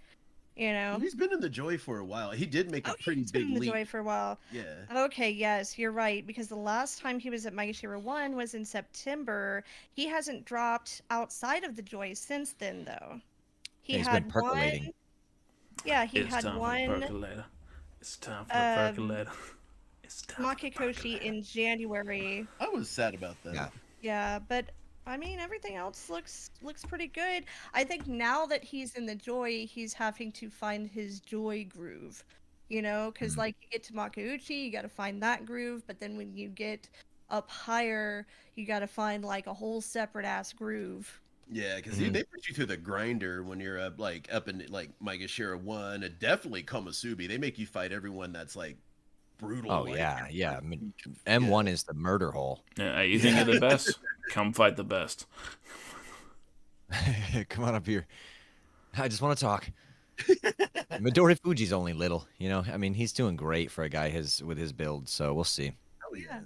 [SPEAKER 3] You know,
[SPEAKER 5] He's been in the joy for a while. He did make a
[SPEAKER 3] oh,
[SPEAKER 5] pretty
[SPEAKER 3] he's been
[SPEAKER 5] big
[SPEAKER 3] in the
[SPEAKER 5] leap.
[SPEAKER 3] joy for a while.
[SPEAKER 5] Yeah.
[SPEAKER 3] Okay, yes, you're right because the last time he was at Magashira one was in September. He hasn't dropped outside of the joy since then though. He
[SPEAKER 2] Yeah, he's been
[SPEAKER 3] had
[SPEAKER 2] percolating.
[SPEAKER 3] One, yeah, he
[SPEAKER 4] it's
[SPEAKER 3] had
[SPEAKER 4] time for the
[SPEAKER 3] one
[SPEAKER 4] percolator. It's time for
[SPEAKER 3] um,
[SPEAKER 4] the percolator. It's time. for the
[SPEAKER 3] Makikoshi
[SPEAKER 4] percolator.
[SPEAKER 3] in January
[SPEAKER 5] I was sad about that.
[SPEAKER 2] Yeah.
[SPEAKER 3] Yeah, but I mean everything else looks looks pretty good. I think now that he's in the joy, he's having to find his joy groove. You know, because
[SPEAKER 2] Mhm.
[SPEAKER 3] like you get to Makauchi, you got to find that groove, but then when you get up higher, you got to find like a whole separate ass groove.
[SPEAKER 5] Yeah, because
[SPEAKER 2] Mhm.
[SPEAKER 5] they put you through the grinder when you're up, like up in like Migashira one, and definitely Komasubi. They make you fight everyone that's like brutal.
[SPEAKER 2] Oh
[SPEAKER 5] like-
[SPEAKER 2] yeah, yeah. I mean, M one is the murder hole.
[SPEAKER 4] Yeah, you think you're the best? Come fight the best.
[SPEAKER 2] Come on up here. I just want to talk. Midori Fuji's only little, you know. I mean, he's doing great for a guy his with his build, so we'll see.
[SPEAKER 5] Hell yeah.
[SPEAKER 3] Yeah.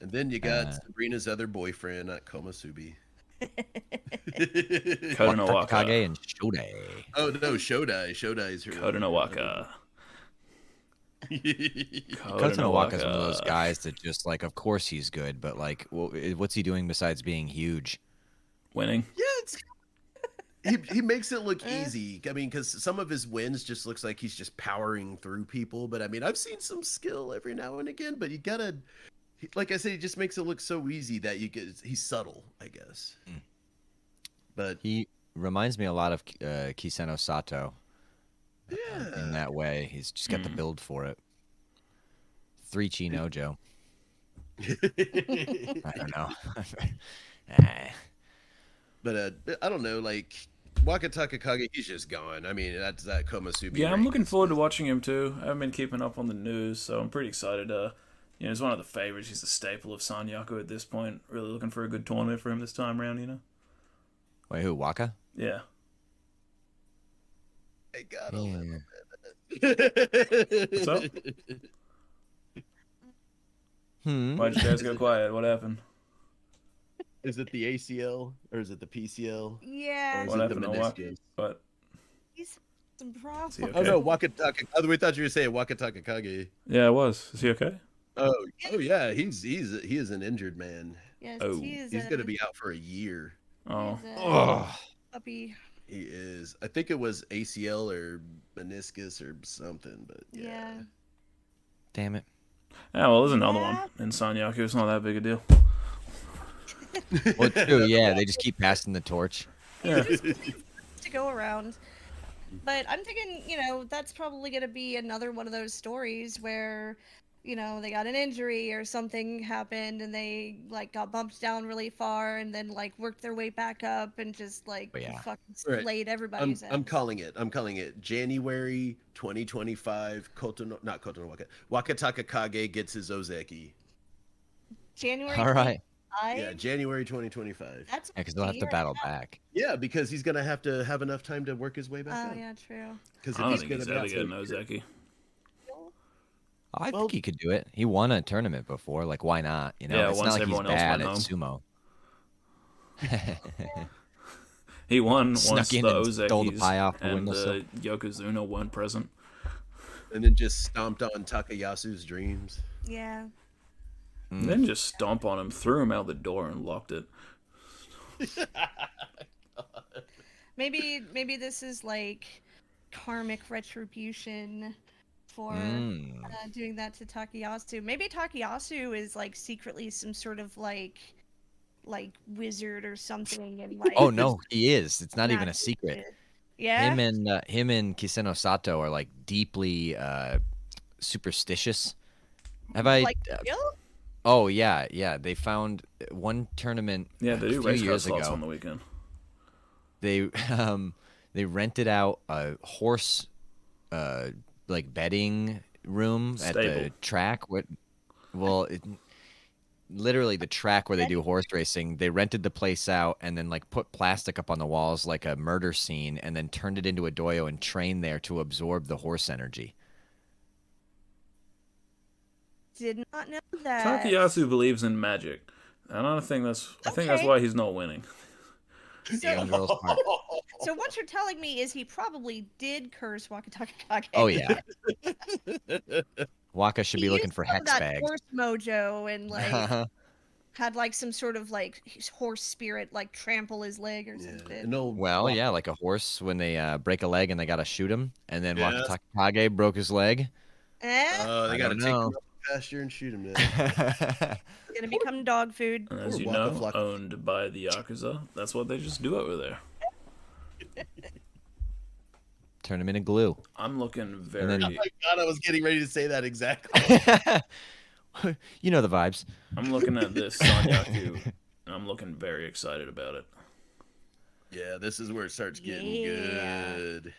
[SPEAKER 5] And then you got
[SPEAKER 2] Uh,
[SPEAKER 5] Sabrina's other boyfriend, uh, not Komasubi.
[SPEAKER 4] Kodan
[SPEAKER 2] Kage
[SPEAKER 4] Owaka.
[SPEAKER 2] and Shode.
[SPEAKER 5] oh no, Shodai. Shodai's her.
[SPEAKER 4] Kodan Owaka. Kodan
[SPEAKER 2] Cousin Owaka's one of those
[SPEAKER 4] Owaka.
[SPEAKER 2] guys that just like, of course he's good, but like, wha- eh, what's he doing besides being huge?
[SPEAKER 4] Winning.
[SPEAKER 5] Yeah, it's. Uh. He, he makes it look
[SPEAKER 3] Eh.
[SPEAKER 5] easy. I mean, because some of his wins just looks like he's just powering through people. But I mean, I've seen some skill every now and again. But you gotta, he- like I said, he just makes it look so easy that you get. He's subtle, I guess.
[SPEAKER 2] Mm.
[SPEAKER 5] But
[SPEAKER 2] He reminds me a lot of uh, Kiseno Sato in
[SPEAKER 5] yeah,
[SPEAKER 2] that way. He's just got the
[SPEAKER 4] Hmm.
[SPEAKER 2] build for it. Three Chi Nojo. I don't know. Eh.
[SPEAKER 5] but uh, I don't know. Like Waka Takakage, he's just gone. I mean, that's that Komasubi.
[SPEAKER 4] Yeah, I'm
[SPEAKER 5] rank.
[SPEAKER 4] looking forward to watching him too. I haven't been keeping up on the news, so I'm pretty excited. Uh, you know, he's one of the favorites. He's a staple of Sanyaku at this point. Really looking for a good tournament for him this time around, you know?
[SPEAKER 2] Wait, who? Waka?
[SPEAKER 4] Yeah.
[SPEAKER 5] Hey, God, oh,
[SPEAKER 2] Yeah.
[SPEAKER 5] What's
[SPEAKER 4] up?
[SPEAKER 2] Hmm.
[SPEAKER 4] Why'd you guys go quiet? What happened?
[SPEAKER 5] Is it the ACL or is it the PCL? Or
[SPEAKER 3] Yeah,
[SPEAKER 5] is
[SPEAKER 4] What
[SPEAKER 5] it the
[SPEAKER 4] happened to Waka?
[SPEAKER 5] meniscus?
[SPEAKER 4] But
[SPEAKER 3] he's some problems.
[SPEAKER 4] See, okay.
[SPEAKER 5] Oh no, Wakataka. Oh, we thought you were saying Wakatakakage.
[SPEAKER 4] yeah, it was. Is he okay?
[SPEAKER 5] Oh, oh yeah, he's he's he is an injured man.
[SPEAKER 3] Yes,
[SPEAKER 4] Oh,
[SPEAKER 3] he is
[SPEAKER 5] He's
[SPEAKER 3] a,
[SPEAKER 5] gonna be out for a year.
[SPEAKER 4] Oh,
[SPEAKER 3] he's a
[SPEAKER 2] Ugh.
[SPEAKER 3] puppy.
[SPEAKER 5] He is. I think it was ACL or meniscus or something, but yeah.
[SPEAKER 3] Yeah.
[SPEAKER 2] Damn it.
[SPEAKER 4] yeah. Well, there's another one in Sanyaku. It's not that big a deal.
[SPEAKER 2] Well, true, yeah, they just keep passing the torch.
[SPEAKER 4] Yeah.
[SPEAKER 3] to go around. But I'm thinking, you know, that's probably going to be another one of those stories where, you know, they got an injury or something happened and they like got bumped down really far and then like worked their way back up and just like
[SPEAKER 2] Oh, yeah.
[SPEAKER 3] fucking
[SPEAKER 5] Right.
[SPEAKER 3] slayed
[SPEAKER 5] I'm,
[SPEAKER 3] everybody's
[SPEAKER 5] I'm
[SPEAKER 3] ass.
[SPEAKER 5] calling it. I'm calling it January 2025. Kotono, not Kotono Waka. Wakataka Kage gets his Ozeki.
[SPEAKER 3] January.
[SPEAKER 2] All right.
[SPEAKER 5] Yeah,
[SPEAKER 3] 25,
[SPEAKER 5] January 2025.
[SPEAKER 3] That's
[SPEAKER 2] Yeah, because they'll have to
[SPEAKER 3] year.
[SPEAKER 2] battle back.
[SPEAKER 5] Yeah, because he's gonna have to have enough time to work his way back
[SPEAKER 3] Oh
[SPEAKER 5] up.
[SPEAKER 3] yeah, true.
[SPEAKER 5] Because
[SPEAKER 4] I don't think he's ever getting Ozeki.
[SPEAKER 2] I
[SPEAKER 5] Well-
[SPEAKER 2] think he could do it. He won a tournament before. Like, why not? You know,
[SPEAKER 4] Yeah,
[SPEAKER 2] it's
[SPEAKER 4] once
[SPEAKER 2] not like he's
[SPEAKER 4] everyone else
[SPEAKER 2] bad at
[SPEAKER 4] went
[SPEAKER 2] sumo.
[SPEAKER 4] He won
[SPEAKER 2] Snuck
[SPEAKER 4] once the
[SPEAKER 2] in and stole the
[SPEAKER 4] Ozekis
[SPEAKER 2] pie off the
[SPEAKER 4] and the
[SPEAKER 2] windowsill.
[SPEAKER 4] Yokozuna weren't present.
[SPEAKER 5] and then just stomped on Takayasu's dreams.
[SPEAKER 3] Yeah.
[SPEAKER 2] Mm.
[SPEAKER 4] Then just stomp on him, threw him out the door, and locked it.
[SPEAKER 3] Maybe maybe this is like karmic retribution for
[SPEAKER 2] Mm.
[SPEAKER 3] uh, doing that to Takayasu. Maybe Takayasu is like secretly some sort of like like wizard or something and like
[SPEAKER 2] Oh no, he is. It's not even a
[SPEAKER 3] magic
[SPEAKER 2] secret.
[SPEAKER 3] shit. Yeah.
[SPEAKER 2] Him and uh, him and Kiseno Sato are like deeply uh, superstitious. Have I?
[SPEAKER 3] like
[SPEAKER 2] uh,
[SPEAKER 3] real?
[SPEAKER 2] oh yeah, yeah. They found uh, one tournament.
[SPEAKER 4] Yeah, they
[SPEAKER 2] a
[SPEAKER 4] do
[SPEAKER 2] few
[SPEAKER 4] race car
[SPEAKER 2] years
[SPEAKER 4] slots
[SPEAKER 2] ago.
[SPEAKER 4] on the weekend.
[SPEAKER 2] they um they rented out a horse uh like bedding room at the
[SPEAKER 4] Stable.
[SPEAKER 2] track what well it, literally the track where they do horse racing they rented the place out and then like put plastic up on the walls like a murder scene and then turned it into a doyo and trained there to absorb the horse energy
[SPEAKER 3] Did not know that.
[SPEAKER 4] Takayasu believes in magic. And I don't think that's. I think that's
[SPEAKER 3] Uh, Okay.
[SPEAKER 4] why he's not winning.
[SPEAKER 2] The young girl's part.
[SPEAKER 3] So what you're telling me is he probably did curse Wakatakakage.
[SPEAKER 2] oh yeah waka should
[SPEAKER 3] He
[SPEAKER 2] be looking
[SPEAKER 3] used
[SPEAKER 2] for
[SPEAKER 3] some of
[SPEAKER 2] hex
[SPEAKER 3] that
[SPEAKER 2] bags
[SPEAKER 3] Horse mojo and like
[SPEAKER 2] Uh-huh.
[SPEAKER 3] had like some sort of like his horse spirit like trample his leg or
[SPEAKER 5] Yeah,
[SPEAKER 3] something.
[SPEAKER 5] an old
[SPEAKER 2] Well, yeah, like a horse when they uh, break a leg and they gotta shoot him, and then
[SPEAKER 5] Yeah.
[SPEAKER 2] Waka Takakage broke his leg.
[SPEAKER 3] Eh?
[SPEAKER 5] Oh, they
[SPEAKER 2] I
[SPEAKER 5] gotta
[SPEAKER 2] don't
[SPEAKER 5] take him
[SPEAKER 2] know.
[SPEAKER 5] out the pasture and shoot him. Now.
[SPEAKER 3] It's gonna become dog food.
[SPEAKER 4] And as
[SPEAKER 5] Poor
[SPEAKER 4] you
[SPEAKER 5] Waka
[SPEAKER 4] know,
[SPEAKER 5] Flocka.
[SPEAKER 4] owned by the Yakuza. That's what they just do over there.
[SPEAKER 2] Turn him into glue.
[SPEAKER 4] I'm looking
[SPEAKER 2] And
[SPEAKER 4] very.
[SPEAKER 2] then-
[SPEAKER 5] my god, I was getting ready to say that exactly.
[SPEAKER 2] you know the vibes.
[SPEAKER 4] I'm looking at this Sanyaku, and I'm looking very excited about it.
[SPEAKER 5] yeah, this is where it starts getting
[SPEAKER 3] Yeah.
[SPEAKER 5] good.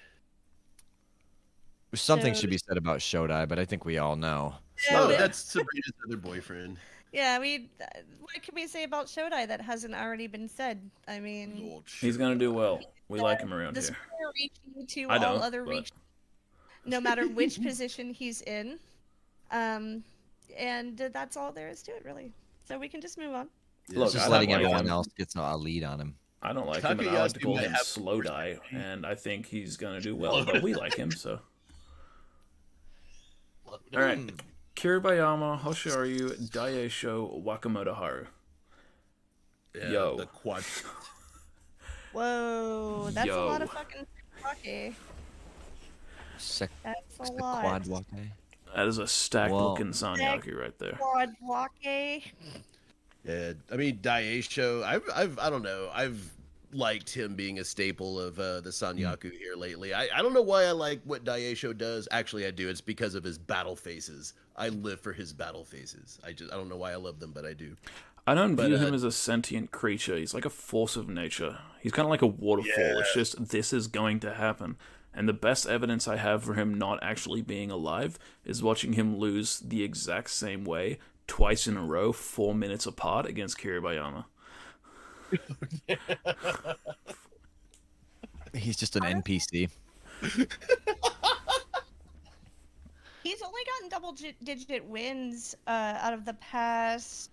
[SPEAKER 2] Something
[SPEAKER 3] So-
[SPEAKER 2] should be said about Shodai, but I think we all know.
[SPEAKER 3] Yeah,
[SPEAKER 5] Oh,
[SPEAKER 3] but-
[SPEAKER 5] that's Sabrina's other boyfriend.
[SPEAKER 3] yeah, I mean, uh, what can we say about Shodai that hasn't already been said? I mean,
[SPEAKER 1] Lord
[SPEAKER 4] He's gonna do well. We like him around
[SPEAKER 3] this
[SPEAKER 4] here.
[SPEAKER 3] will reach you to
[SPEAKER 4] I
[SPEAKER 3] all
[SPEAKER 4] don't.
[SPEAKER 3] other
[SPEAKER 4] but-
[SPEAKER 3] reach, no matter which position he's in. Um, and uh, that's all there is to it, really. So we can just move on.
[SPEAKER 4] Look,
[SPEAKER 5] Yeah, she's
[SPEAKER 4] I
[SPEAKER 2] Just
[SPEAKER 4] don't
[SPEAKER 5] like,
[SPEAKER 2] letting
[SPEAKER 4] like
[SPEAKER 2] everyone
[SPEAKER 4] him.
[SPEAKER 2] else get a lead on him.
[SPEAKER 4] I don't like him, and I like to
[SPEAKER 5] Takayasu
[SPEAKER 4] call
[SPEAKER 5] might
[SPEAKER 4] him
[SPEAKER 5] have-
[SPEAKER 4] Slow Die, and I think he's gonna do well. But we like him, so. All right,
[SPEAKER 5] Mm.
[SPEAKER 4] Kiribayama, Hoshiaryu, Daisho, Wakamoto Haru.
[SPEAKER 5] yeah,
[SPEAKER 4] yo.
[SPEAKER 5] the quad.
[SPEAKER 3] Whoa, that's a lot of
[SPEAKER 4] Yo.
[SPEAKER 3] fucking hockey.
[SPEAKER 2] Sec-
[SPEAKER 3] That's a
[SPEAKER 2] the
[SPEAKER 3] lot.
[SPEAKER 2] quad walk guy.
[SPEAKER 4] That is a stacked
[SPEAKER 2] Whoa.
[SPEAKER 4] looking Sanyaki right there.
[SPEAKER 3] Quad walkie.
[SPEAKER 5] Yeah, I mean Daisho. I've, I've, I don't know. I've liked him being a staple of uh, the Sanyaku here lately. I, I don't know why I like what Daisho does. Actually, I do. It's because of his battle faces. I live for his battle faces. I just, I don't know why I love them, but I do.
[SPEAKER 4] I don't
[SPEAKER 5] But,
[SPEAKER 4] view
[SPEAKER 5] uh,
[SPEAKER 4] him as a sentient creature. He's like a force of nature. He's kind of like a waterfall. It's just this is going to happen. And the best evidence I have for him not actually being alive is watching him lose the exact same way twice in a row, four minutes apart against Kiribayama.
[SPEAKER 2] He's just an NPC.
[SPEAKER 3] He's only gotten double gi- digit wins uh, out of the past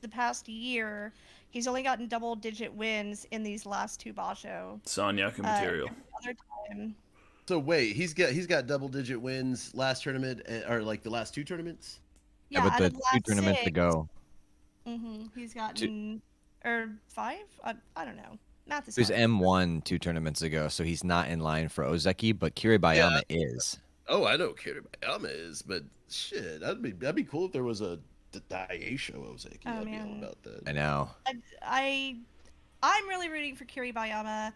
[SPEAKER 3] the past year. He's only gotten double digit wins in these last two basho.
[SPEAKER 5] Uh,
[SPEAKER 4] Sanyaku material.
[SPEAKER 3] Other time,
[SPEAKER 5] So wait, he's got he's got double digit wins last tournament eh, or like the last two tournaments.
[SPEAKER 3] yeah,
[SPEAKER 2] but
[SPEAKER 3] out
[SPEAKER 2] the
[SPEAKER 3] of the last
[SPEAKER 2] two tournaments
[SPEAKER 3] six,
[SPEAKER 2] ago,
[SPEAKER 3] hmm he's gotten or five. I, I don't know. Math is
[SPEAKER 2] he was
[SPEAKER 3] hard.
[SPEAKER 2] M1 two tournaments ago, so he's not in line for Ozeki, but Kiribayama is.
[SPEAKER 5] Oh, I don't care about Yamas, but shit, that'd be that'd be cool if there was a D- Daisho Ozeki.
[SPEAKER 3] Oh,
[SPEAKER 5] I'd be all
[SPEAKER 3] man.
[SPEAKER 5] about that.
[SPEAKER 2] I know.
[SPEAKER 3] I I'm really rooting for Kiribayama.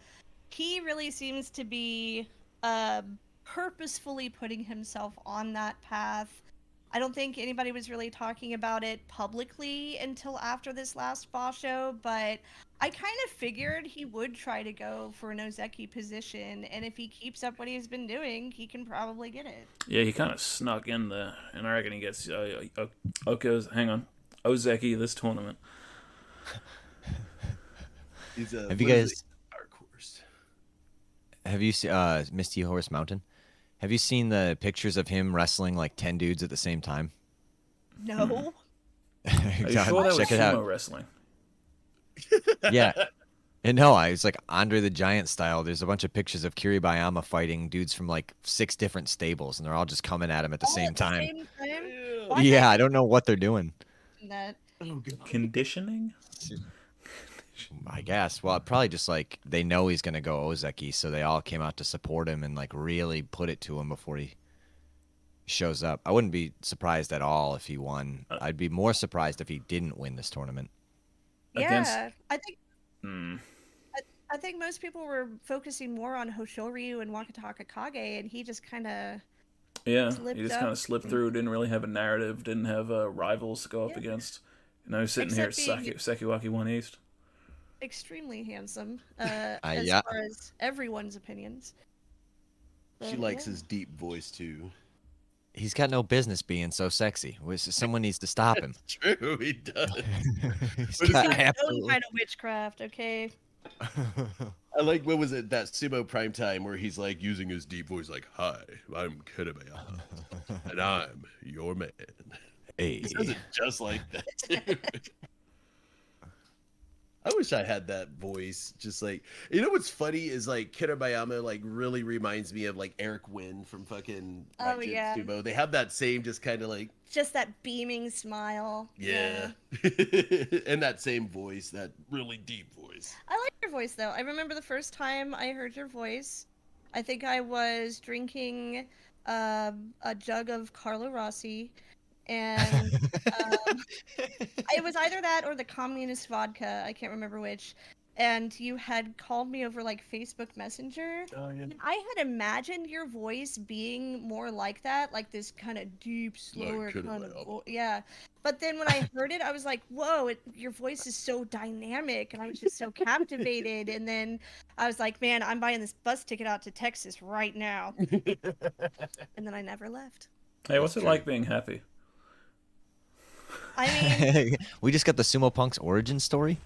[SPEAKER 3] He really seems to be uh, purposefully putting himself on that path. I don't think anybody was really talking about it publicly until after this last Basho, but I kind of figured he would try to go for an Ozeki position, and if he keeps up what he's been doing, he can probably get it.
[SPEAKER 4] Yeah, he kind of snuck in there, and I reckon he gets uh, uh, Oko's. Hang on, Ozeki this tournament.
[SPEAKER 5] He's a,
[SPEAKER 2] Have you
[SPEAKER 5] what is
[SPEAKER 2] guys-
[SPEAKER 5] it? Dark Horse.
[SPEAKER 2] Have you seen uh, Misty Horse Mountain? Have you seen the pictures of him wrestling like ten dudes at the same time? Hmm.
[SPEAKER 3] No.
[SPEAKER 4] Are you sure that was
[SPEAKER 2] Check it out.
[SPEAKER 4] sumo wrestling?
[SPEAKER 2] yeah. And no, I was like Andre the Giant style. There's a bunch of pictures of Kiribayama fighting dudes from like six different stables, and they're all just coming at him at the
[SPEAKER 3] All
[SPEAKER 2] same
[SPEAKER 3] Oh, at
[SPEAKER 2] time.
[SPEAKER 3] same time?
[SPEAKER 5] Yeah.
[SPEAKER 3] Why can't
[SPEAKER 2] Yeah, I don't know what they're doing.
[SPEAKER 3] you do That.
[SPEAKER 5] Oh god.
[SPEAKER 4] Conditioning?
[SPEAKER 2] I guess. Well, probably just like they know he's gonna go Ozeki, so they all came out to support him and like really put it to him before he shows up. I wouldn't be surprised at all if he won. I'd be more surprised if he didn't win this tournament.
[SPEAKER 4] Against-
[SPEAKER 3] Yeah. I think
[SPEAKER 4] Hmm.
[SPEAKER 3] I think most people were focusing more on Hoshoryu and Wakataka Kage, and he just kind of
[SPEAKER 4] Yeah,
[SPEAKER 3] slipped
[SPEAKER 4] he just
[SPEAKER 3] up.
[SPEAKER 4] kind of slipped through. Didn't really have a narrative. Didn't have uh, rivals to go up
[SPEAKER 3] Yeah.
[SPEAKER 4] against. You know, sitting here at
[SPEAKER 3] Except
[SPEAKER 4] Saki, Sekiwaki One East.
[SPEAKER 3] extremely handsome, uh,
[SPEAKER 2] Ah,
[SPEAKER 3] as
[SPEAKER 2] yeah.
[SPEAKER 3] far as everyone's opinions.
[SPEAKER 5] She
[SPEAKER 3] But,
[SPEAKER 5] likes
[SPEAKER 3] yeah.
[SPEAKER 5] his deep voice too.
[SPEAKER 2] He's got no business being so sexy. Was- Someone needs to stop him.
[SPEAKER 5] True, he does.
[SPEAKER 2] He's
[SPEAKER 5] But it's
[SPEAKER 2] got
[SPEAKER 3] He's got his own
[SPEAKER 2] absolutely-
[SPEAKER 3] kind of witchcraft. Okay,
[SPEAKER 5] I like what was it that sumo prime time where he's like using his deep voice like, "Hi, I'm Kiribaya, and I'm your man."
[SPEAKER 2] Hey.
[SPEAKER 5] He says it just like that. too. I wish I had that voice. Just like you know, what's funny is like Kirabayama like really reminds me of like Eric Wynn from fucking
[SPEAKER 3] Oh,
[SPEAKER 5] Raijutsu
[SPEAKER 3] yeah.
[SPEAKER 5] Sumo. They have that same just kind of like
[SPEAKER 3] just that beaming smile.
[SPEAKER 5] yeah, and that same voice, that really deep voice.
[SPEAKER 3] I like your voice though. I remember the first time I heard your voice. I think I was drinking um, a jug of Carlo Rossi, and uh, um, it was either that or the communist vodka. I can't remember which. and you had called me over like Facebook Messenger.
[SPEAKER 5] Oh, yeah.
[SPEAKER 3] And I had imagined your voice being more like that, like this kind of deep, slower
[SPEAKER 5] coulda
[SPEAKER 3] kind
[SPEAKER 5] went
[SPEAKER 3] of
[SPEAKER 5] up.
[SPEAKER 3] vo- yeah. But then when I heard it, I was like, "Whoa! It, your voice is so dynamic," and I was just so captivated. And then I was like, "Man, I'm buying this bus ticket out to Texas right now." and then I never left.
[SPEAKER 4] Hey, what's it like being happy?
[SPEAKER 3] I mean,
[SPEAKER 2] we just got the Sumo Punk's origin story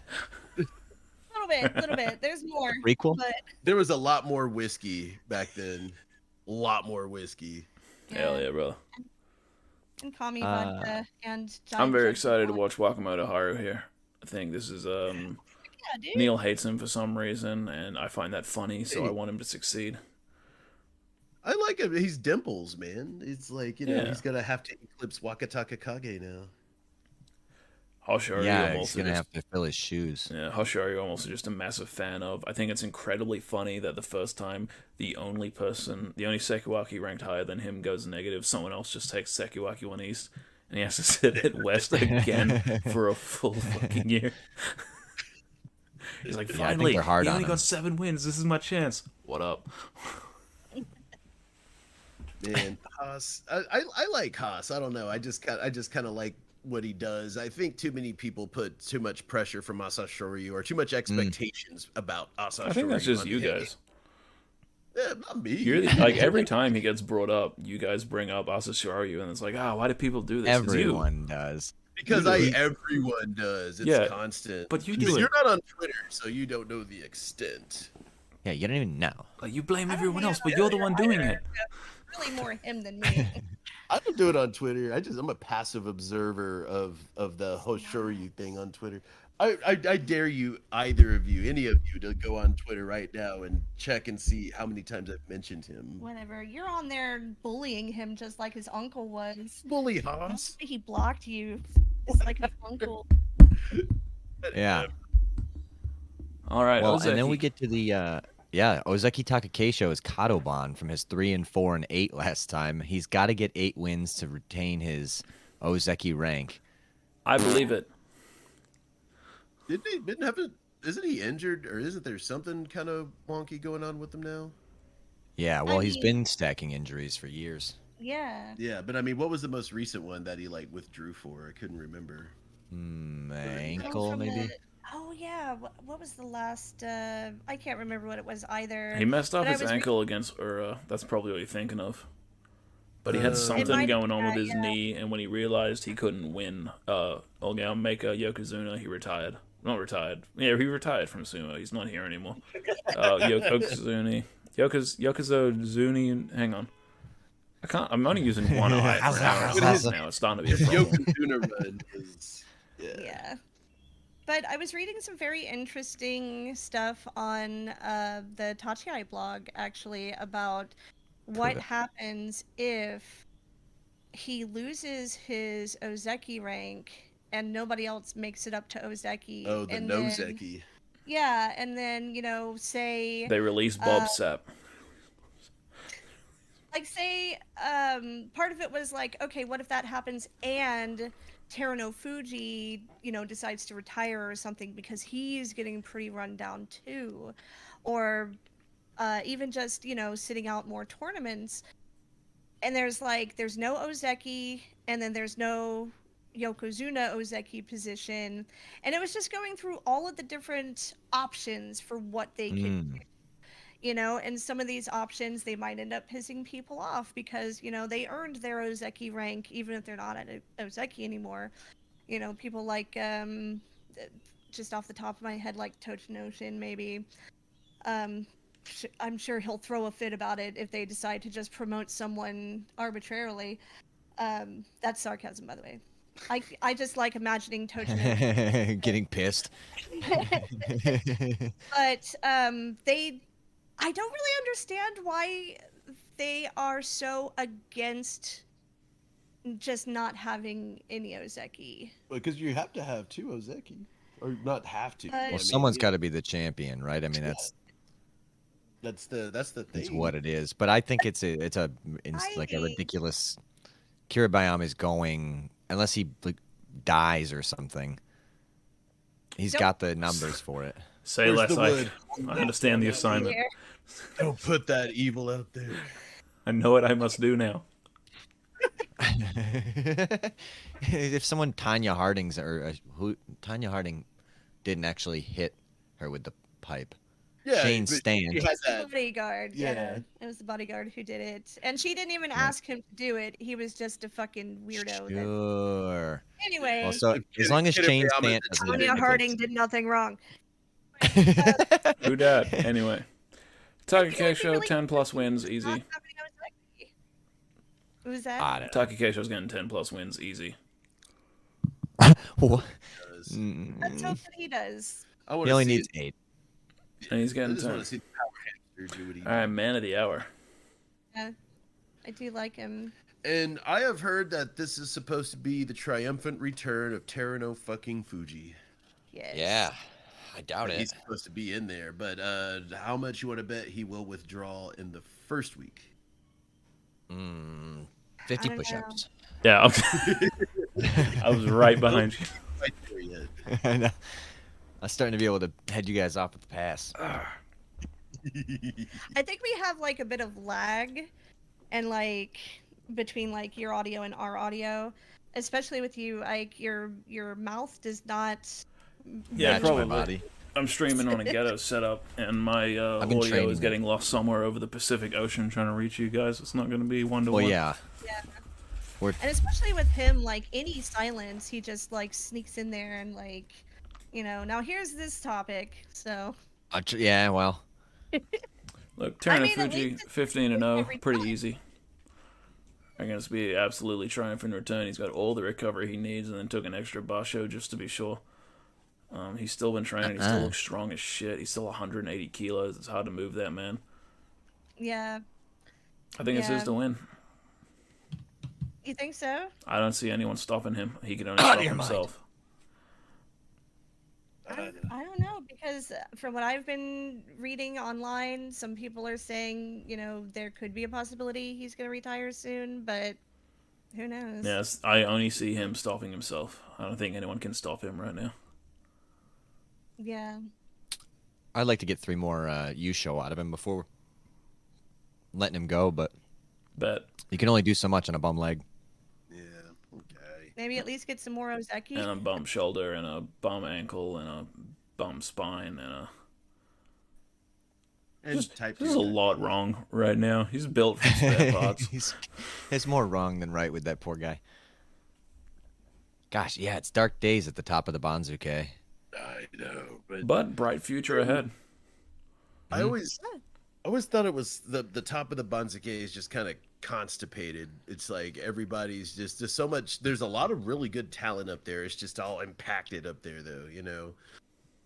[SPEAKER 3] a little bit, a little bit. There's more.
[SPEAKER 2] prequel.
[SPEAKER 3] But
[SPEAKER 5] There was a lot more whiskey back then. A lot more whiskey.
[SPEAKER 4] Hell yeah, brother.
[SPEAKER 3] and Kami
[SPEAKER 2] Uh,
[SPEAKER 3] vodka and
[SPEAKER 4] I'm
[SPEAKER 3] Giant
[SPEAKER 4] very
[SPEAKER 3] Jet
[SPEAKER 4] excited to
[SPEAKER 3] vodka.
[SPEAKER 4] watch Wakamoto Haru here. I think this is um
[SPEAKER 3] Yeah, dude.
[SPEAKER 4] Neil hates him for some reason, and I find that funny, so I want him to succeed.
[SPEAKER 5] I like him. He's dimples, man. It's like, you know,
[SPEAKER 4] Yeah.
[SPEAKER 5] he's going to have to eclipse Wakataka Kage now.
[SPEAKER 4] Hoshoryu
[SPEAKER 2] yeah, he's
[SPEAKER 4] almost
[SPEAKER 2] gonna
[SPEAKER 4] just,
[SPEAKER 2] have to fill his shoes.
[SPEAKER 4] yeah, Hoshoryu I'm also just a massive fan of. I think it's incredibly funny that the first time the only person, the only Sekiwaki ranked higher than him goes negative, someone else just takes Sekiwaki one east, and he has to sit at west again for a full fucking year. He's like,
[SPEAKER 2] I think
[SPEAKER 4] finally,
[SPEAKER 2] they're hard
[SPEAKER 4] he
[SPEAKER 2] on
[SPEAKER 4] only
[SPEAKER 2] him."
[SPEAKER 4] got seven wins. This is my chance. What up?
[SPEAKER 5] Man, Haas, I, I, I like Haas. I don't know. I just kind I just kind of like what he does. I think too many people put too much pressure from Asa Shoryu or too much expectations about Asa
[SPEAKER 4] I think that's
[SPEAKER 5] Shoryu
[SPEAKER 4] just
[SPEAKER 5] on
[SPEAKER 4] you
[SPEAKER 5] him.
[SPEAKER 4] guys.
[SPEAKER 5] Yeah, not me.
[SPEAKER 4] You're the, like every time he gets brought up, you guys bring up Asashiaru, and it's like, ah, why do people do this? It's you.
[SPEAKER 2] Everyone does.
[SPEAKER 5] because I everyone does. It's
[SPEAKER 4] Yeah,
[SPEAKER 5] constant.
[SPEAKER 4] but you
[SPEAKER 5] Because
[SPEAKER 4] do it.
[SPEAKER 5] You're not on Twitter, so you don't know the extent.
[SPEAKER 2] Yeah, you don't even know.
[SPEAKER 4] Like you blame
[SPEAKER 3] I don't
[SPEAKER 4] everyone
[SPEAKER 3] think
[SPEAKER 4] else,
[SPEAKER 3] I
[SPEAKER 4] but
[SPEAKER 3] know
[SPEAKER 4] you're the
[SPEAKER 3] either.
[SPEAKER 4] one
[SPEAKER 3] I
[SPEAKER 4] doing
[SPEAKER 3] don't
[SPEAKER 4] it.
[SPEAKER 3] know. Really more him than me.
[SPEAKER 5] I don't do it on Twitter. I just I'm a passive observer of of the Hoshoryu thing on Twitter. I, I I dare you, either of you, any of you, to go on Twitter right now and check and see how many times I've mentioned him.
[SPEAKER 3] Whatever. You're on there bullying him just like his uncle was.
[SPEAKER 5] Bully
[SPEAKER 3] I don't
[SPEAKER 5] Haas.
[SPEAKER 3] think He blocked you. It's like his uncle.
[SPEAKER 2] Yeah.
[SPEAKER 4] All right,
[SPEAKER 2] Well,
[SPEAKER 4] Ozeki.
[SPEAKER 2] and then we get to the uh, yeah, Ozeki Takakesho is Kadoban from his three and four and eight last time. He's got to get eight wins to retain his Ozeki rank.
[SPEAKER 4] I believe it.
[SPEAKER 5] Didn't he? Didn't have a, Isn't he injured, or isn't there something kind of wonky going on with him now?
[SPEAKER 2] Yeah, well,
[SPEAKER 3] I
[SPEAKER 2] he's
[SPEAKER 3] mean-
[SPEAKER 2] been stacking injuries for years.
[SPEAKER 3] Yeah.
[SPEAKER 5] Yeah, but I mean, what was the most recent one that he like withdrew for? I couldn't remember.
[SPEAKER 2] Hmm,
[SPEAKER 5] Right.
[SPEAKER 3] That was
[SPEAKER 2] ankle
[SPEAKER 3] from
[SPEAKER 2] maybe.
[SPEAKER 3] the- Oh yeah. What, what was the last? Uh, I can't remember what it was either.
[SPEAKER 4] He messed up
[SPEAKER 3] But I
[SPEAKER 4] his
[SPEAKER 3] was re-
[SPEAKER 4] ankle against Ura. That's probably what you're thinking of. But he
[SPEAKER 5] Uh,
[SPEAKER 4] had
[SPEAKER 5] It
[SPEAKER 3] might
[SPEAKER 4] something
[SPEAKER 3] be
[SPEAKER 4] going on with
[SPEAKER 3] that,
[SPEAKER 4] his
[SPEAKER 3] yeah.
[SPEAKER 4] knee, and when he realized he couldn't win, uh, Olgao Maker Yokozuna, he retired. Not retired. Yeah, he retired from sumo. He's not here anymore. Uh, Yokozuni, Yokoz Yokozuni. Hang on, I can't. I'm only using one eye for an hour and a half now. It's starting to be a problem.
[SPEAKER 5] Yokozuna run is. Yeah.
[SPEAKER 3] yeah but i was reading some very interesting stuff on uh, the tachiai blog actually about what
[SPEAKER 2] Cool.
[SPEAKER 3] happens if he loses his ozeki rank and nobody else makes it up to ozeki
[SPEAKER 5] Oh, the
[SPEAKER 3] and
[SPEAKER 5] no
[SPEAKER 3] then-
[SPEAKER 5] Zeki.
[SPEAKER 3] yeah and then you know say
[SPEAKER 4] They released Bob
[SPEAKER 3] Uh,
[SPEAKER 4] Sapp.
[SPEAKER 3] like say um part of it was like okay what if that happens and Terano Fuji, you know, decides to retire or something because he's getting pretty run down too. Or uh, even just, you know, sitting out more tournaments. And there's like, there's no Ozeki, and then there's no Yokozuna Ozeki position. And it was just going through all of the different options for what they could
[SPEAKER 2] Mm.
[SPEAKER 3] do. You know, and some of these options they might end up pissing people off because, you know, they earned their Ozeki rank even if they're not at O- Ozeki anymore. You know, people like um th- just off the top of my head like Tochinoshin maybe. Um sh- I'm sure he'll throw a fit about it if they decide to just promote someone arbitrarily. Um, that's sarcasm, by the way. I, I just like imagining Toji.
[SPEAKER 2] Getting pissed.
[SPEAKER 3] but um, they, I don't really understand why they are so against just not having any Ozeki.
[SPEAKER 5] Because you have to have two Ozeki, or not have to.
[SPEAKER 3] Well,
[SPEAKER 5] I
[SPEAKER 2] well,
[SPEAKER 5] mean,
[SPEAKER 2] someone's
[SPEAKER 5] it-
[SPEAKER 2] got to be the champion, right? I mean,
[SPEAKER 5] Yeah,
[SPEAKER 2] that's
[SPEAKER 5] That's the that's the thing.
[SPEAKER 2] that's what it is. But I think it's a it's a it's like a
[SPEAKER 3] I-
[SPEAKER 2] ridiculous. Kiribayam is going unless he like, dies or something. He's
[SPEAKER 3] Nope.
[SPEAKER 2] got the numbers for it.
[SPEAKER 4] Say
[SPEAKER 5] Where's
[SPEAKER 4] less.
[SPEAKER 5] the
[SPEAKER 4] I,
[SPEAKER 5] wood?
[SPEAKER 4] I understand the assignment.
[SPEAKER 3] Here.
[SPEAKER 5] Don't put that evil out there.
[SPEAKER 4] I know what I must do now.
[SPEAKER 2] if someone Tanya Harding's or uh, who Tanya Harding didn't actually hit her with the pipe.
[SPEAKER 5] Yeah,
[SPEAKER 2] Shane
[SPEAKER 5] but
[SPEAKER 2] Stan.
[SPEAKER 5] He
[SPEAKER 3] The
[SPEAKER 5] has that.
[SPEAKER 3] bodyguard. Yeah.
[SPEAKER 5] Yeah.
[SPEAKER 3] It was the bodyguard who did it. And she didn't even ask him to do it. He was just a fucking weirdo. that-
[SPEAKER 2] Sure.
[SPEAKER 3] Anyway,
[SPEAKER 2] Well, so
[SPEAKER 5] If-
[SPEAKER 2] as long as
[SPEAKER 5] if- if
[SPEAKER 2] Shane
[SPEAKER 5] I'm a
[SPEAKER 2] Stan doesn't
[SPEAKER 3] Tanya
[SPEAKER 2] admit it,
[SPEAKER 3] Harding did nothing wrong.
[SPEAKER 4] Who dat? Anyway. Takakesho,
[SPEAKER 3] really-
[SPEAKER 4] 10 plus wins,
[SPEAKER 3] Not
[SPEAKER 4] easy.
[SPEAKER 3] something I was like- What was that?
[SPEAKER 2] I don't know.
[SPEAKER 4] Takakesho's getting 10 plus wins, easy.
[SPEAKER 2] Wha-
[SPEAKER 5] does.
[SPEAKER 3] Let's
[SPEAKER 2] Mm,
[SPEAKER 3] hope that he does.
[SPEAKER 5] I want
[SPEAKER 2] He
[SPEAKER 5] to
[SPEAKER 2] only
[SPEAKER 5] see.
[SPEAKER 2] needs eight.
[SPEAKER 4] And he's
[SPEAKER 5] I
[SPEAKER 4] getting
[SPEAKER 5] just want
[SPEAKER 4] 10.
[SPEAKER 5] to see the power hamster do what he.
[SPEAKER 4] Alright, man of the hour.
[SPEAKER 3] I do like him.
[SPEAKER 5] And I have heard that this is supposed to be the triumphant return of Terano fucking Fuji.
[SPEAKER 3] Yes.
[SPEAKER 2] Yeah, I doubt
[SPEAKER 5] He's supposed to be in there, but uh, how much you want to bet he will withdraw in the first week?
[SPEAKER 2] Mm, Fifty
[SPEAKER 3] I don't know.
[SPEAKER 2] push-ups.
[SPEAKER 4] Yeah, I'm- I was right behind you.
[SPEAKER 5] Right there yet.
[SPEAKER 2] I know. I'm starting to be able to head you guys off with the pass.
[SPEAKER 4] Uh,
[SPEAKER 3] I think we have like a bit of lag and like between like your audio and our audio, especially with you like your your mouth does not
[SPEAKER 4] Yeah,
[SPEAKER 2] Match
[SPEAKER 4] probably.
[SPEAKER 2] my body.
[SPEAKER 4] I'm streaming on a ghetto setup, and my uh,
[SPEAKER 2] I've been
[SPEAKER 4] audio is
[SPEAKER 2] training.
[SPEAKER 4] getting lost somewhere over the Pacific Ocean trying to reach you guys. It's not going to be one to
[SPEAKER 2] Well,
[SPEAKER 4] one.
[SPEAKER 2] yeah.
[SPEAKER 3] and especially with him like any silence he just like sneaks in there and like you know, now here's this topic. So
[SPEAKER 2] I tr- yeah. Well,
[SPEAKER 4] Look,
[SPEAKER 3] I
[SPEAKER 4] Terran
[SPEAKER 3] mean, at
[SPEAKER 4] Fuji,
[SPEAKER 3] least it's
[SPEAKER 4] 15 and 0,
[SPEAKER 3] every
[SPEAKER 4] pretty
[SPEAKER 3] time.
[SPEAKER 4] easy. I'm going to be absolutely triumphant return. He's got all the recovery he needs and then took an extra basho just to be sure. Um, he's still been training. He still
[SPEAKER 2] Uh-uh.
[SPEAKER 4] looks strong as shit. He's still 180 kilos. It's hard to move that man.
[SPEAKER 3] yeah.
[SPEAKER 4] I think it's
[SPEAKER 3] Yeah.
[SPEAKER 4] his to win.
[SPEAKER 3] You think so?
[SPEAKER 4] I don't see anyone stopping him. He can only
[SPEAKER 2] Out of
[SPEAKER 4] stop
[SPEAKER 2] your mind.
[SPEAKER 4] himself.
[SPEAKER 3] I don't, I don't know because uh, from what I've been reading online, some people are saying you know there could be a possibility he's going to retire soon, but who knows?
[SPEAKER 4] Yes, I only see him stopping himself. I don't think anyone can stop him right now.
[SPEAKER 3] Yeah.
[SPEAKER 2] I'd like to get three more uh, you show out of him before letting him go, but
[SPEAKER 4] But
[SPEAKER 2] you can only do so much on a bum leg.
[SPEAKER 5] Yeah. Okay.
[SPEAKER 3] Maybe at least get some more Ozeki.
[SPEAKER 4] and um, a bum shoulder and a bum ankle and a bum spine and a
[SPEAKER 5] And type
[SPEAKER 4] There's a
[SPEAKER 5] two.
[SPEAKER 4] lot wrong right now. He's built from spare parts.
[SPEAKER 2] He's, it's more wrong than right with that poor guy. Gosh, yeah, it's dark days at the top of the Banzuke.
[SPEAKER 5] I know, but
[SPEAKER 4] but bright future ahead.
[SPEAKER 5] I always, I always thought it was the the top of the Banzuke is just kind of constipated. It's like everybody's just there's so much. There's a lot of really good talent up there. It's just all impacted up there, though. You know,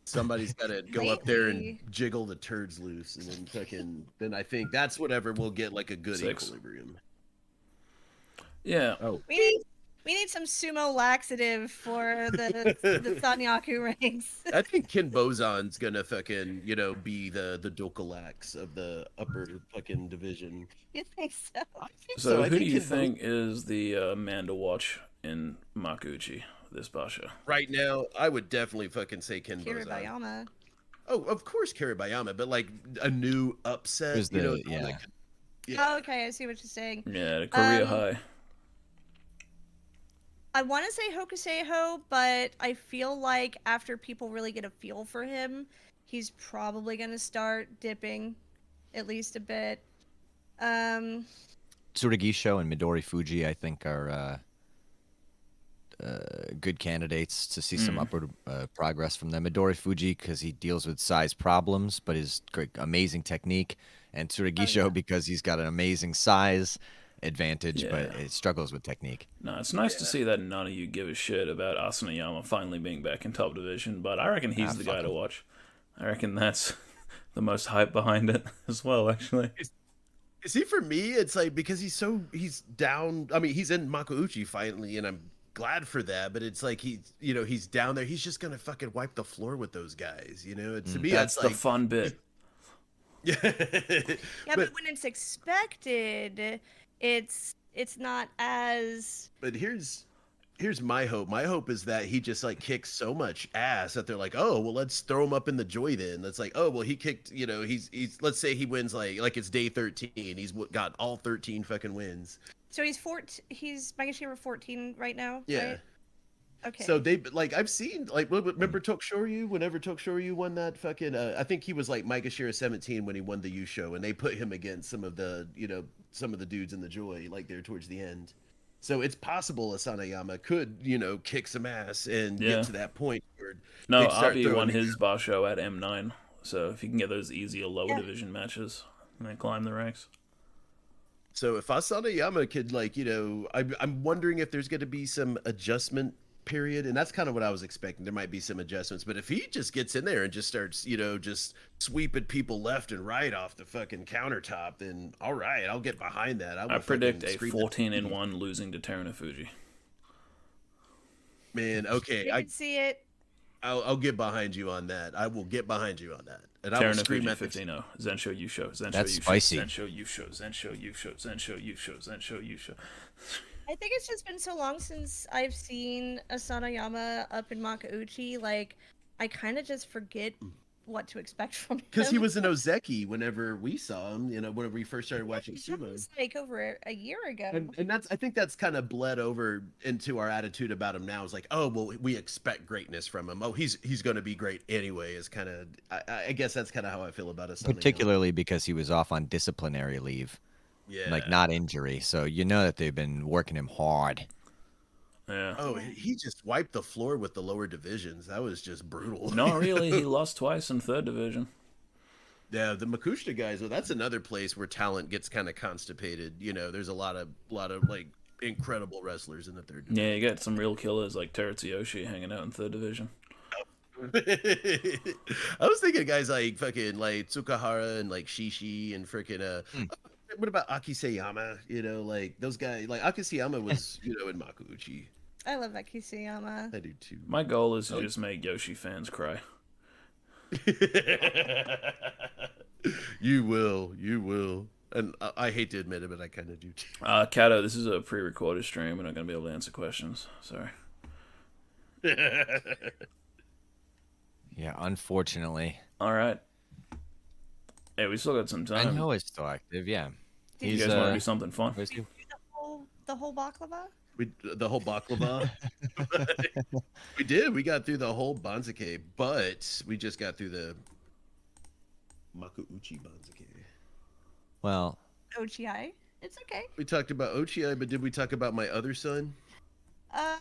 [SPEAKER 5] somebody's got to go up there and
[SPEAKER 3] Lately.
[SPEAKER 5] jiggle the turds loose, and then fucking. Then I think that's whatever we'll get like a good
[SPEAKER 4] Six.
[SPEAKER 5] equilibrium.
[SPEAKER 4] Yeah.
[SPEAKER 3] We need we need some sumo laxative for the the Sanyaku ranks.
[SPEAKER 5] I think Ken Bozon's gonna fucking you know be the the Dokalax of the upper fucking division.
[SPEAKER 3] you think so?
[SPEAKER 4] So,
[SPEAKER 5] I
[SPEAKER 4] who do you
[SPEAKER 5] Ken Bo-
[SPEAKER 4] think is the uh, man to watch in Makuchi this Basha?
[SPEAKER 5] right now? I would definitely fucking say Ken Bozon.
[SPEAKER 3] Kiribayama.
[SPEAKER 5] Oh, of course, Karibayama, but like a new upset.
[SPEAKER 2] Who's
[SPEAKER 5] you know,
[SPEAKER 2] the-
[SPEAKER 5] kinda
[SPEAKER 2] yeah.
[SPEAKER 5] like- yeah.
[SPEAKER 3] Oh, okay, I see what you're saying.
[SPEAKER 4] Yeah, the Korea
[SPEAKER 3] Um,
[SPEAKER 4] High.
[SPEAKER 3] I want to say Hokuseiho, but I feel like after people really get a feel for him, he's probably going to start dipping at least a bit. Um,
[SPEAKER 2] Tsurugisho and Midori Fuji, I think, are uh, uh, good candidates to see some
[SPEAKER 4] Mm.
[SPEAKER 2] upward uh, progress from them. Midori Fuji, because he deals with size problems, but his great, amazing technique, and
[SPEAKER 4] Oh,
[SPEAKER 2] Tsurugisho, because he's got an amazing size advantage, but
[SPEAKER 4] Yeah.
[SPEAKER 2] it struggles with technique.
[SPEAKER 4] No, it's nice to see that none of you give a shit about Asanayama finally being back in top division, but I reckon he's
[SPEAKER 2] Ah,
[SPEAKER 4] the
[SPEAKER 2] fuck
[SPEAKER 4] guy to
[SPEAKER 2] him.
[SPEAKER 4] watch. I reckon that's the most hype behind it as well, actually.
[SPEAKER 5] Is he for me? It's like because he's so he's down. I mean, he's in Makauchi finally, and I'm glad for that. But it's like he's you know he's down there. He's just gonna fucking wipe the floor with those guys. You know,
[SPEAKER 2] Mm,
[SPEAKER 5] to me
[SPEAKER 4] that's
[SPEAKER 5] that's
[SPEAKER 4] the
[SPEAKER 5] like
[SPEAKER 4] fun bit.
[SPEAKER 5] yeah.
[SPEAKER 3] yeah, but,
[SPEAKER 5] but
[SPEAKER 3] when it's expected, it's it's not as
[SPEAKER 5] but here's here's my hope. My hope is that he just like kicks so much ass that they're like, oh well, let's throw him up in the joy. Then that's like, oh well, he kicked. You know, he's he's. Let's say he wins like like it's day thirteen. He's w- got all thirteen fucking wins.
[SPEAKER 3] So he's fourteen. He's Mega Shaver fourteen right now.
[SPEAKER 5] Yeah.
[SPEAKER 3] right? Okay.
[SPEAKER 5] So they like I've seen like w- w- remember Tokshoryu whenever Tokshoryu won that fucking uh, I think he was like Mike Ashira 17 when he won the U show and they put him against some of the you know some of the dudes in the joy like there towards the end. So it's possible Asanayama could you know kick some ass and
[SPEAKER 4] Yeah.
[SPEAKER 5] get to that point where
[SPEAKER 4] No,
[SPEAKER 5] They'd start
[SPEAKER 4] Abi
[SPEAKER 5] throwing
[SPEAKER 4] won
[SPEAKER 5] it
[SPEAKER 4] his bar show at M9, so if you can get those easier lower
[SPEAKER 3] Yeah.
[SPEAKER 4] division matches and then climb the ranks.
[SPEAKER 5] So if Asanayama could like, you know, I'm I'm wondering if there's going to be some adjustment period, and that's kind of what I was expecting. There might be some adjustments, but if he just gets in there and just starts, you know, just sweeping people left and right off the fucking countertop, then all right, I'll get behind that. will
[SPEAKER 4] I predict
[SPEAKER 5] fucking
[SPEAKER 4] a
[SPEAKER 5] scream-
[SPEAKER 4] 14 and 1 losing to Terra Fuji.
[SPEAKER 5] man.
[SPEAKER 3] you
[SPEAKER 5] Okay, I
[SPEAKER 3] can see it.
[SPEAKER 5] I'll, I'll get behind you on that. I will get behind you on that, and I will
[SPEAKER 4] Terra
[SPEAKER 5] scream
[SPEAKER 4] Fuji
[SPEAKER 5] at the
[SPEAKER 4] 15 0. oh. Zensho Yusho. Zensho
[SPEAKER 2] That's
[SPEAKER 4] Yusho.
[SPEAKER 2] spicy.
[SPEAKER 4] Zensho Yusho. Zensho Yusho. Zensho Yusho. Zensho Yusho.
[SPEAKER 3] I think it's just been so long since I've seen Asanayama up in Makauchi. Like, I kind of just forget what to expect from him.
[SPEAKER 5] because he was in Ozeki whenever we saw him. You know, whenever we first started watching
[SPEAKER 3] That
[SPEAKER 5] sumo.
[SPEAKER 3] was, like over a year ago.
[SPEAKER 5] and, and that's I think that's kind of bled over into our attitude about him now. Is like, oh well, we expect greatness from him. Oh, he's he's going to be great anyway. Is kind of I, I guess that's kind of how I feel about us.
[SPEAKER 2] particularly because he was off on disciplinary leave,
[SPEAKER 5] yeah.
[SPEAKER 2] like not injury. So you know that they've been working him hard.
[SPEAKER 4] Yeah.
[SPEAKER 5] Oh, he he just wiped the floor with the lower divisions. That was just brutal.
[SPEAKER 4] Not really. He lost twice in third division.
[SPEAKER 5] Yeah, the Makushita guys. Well, that's another place where talent gets kind of constipated. You know, there's a lot of lot of like incredible wrestlers in the third. division.
[SPEAKER 4] Yeah, you got some real killers like Teratsuyoshi hanging out in third division.
[SPEAKER 5] I was thinking guys like fucking like Tsukahara and like Shishi and freaking uh what about Akiseyama? You know, like those guys like Akiseyama was, you know, in Makuuchi.
[SPEAKER 3] I love Akisuyama.
[SPEAKER 5] I do too.
[SPEAKER 4] My goal is to
[SPEAKER 5] Oh.
[SPEAKER 4] just make Yoshi fans cry.
[SPEAKER 5] you will, you will. And I, I hate to admit it, but I kinda do too.
[SPEAKER 4] Uh, Kato, this is a pre-recorded stream. We're not going to be able to answer questions. Sorry.
[SPEAKER 2] Yeah, unfortunately.
[SPEAKER 4] All right. Hey, we still got some time.
[SPEAKER 2] I know he's still active. Yeah.
[SPEAKER 4] Um, You
[SPEAKER 2] He's,
[SPEAKER 4] guys want
[SPEAKER 2] uh,
[SPEAKER 4] to do something fun?
[SPEAKER 2] where's he-
[SPEAKER 3] The whole, the whole baklava?
[SPEAKER 5] We, the whole baklava. we did. We got through the whole banzake, but we just got through the Makuuchi banzake.
[SPEAKER 2] Well,
[SPEAKER 3] OGI. It's okay.
[SPEAKER 5] We talked about Ochi, but did we talk about my other son?
[SPEAKER 3] Um,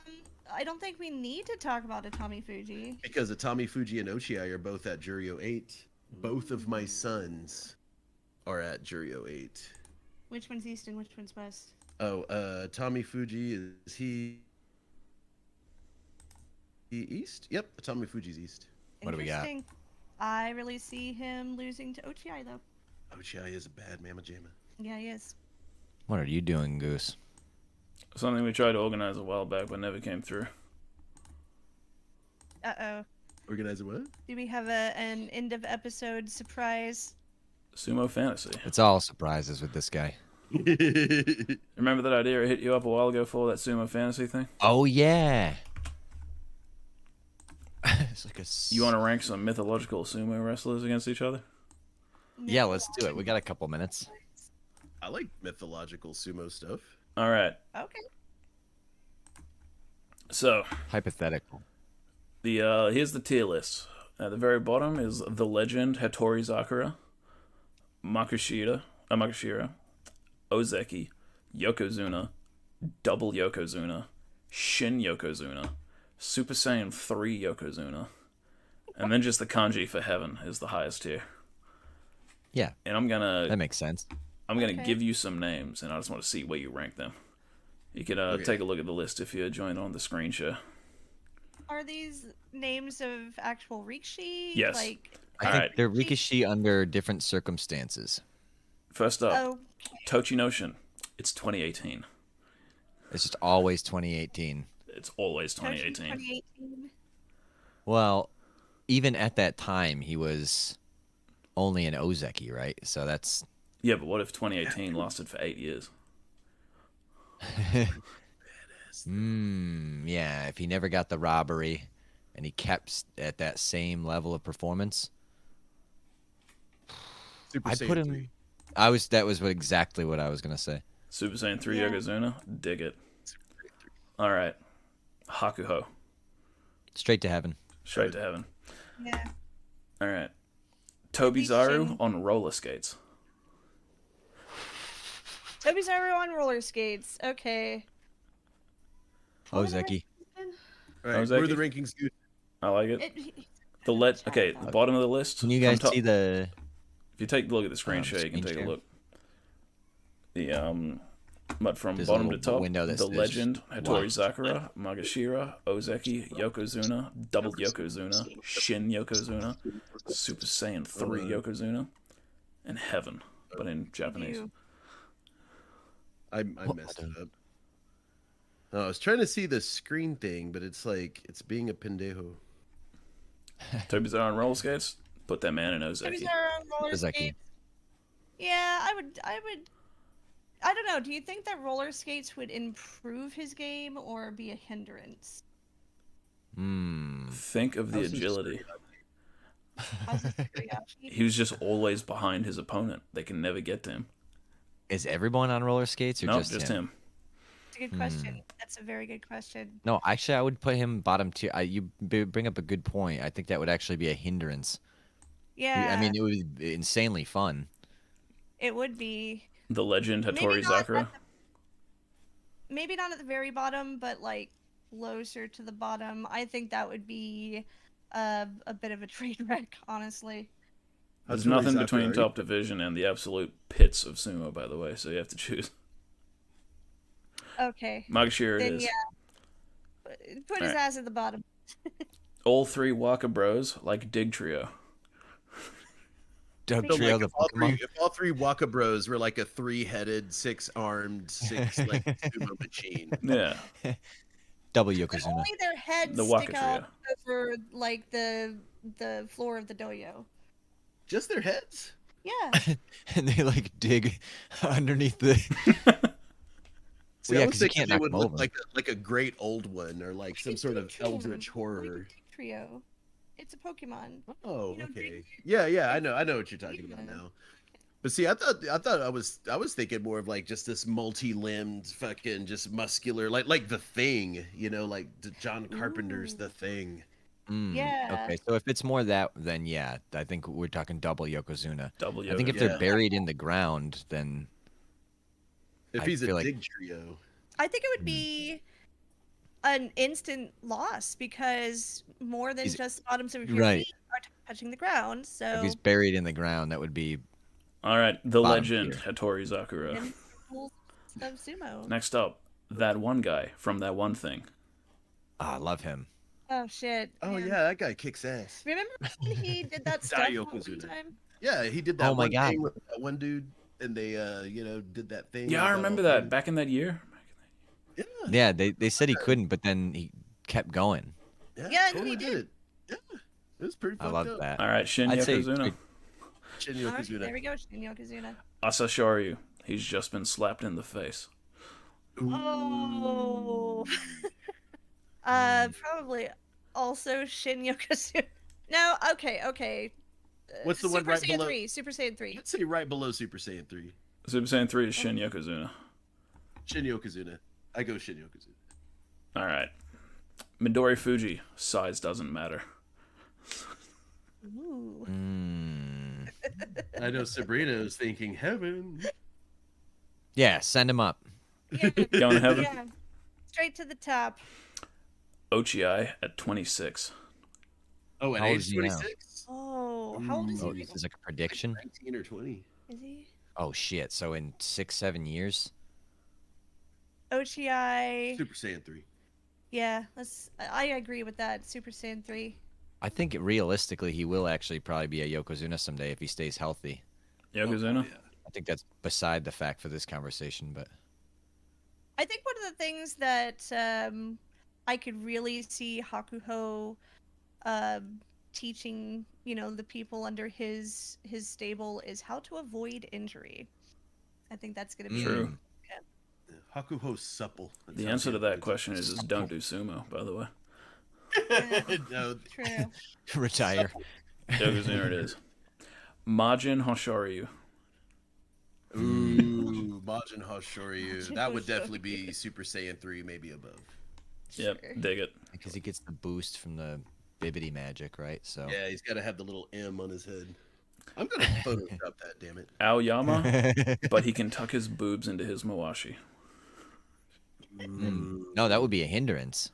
[SPEAKER 3] I don't think we need to talk about Itami Fuji.
[SPEAKER 5] Because Tommy Fuji and Ochi are both at Jurio 8. Both of my sons are at Jurio 8.
[SPEAKER 3] Which one's east and which one's west?
[SPEAKER 5] Oh, uh, Tommy Fuji is he. He east? Yep, Tommy Fuji's east.
[SPEAKER 2] What do we got?
[SPEAKER 3] Interesting. I really see him losing to Ochi though.
[SPEAKER 5] Ochi is a bad mama jamma.
[SPEAKER 3] Yeah, he is.
[SPEAKER 2] what are you doing, Goose?
[SPEAKER 4] Something we tried to organize a while back but never came through.
[SPEAKER 3] Uh oh.
[SPEAKER 5] Organizer what?
[SPEAKER 3] Do we have a an end of episode surprise?
[SPEAKER 4] Sumo Fantasy.
[SPEAKER 2] It's all surprises with this guy.
[SPEAKER 4] Remember that idea I hit you up a while ago for that Sumo Fantasy thing?
[SPEAKER 2] Oh yeah. it's like a. s-
[SPEAKER 4] You want to rank some mythological sumo wrestlers against each other?
[SPEAKER 2] Yeah, let's do it. We got a couple minutes.
[SPEAKER 5] I like mythological sumo stuff.
[SPEAKER 4] All right.
[SPEAKER 3] Okay.
[SPEAKER 4] So
[SPEAKER 2] Hypothetical.
[SPEAKER 4] the uh, here's the tier list. At the very bottom is the legend Hattori Zakura, Makushita, uh, Makushira, Ozeki, Yokozuna, Double Yokozuna, Shin Yokozuna, Super Saiyan 3 Yokozuna, and then just the kanji for heaven is the highest tier.
[SPEAKER 2] Yeah,
[SPEAKER 4] And I'm gonna
[SPEAKER 2] that makes sense.
[SPEAKER 4] I'm gonna
[SPEAKER 3] Okay.
[SPEAKER 4] give you some names, and I just want to see where you rank them. You could uh,
[SPEAKER 5] Okay.
[SPEAKER 4] take a look at the list if you're joined on the screen share.
[SPEAKER 3] Are these names of actual Rikishi?
[SPEAKER 4] Yes.
[SPEAKER 3] Like
[SPEAKER 2] I
[SPEAKER 4] All
[SPEAKER 2] think
[SPEAKER 4] right.
[SPEAKER 2] they're Rikishi under different circumstances.
[SPEAKER 4] First up,
[SPEAKER 3] oh
[SPEAKER 4] Tochi Notion. It's 2018.
[SPEAKER 2] It's just always 2018.
[SPEAKER 4] It's always 2018.
[SPEAKER 3] 2018.
[SPEAKER 2] Well, even at that time, he was only an Ozeki, right? So that's
[SPEAKER 4] Yeah, but what if 2018 lasted for eight years?
[SPEAKER 5] past.
[SPEAKER 2] Mm, yeah, if he never got the robbery and he kept s- at that same level of performance,
[SPEAKER 5] Super
[SPEAKER 6] I
[SPEAKER 5] Saiyan
[SPEAKER 6] put him.
[SPEAKER 5] 3.
[SPEAKER 2] I was that was what, exactly what I was gonna say.
[SPEAKER 4] Super Saiyan 3
[SPEAKER 3] Yeah.
[SPEAKER 4] Yogazuna? Dig it. All right. Hakuho.
[SPEAKER 2] Straight to heaven.
[SPEAKER 4] Straight to heaven.
[SPEAKER 3] Yeah.
[SPEAKER 4] All right. Toby Zaru on roller skates.
[SPEAKER 3] Toby's ever on roller skates. Okay.
[SPEAKER 2] Oh, Zeki.
[SPEAKER 5] All right,
[SPEAKER 4] was
[SPEAKER 5] where are
[SPEAKER 4] like-
[SPEAKER 5] the rankings? good?
[SPEAKER 4] I like it.
[SPEAKER 3] It, he-
[SPEAKER 4] The let okay, the bottom of the list.
[SPEAKER 2] Can you
[SPEAKER 4] from
[SPEAKER 2] guys
[SPEAKER 4] top-
[SPEAKER 2] see the?
[SPEAKER 4] If you take a look at the screen
[SPEAKER 2] Um,
[SPEAKER 4] share, you can
[SPEAKER 2] screen
[SPEAKER 4] take
[SPEAKER 2] share.
[SPEAKER 4] a look. The um, but from
[SPEAKER 2] There's a
[SPEAKER 4] bottom to
[SPEAKER 2] little
[SPEAKER 4] top,
[SPEAKER 2] window that
[SPEAKER 4] the
[SPEAKER 2] says
[SPEAKER 4] legend Hattori
[SPEAKER 2] one.
[SPEAKER 4] Zakura, Magashira, Ozeki, Yokozuna, double Yokozuna, Shin Yokozuna, Super Saiyan three Yokozuna, and Heaven, but in Japanese.
[SPEAKER 3] Ew.
[SPEAKER 5] I, I
[SPEAKER 2] What?
[SPEAKER 5] messed it up. Oh, I was trying to see the screen thing, but it's like it's being a pendejo.
[SPEAKER 4] Toby's on roller skates. Put that man in
[SPEAKER 3] Toby's
[SPEAKER 4] Ozeki.
[SPEAKER 3] ever on roller
[SPEAKER 2] Ozeki.
[SPEAKER 3] skates. Yeah, I would. I would. I don't know. Do you think that roller skates would improve his game or be a hindrance?
[SPEAKER 2] Hmm.
[SPEAKER 4] Think of the
[SPEAKER 5] How's he
[SPEAKER 4] agility.
[SPEAKER 3] How's this for you?
[SPEAKER 4] He was just always behind his opponent. They can never get to him.
[SPEAKER 2] Is everyone on roller skates or
[SPEAKER 4] No,
[SPEAKER 2] just,
[SPEAKER 4] just
[SPEAKER 2] him?
[SPEAKER 4] him.
[SPEAKER 3] That's a good question.
[SPEAKER 2] Hmm.
[SPEAKER 3] That's a very good question.
[SPEAKER 2] No, actually, I would put him bottom tier. I, you b- bring up a good point. I think that would actually be a hindrance.
[SPEAKER 3] Yeah.
[SPEAKER 2] I mean, it would be insanely fun.
[SPEAKER 3] it would be.
[SPEAKER 4] The legend Hattori
[SPEAKER 3] Maybe not at
[SPEAKER 4] Zakura.
[SPEAKER 3] maybe not at the very bottom, but like closer to the bottom. I think that would be a, a bit of a train wreck, honestly.
[SPEAKER 4] There's
[SPEAKER 5] Hattori
[SPEAKER 4] nothing
[SPEAKER 5] Sakura,
[SPEAKER 4] between
[SPEAKER 5] right?
[SPEAKER 4] Top Division and the absolute pits of sumo, by the way, so you have to choose.
[SPEAKER 3] Okay,
[SPEAKER 4] Magashira it
[SPEAKER 3] then
[SPEAKER 4] is.
[SPEAKER 3] yeah, put put his
[SPEAKER 4] Alright.
[SPEAKER 3] ass at the bottom.
[SPEAKER 4] All three Waka Bros, like Dig Trio.
[SPEAKER 2] Dope
[SPEAKER 5] So,
[SPEAKER 2] trio
[SPEAKER 5] like,
[SPEAKER 2] the
[SPEAKER 5] if, all three,
[SPEAKER 2] Pokemon.
[SPEAKER 5] if all three Waka Bros were like a three-headed, six-armed, six-legged sumo machine,
[SPEAKER 4] Yeah,
[SPEAKER 2] Double
[SPEAKER 3] But
[SPEAKER 2] Yokozuna.
[SPEAKER 3] only their heads
[SPEAKER 4] The
[SPEAKER 3] stick
[SPEAKER 4] Waka
[SPEAKER 3] out over like the the floor of the dojo.
[SPEAKER 5] just their heads.
[SPEAKER 3] Yeah,
[SPEAKER 2] and they like dig underneath the.
[SPEAKER 5] See,
[SPEAKER 2] Well, yeah,
[SPEAKER 5] I was
[SPEAKER 2] 'cause you
[SPEAKER 5] thinking
[SPEAKER 2] can't
[SPEAKER 5] they
[SPEAKER 2] knock
[SPEAKER 5] would
[SPEAKER 2] them
[SPEAKER 5] look
[SPEAKER 2] over.
[SPEAKER 5] like a, like a great old one or like some sort of eldritch horror.
[SPEAKER 3] trio. It's a Pokemon.
[SPEAKER 5] Oh,
[SPEAKER 3] know, big-
[SPEAKER 5] okay. Yeah, yeah, I know, I know what you're talking about
[SPEAKER 3] Yeah.
[SPEAKER 5] now. But see, I thought, I thought I was, I was thinking more of like just this multi-limbed, fucking, just muscular, like, like the Thing, you know, like the John Carpenter's
[SPEAKER 3] Ooh.
[SPEAKER 5] The Thing.
[SPEAKER 2] Mm,
[SPEAKER 3] Yeah.
[SPEAKER 2] Okay, so if it's more that, then yeah, I think we're talking double Yokozuna.
[SPEAKER 4] double
[SPEAKER 2] I think if
[SPEAKER 5] Yeah.
[SPEAKER 2] they're buried in the ground, then
[SPEAKER 5] If
[SPEAKER 2] I
[SPEAKER 5] he's a
[SPEAKER 2] feel like-
[SPEAKER 5] dig trio,
[SPEAKER 3] I think it
[SPEAKER 2] Mhm.
[SPEAKER 3] would be an instant loss because more than
[SPEAKER 2] Is-
[SPEAKER 3] just the bottoms of your
[SPEAKER 2] Right.
[SPEAKER 3] feet are t- touching the ground. So
[SPEAKER 2] if he's buried in the ground, that would be
[SPEAKER 4] All right, the
[SPEAKER 2] Bottom
[SPEAKER 4] legend
[SPEAKER 2] tier.
[SPEAKER 4] Hattori Zakura.
[SPEAKER 3] and rules of sumo.
[SPEAKER 4] Next up, that one guy from that one thing.
[SPEAKER 2] ah, I love him.
[SPEAKER 3] Oh shit.
[SPEAKER 5] oh
[SPEAKER 3] man.
[SPEAKER 5] yeah, that guy kicks ass.
[SPEAKER 3] Remember when he did that stuff
[SPEAKER 5] Daio
[SPEAKER 3] one
[SPEAKER 5] Kozuna.
[SPEAKER 3] time?
[SPEAKER 5] Yeah, he did that.
[SPEAKER 2] Oh my
[SPEAKER 5] one
[SPEAKER 2] God.
[SPEAKER 5] thing with that one dude, and they, uh, you know, did that thing.
[SPEAKER 4] Yeah, I
[SPEAKER 5] with
[SPEAKER 4] remember
[SPEAKER 5] whole
[SPEAKER 4] that
[SPEAKER 5] thing.
[SPEAKER 4] back in that year.
[SPEAKER 5] Yeah,
[SPEAKER 2] Yeah, they they said he couldn't, but then he kept going.
[SPEAKER 5] yeah,
[SPEAKER 3] Yeah, and
[SPEAKER 5] totally
[SPEAKER 3] he
[SPEAKER 5] did. it. Yeah, it was pretty.
[SPEAKER 2] I
[SPEAKER 5] fucked
[SPEAKER 2] love
[SPEAKER 5] up.
[SPEAKER 2] that.
[SPEAKER 4] All right, Shin
[SPEAKER 2] I'd say
[SPEAKER 4] Yokozuna.
[SPEAKER 2] Dig-
[SPEAKER 5] Shin
[SPEAKER 3] All right,
[SPEAKER 5] Yokozuna.
[SPEAKER 3] there we go, Shin Yokozuna.
[SPEAKER 4] Asashoryu. He's just been slapped in the face.
[SPEAKER 3] Oh. uh,
[SPEAKER 5] Hmm.
[SPEAKER 3] probably also Shin Yokozuna. No, okay, okay. Uh,
[SPEAKER 5] What's the one
[SPEAKER 3] Super
[SPEAKER 5] right
[SPEAKER 3] Saiyan
[SPEAKER 5] below-
[SPEAKER 3] 3, Super Saiyan 3.
[SPEAKER 5] I'd say right below Super Saiyan 3.
[SPEAKER 4] Super Saiyan 3 is Shin Yokozuna.
[SPEAKER 5] Shin Yokozuna. I go Shin Yokozuna.
[SPEAKER 4] All right. Midori Fuji. Size doesn't matter.
[SPEAKER 3] Ooh.
[SPEAKER 2] Mm.
[SPEAKER 5] I know Sabrina's thinking heaven.
[SPEAKER 2] Yeah, send him up.
[SPEAKER 3] Yeah,
[SPEAKER 4] Going to heaven.
[SPEAKER 3] yeah. Straight to the top.
[SPEAKER 4] Ochi at 26.
[SPEAKER 5] Oh, at
[SPEAKER 2] How old
[SPEAKER 5] age
[SPEAKER 2] is he now?
[SPEAKER 5] 26?
[SPEAKER 3] Oh, how old is
[SPEAKER 2] Oh,
[SPEAKER 3] he?
[SPEAKER 2] this is like a prediction.
[SPEAKER 5] 19 or 20.
[SPEAKER 3] Is he?
[SPEAKER 2] Oh shit! So in six, seven years,
[SPEAKER 3] Ochi.
[SPEAKER 5] Super Saiyan 3.
[SPEAKER 3] Yeah, let's. I- I agree with that. Super Saiyan 3.
[SPEAKER 2] I think realistically he will actually probably be a Yokozuna someday if he stays healthy.
[SPEAKER 4] Yokozuna?
[SPEAKER 5] Oh, yeah.
[SPEAKER 2] I think that's beside the fact for this conversation, but
[SPEAKER 3] I think one of the things that um, I could really see Hakuho um, teaching, you know, the people under his his stable is how to avoid injury. I think that's going to be
[SPEAKER 4] True.
[SPEAKER 5] Hakuho's supple.
[SPEAKER 4] The answer to that question is, is don't do sumo, by the way.
[SPEAKER 5] no,
[SPEAKER 3] True.
[SPEAKER 2] Mm. Retire.
[SPEAKER 4] Yokozuna it is. Majin Hoshoryu.
[SPEAKER 5] ooh, Majin Hoshoryu.
[SPEAKER 3] Majin
[SPEAKER 5] That would
[SPEAKER 3] Hoshoryu.
[SPEAKER 5] definitely be Super Saiyan three, maybe above.
[SPEAKER 4] Yep,
[SPEAKER 3] Sure.
[SPEAKER 4] dig it.
[SPEAKER 2] Because he gets the boost from the bibbity magic, right? So
[SPEAKER 5] Yeah, he's got to have the little M on his head. I'm gonna Photoshop that. Damn it.
[SPEAKER 4] Aoyama, but he can tuck his boobs into his mawashi.
[SPEAKER 2] Mm. no, that would be a hindrance.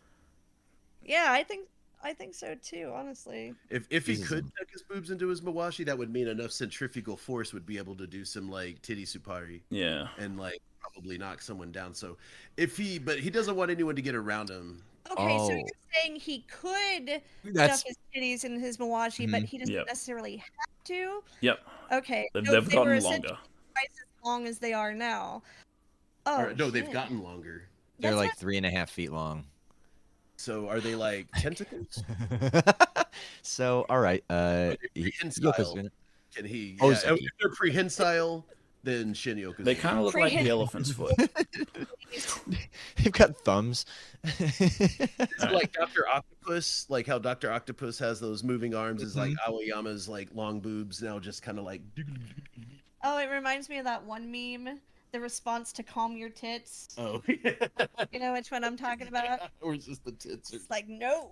[SPEAKER 3] Yeah, I think I think so too. Honestly,
[SPEAKER 5] If if he could
[SPEAKER 2] Jesus.
[SPEAKER 5] tuck his boobs into his mawashi, that would mean enough centrifugal force would be able to do some like titty supari
[SPEAKER 4] Yeah.
[SPEAKER 5] and like probably knock someone down. So if he, but he doesn't want anyone to get around him.
[SPEAKER 3] okay. So
[SPEAKER 2] Oh.
[SPEAKER 3] you're saying he could
[SPEAKER 2] That's
[SPEAKER 3] stuff his titties in his mawashi, but he doesn't
[SPEAKER 4] Yep.
[SPEAKER 3] necessarily have to.
[SPEAKER 4] Yep.
[SPEAKER 3] Okay,
[SPEAKER 4] They've,
[SPEAKER 3] so
[SPEAKER 4] they've
[SPEAKER 3] they were
[SPEAKER 4] gotten
[SPEAKER 3] essentially
[SPEAKER 4] longer.
[SPEAKER 3] Twice as long as they are now. Oh
[SPEAKER 5] or, no, they've
[SPEAKER 3] shit.
[SPEAKER 5] gotten longer.
[SPEAKER 2] they're
[SPEAKER 3] That's
[SPEAKER 2] like
[SPEAKER 3] not-
[SPEAKER 2] three and a half feet long.
[SPEAKER 5] So are they like tentacles?
[SPEAKER 2] so all right, uh, y-
[SPEAKER 5] prehensile.
[SPEAKER 2] Yokozuna-
[SPEAKER 5] Can he?
[SPEAKER 2] Oh,
[SPEAKER 5] yeah,
[SPEAKER 2] so-
[SPEAKER 5] if they're prehensile, then Shin Yokozuna.
[SPEAKER 4] They kind of look like the elephant's foot.
[SPEAKER 2] they've got thumbs.
[SPEAKER 5] It's like Doctor Octopus, like how Doctor Octopus has those moving arms, is like Aoyama's like long boobs now, just kind of like.
[SPEAKER 3] Oh, it reminds me of that one meme. The response to calm your tits.
[SPEAKER 5] Oh,
[SPEAKER 3] You know which one I'm talking about?
[SPEAKER 5] or is this the tits?
[SPEAKER 3] It's like no.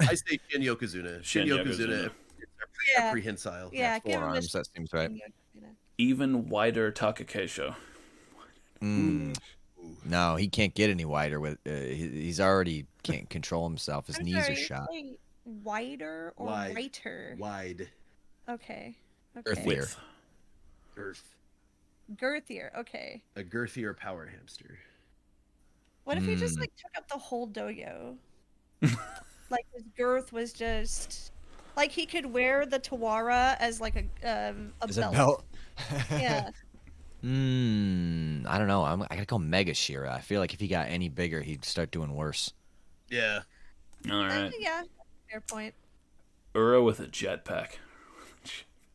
[SPEAKER 5] I say Shin Yokozuna.
[SPEAKER 4] Shin
[SPEAKER 5] Shin, Yokozuna,
[SPEAKER 4] Yokozuna.
[SPEAKER 3] Yeah.
[SPEAKER 5] prehensile.
[SPEAKER 3] Yeah, give him a
[SPEAKER 2] forearms.
[SPEAKER 3] sh-
[SPEAKER 2] That seems right.
[SPEAKER 4] Even wider Takakesho. Hmm.
[SPEAKER 2] Mm. No, he can't get any wider. With uh, he, he's already can't control himself. His
[SPEAKER 3] I'm
[SPEAKER 2] knees
[SPEAKER 3] sorry,
[SPEAKER 2] are
[SPEAKER 3] you're
[SPEAKER 2] shot.
[SPEAKER 3] saying Wider or
[SPEAKER 5] Wide.
[SPEAKER 3] whiter?
[SPEAKER 5] Wide
[SPEAKER 3] Okay.
[SPEAKER 2] Earth
[SPEAKER 3] okay.
[SPEAKER 2] width.
[SPEAKER 4] Width.
[SPEAKER 5] girth,
[SPEAKER 3] Girthier. Okay.
[SPEAKER 5] a girthier power hamster.
[SPEAKER 3] What if he just
[SPEAKER 2] Mm.
[SPEAKER 3] like took up the whole doyo? like his girth was just like he could wear the Tawara as like a um a,
[SPEAKER 2] Is it
[SPEAKER 3] belt.
[SPEAKER 2] belt?
[SPEAKER 3] Yeah.
[SPEAKER 2] Mm, I don't know. I'm, I gotta go Mega Shira. I feel like if he got any bigger, he'd start doing worse.
[SPEAKER 5] Yeah.
[SPEAKER 4] All
[SPEAKER 3] Uh,
[SPEAKER 4] right.
[SPEAKER 3] yeah. Fair point.
[SPEAKER 4] Uro with a jetpack.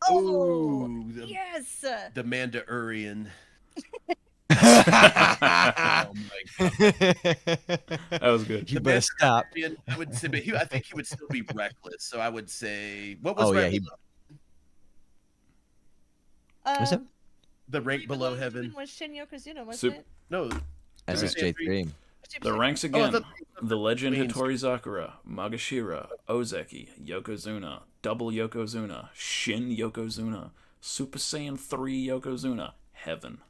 [SPEAKER 3] Oh
[SPEAKER 5] Ooh, the,
[SPEAKER 3] yes.
[SPEAKER 5] the Mandaurian.
[SPEAKER 2] you
[SPEAKER 5] Oh my god.
[SPEAKER 4] That was good.
[SPEAKER 2] better stop.
[SPEAKER 5] Mandaurian, I would say, but he, I think he would still be reckless. So I would say, what was
[SPEAKER 2] Oh yeah,
[SPEAKER 5] right
[SPEAKER 2] he,
[SPEAKER 5] below-
[SPEAKER 2] What's
[SPEAKER 3] Um,
[SPEAKER 5] the rank
[SPEAKER 3] Three
[SPEAKER 5] below heaven?
[SPEAKER 3] Was Shin Yokozuna, wasn't
[SPEAKER 4] Sup-
[SPEAKER 3] it?
[SPEAKER 5] No,
[SPEAKER 2] that's his
[SPEAKER 5] Alright.
[SPEAKER 2] J three.
[SPEAKER 3] Super
[SPEAKER 4] The
[SPEAKER 3] Saiyan.
[SPEAKER 4] ranks
[SPEAKER 5] Oh, I
[SPEAKER 4] again.
[SPEAKER 5] thought-
[SPEAKER 4] The legend
[SPEAKER 5] Queens.
[SPEAKER 4] Hattori Zakura, Magashira, Ozeki, Yokozuna, Double Yokozuna, Shin Yokozuna, Super Saiyan 3 Yokozuna, Heaven.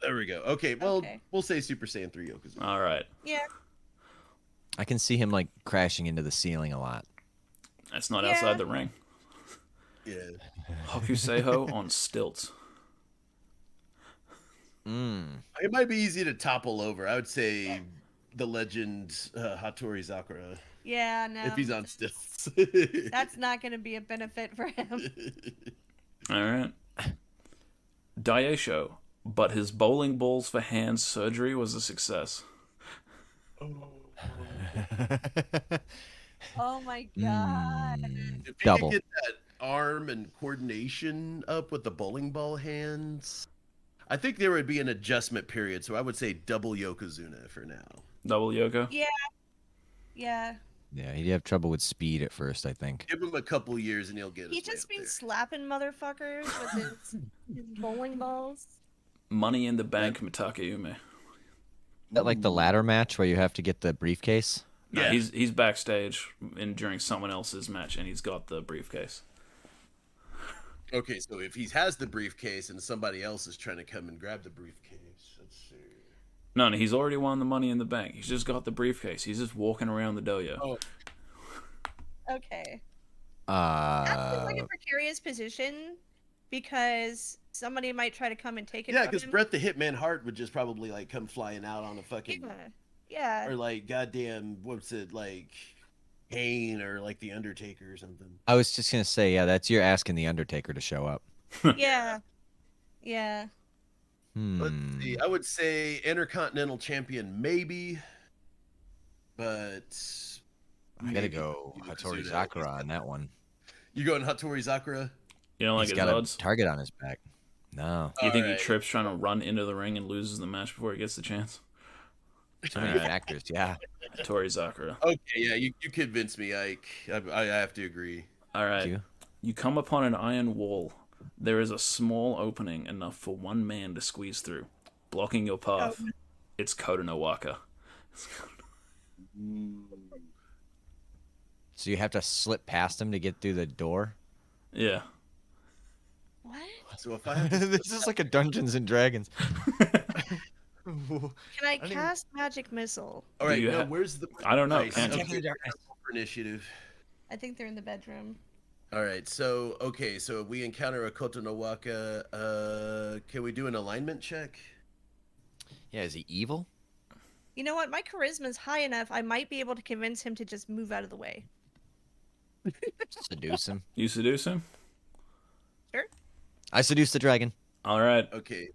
[SPEAKER 5] There we go. Okay, well,
[SPEAKER 3] Okay.
[SPEAKER 5] we'll say Super Saiyan 3 Yokozuna.
[SPEAKER 4] All right.
[SPEAKER 3] Yeah.
[SPEAKER 2] I can see him like crashing into the ceiling a lot.
[SPEAKER 4] That's not
[SPEAKER 3] Yeah.
[SPEAKER 4] outside the ring.
[SPEAKER 5] Yeah.
[SPEAKER 4] Hokuseiho on stilts.
[SPEAKER 2] Mm.
[SPEAKER 5] It might be easy to topple over. I would say the legend uh, Hattori Sakura
[SPEAKER 3] Yeah, no.
[SPEAKER 5] if he's on stilts.
[SPEAKER 3] That's not going to be a benefit for him.
[SPEAKER 4] All right. Daisho, but his bowling balls for hand surgery was a success.
[SPEAKER 3] Oh my
[SPEAKER 5] Hmm.
[SPEAKER 3] god.
[SPEAKER 2] Mm.
[SPEAKER 5] if he
[SPEAKER 2] Double.
[SPEAKER 5] could get that arm and coordination up with the bowling ball hands, I think there would be an adjustment period. So I would say double Yokozuna for now.
[SPEAKER 4] Double Yoko?
[SPEAKER 3] Yeah.
[SPEAKER 2] Yeah, he'd have trouble with speed at first, I think.
[SPEAKER 5] Give him a couple years and he'll get.
[SPEAKER 3] He
[SPEAKER 5] his way
[SPEAKER 3] just
[SPEAKER 5] up
[SPEAKER 3] been
[SPEAKER 5] there.
[SPEAKER 3] slapping motherfuckers with his, his bowling balls.
[SPEAKER 4] Money in the Bank Mitake
[SPEAKER 2] Is that
[SPEAKER 7] Hmm.
[SPEAKER 2] like the ladder match where you have to get the briefcase?
[SPEAKER 4] No,
[SPEAKER 5] Yeah.
[SPEAKER 4] he's he's backstage and during someone else's match, and he's got the briefcase.
[SPEAKER 5] Okay, so if he has the briefcase and somebody else is trying to come and grab the briefcase, let's see.
[SPEAKER 4] No, no, he's already won the Money in the Bank. He's just got the briefcase. He's just walking around the dojo.
[SPEAKER 5] Oh.
[SPEAKER 3] Okay. That's
[SPEAKER 2] Uh,
[SPEAKER 3] like a precarious position because somebody might try to come and take it.
[SPEAKER 5] Yeah,
[SPEAKER 3] from
[SPEAKER 5] because
[SPEAKER 3] him.
[SPEAKER 5] Brett the Hitman Hart would just probably like come flying out on a fucking
[SPEAKER 3] Yeah. yeah.
[SPEAKER 5] or like goddamn what's it like Kane or like the Undertaker or something.
[SPEAKER 2] I was just gonna say, yeah, that's you're asking the Undertaker to show up.
[SPEAKER 3] Yeah. Yeah.
[SPEAKER 5] Let's
[SPEAKER 2] Hmm.
[SPEAKER 5] see. I would say Intercontinental Champion maybe, but
[SPEAKER 2] I gotta
[SPEAKER 5] maybe
[SPEAKER 2] go Hattori
[SPEAKER 5] Yokozuna.
[SPEAKER 2] Zakura on that one.
[SPEAKER 5] You going Hattori Zakura?
[SPEAKER 4] You don't like
[SPEAKER 2] He's
[SPEAKER 4] his
[SPEAKER 2] got a
[SPEAKER 4] odds?
[SPEAKER 2] target on his back. No.
[SPEAKER 4] You think he
[SPEAKER 5] Alright.
[SPEAKER 4] trips trying to run into the ring and loses the match before he gets the chance?
[SPEAKER 2] Too many factors. Yeah.
[SPEAKER 4] Tori Zakura.
[SPEAKER 5] Okay, yeah, you, you convinced me, Ike. I, I have to agree.
[SPEAKER 4] All right.
[SPEAKER 2] you.
[SPEAKER 4] You come upon an iron wall. There is a small opening enough for one man to squeeze through, blocking your path.
[SPEAKER 5] Oh,
[SPEAKER 4] It's Kodanowaka.
[SPEAKER 2] So you have to slip past him to get through the door.
[SPEAKER 4] Yeah.
[SPEAKER 3] What?
[SPEAKER 5] So if I have to,
[SPEAKER 7] this is like a Dungeons and Dragons.
[SPEAKER 3] Can
[SPEAKER 7] don't
[SPEAKER 3] I,
[SPEAKER 7] even-
[SPEAKER 3] cast magic missile?
[SPEAKER 5] all right,
[SPEAKER 4] you
[SPEAKER 5] now
[SPEAKER 4] have-
[SPEAKER 5] where's the
[SPEAKER 4] I don't know.
[SPEAKER 5] Nice.
[SPEAKER 4] Can't
[SPEAKER 5] Okay.
[SPEAKER 4] you?
[SPEAKER 5] Jack in the for initiative?
[SPEAKER 3] I think they're in the bedroom.
[SPEAKER 5] All right, so okay, so we encounter a Kotonowaka. Uh, can we do an alignment check?
[SPEAKER 2] Yeah. Is he evil?
[SPEAKER 3] You know what? My charisma's high enough. I might be able to convince him to just move out of the way.
[SPEAKER 2] Seduce him.
[SPEAKER 4] You seduce him?
[SPEAKER 2] I seduce the dragon.
[SPEAKER 4] All right.
[SPEAKER 5] Okay,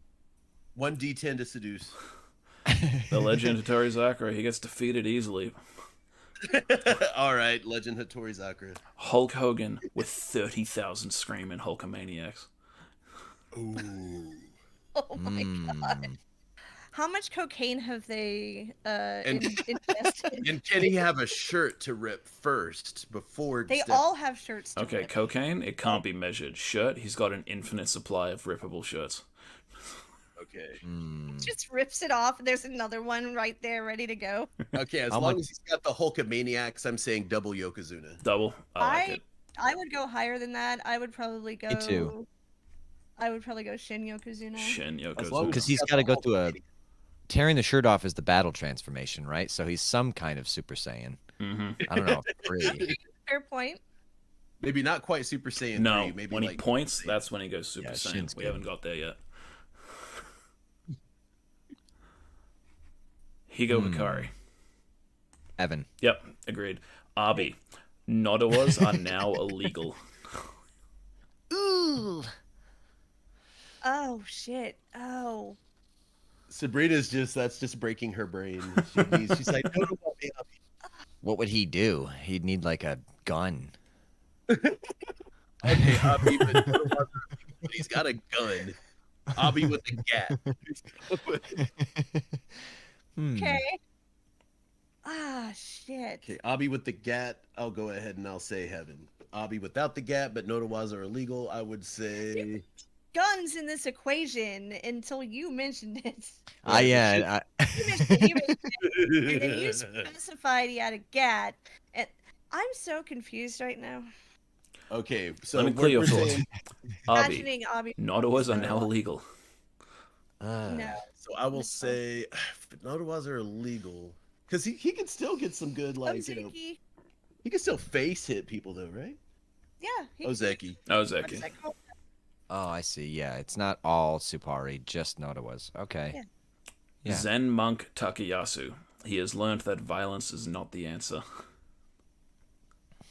[SPEAKER 5] one d10 to seduce.
[SPEAKER 4] The legend of Tori Zakura. He gets defeated easily.
[SPEAKER 5] all right, Legend Hattori Zakura.
[SPEAKER 4] Hulk Hogan with 30,000 screaming Hulkamaniacs.
[SPEAKER 5] Ooh.
[SPEAKER 3] Oh my god.
[SPEAKER 2] Mm.
[SPEAKER 3] How much cocaine have they uh
[SPEAKER 5] And-
[SPEAKER 3] in- ingested?
[SPEAKER 5] And can he have a shirt to rip first before?
[SPEAKER 3] they
[SPEAKER 5] step-
[SPEAKER 3] all have shirts. To
[SPEAKER 4] Okay,
[SPEAKER 3] rip.
[SPEAKER 4] cocaine, it can't be measured. Shirt, he's got an infinite supply of rippable shirts.
[SPEAKER 5] Okay.
[SPEAKER 2] Mm.
[SPEAKER 3] just rips it off. and There's another one right there ready to go.
[SPEAKER 5] Okay, as
[SPEAKER 2] I'm
[SPEAKER 5] long
[SPEAKER 2] like-
[SPEAKER 5] as he's got the Hulkamaniacs, I'm saying double Yokozuna.
[SPEAKER 4] Double. I like
[SPEAKER 3] I-
[SPEAKER 4] it.
[SPEAKER 3] I would go higher than that. I would probably go.
[SPEAKER 2] Me too.
[SPEAKER 3] I would probably go Shin Yokozuna.
[SPEAKER 4] Shin
[SPEAKER 5] As long
[SPEAKER 4] Yokozuna.
[SPEAKER 2] Because he's got to go through a. Tearing the shirt off is the battle transformation, right? So he's some kind of Super Saiyan.
[SPEAKER 4] Mm-hmm.
[SPEAKER 2] I don't know. Three.
[SPEAKER 3] Fair point.
[SPEAKER 5] Maybe not quite Super Saiyan
[SPEAKER 4] No,
[SPEAKER 5] 3, maybe
[SPEAKER 4] when he
[SPEAKER 5] like
[SPEAKER 4] points, that's when he goes Super
[SPEAKER 2] Yeah,
[SPEAKER 4] Saiyan.
[SPEAKER 2] Shin's
[SPEAKER 4] we
[SPEAKER 2] good.
[SPEAKER 4] haven't got there yet. Higo
[SPEAKER 2] Hmm.
[SPEAKER 4] Hikari.
[SPEAKER 2] Evan.
[SPEAKER 4] Yep, agreed. Arby. Nodawas are now illegal.
[SPEAKER 2] Ooh.
[SPEAKER 3] Oh shit. Oh.
[SPEAKER 5] Sabrina's just that's just breaking her brain. She needs- she's like, no, no, no, babe,
[SPEAKER 2] What would he do? He'd need like a gun.
[SPEAKER 5] Okay, Abby, but, but he's got a gun. Abby with a gat.
[SPEAKER 2] Hmm.
[SPEAKER 3] Okay. Ah shit.
[SPEAKER 5] Okay, Abby with the gat. I'll go ahead and I'll say heaven. Abby without the gat, but notawas are illegal. I would say.
[SPEAKER 3] Guns in this equation until you mentioned it.
[SPEAKER 2] I yeah. I,
[SPEAKER 3] You mentioned it. You mentioned it. And then you specified he had a gat. And I'm so confused right now.
[SPEAKER 5] okay, so
[SPEAKER 4] Let me
[SPEAKER 5] we're-
[SPEAKER 4] clear your
[SPEAKER 5] we're
[SPEAKER 4] thoughts.
[SPEAKER 5] saying-
[SPEAKER 4] Arby.
[SPEAKER 3] Imagining Abby.
[SPEAKER 4] Nodawas are now illegal.
[SPEAKER 2] uh,
[SPEAKER 3] No.
[SPEAKER 5] So I will
[SPEAKER 3] No.
[SPEAKER 5] say notawas are illegal because he he can still get some good like you know
[SPEAKER 3] Ozeki.
[SPEAKER 5] he can still face hit people though, right?
[SPEAKER 3] Yeah. he-
[SPEAKER 5] Ozeki.
[SPEAKER 3] what is
[SPEAKER 4] Ozeki.
[SPEAKER 3] that called?
[SPEAKER 2] Oh, I see. Yeah, it's not all Supari, just Nodawas. Okay.
[SPEAKER 3] Yeah.
[SPEAKER 2] Yeah.
[SPEAKER 4] Zen monk Takayasu. He has learned that violence is not the answer.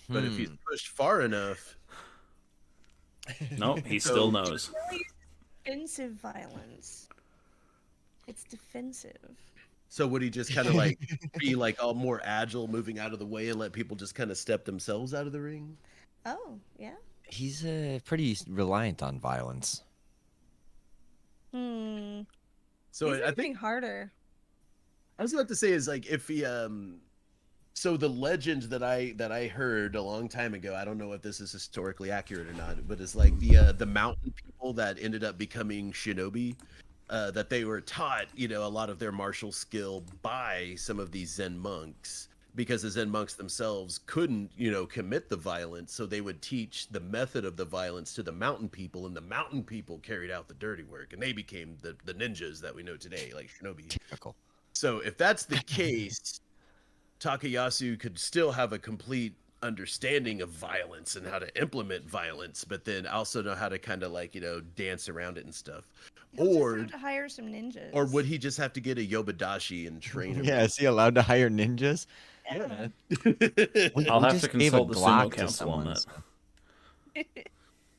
[SPEAKER 5] But
[SPEAKER 2] Hmm.
[SPEAKER 5] if he's pushed far enough,
[SPEAKER 4] No, he
[SPEAKER 5] So-
[SPEAKER 4] still knows.
[SPEAKER 3] Defensive violence. It's defensive.
[SPEAKER 5] so would he just kind of like be like all more agile, moving out of the way, and let people just kind of step themselves out of the ring?
[SPEAKER 3] Oh, yeah.
[SPEAKER 2] he's uh, pretty reliant on violence.
[SPEAKER 3] Hmm.
[SPEAKER 5] So
[SPEAKER 3] He's
[SPEAKER 5] I
[SPEAKER 3] working
[SPEAKER 5] think
[SPEAKER 3] harder.
[SPEAKER 5] I was about to say is like if he um so the legend that I that I heard a long time ago, I don't know if this is historically accurate or not, but it's like the uh, the mountain people that ended up becoming shinobi uh, that they were taught, you know, a lot of their martial skill by some of these Zen monks because the Zen monks themselves couldn't, you know, commit the violence, so they would teach the method of the violence to the mountain people and the mountain people carried out the dirty work and they became the the ninjas that we know today, like shinobi.
[SPEAKER 2] Typical.
[SPEAKER 5] So if that's the case, Takayasu could still have a complete understanding of violence and how to implement violence, but then also know how to kind of like, you know, dance around it and stuff.
[SPEAKER 3] He'll just
[SPEAKER 5] Or-
[SPEAKER 3] have to hire some ninjas.
[SPEAKER 5] Or would he just have to get a Yobadashi and train him?
[SPEAKER 7] yeah, is he allowed to hire ninjas?
[SPEAKER 5] Yeah.
[SPEAKER 2] We-
[SPEAKER 4] I'll
[SPEAKER 2] we
[SPEAKER 4] have to
[SPEAKER 2] just gave
[SPEAKER 4] consult
[SPEAKER 2] a
[SPEAKER 4] the single
[SPEAKER 2] Glock to
[SPEAKER 4] council on
[SPEAKER 2] someone.
[SPEAKER 4] that.
[SPEAKER 2] so-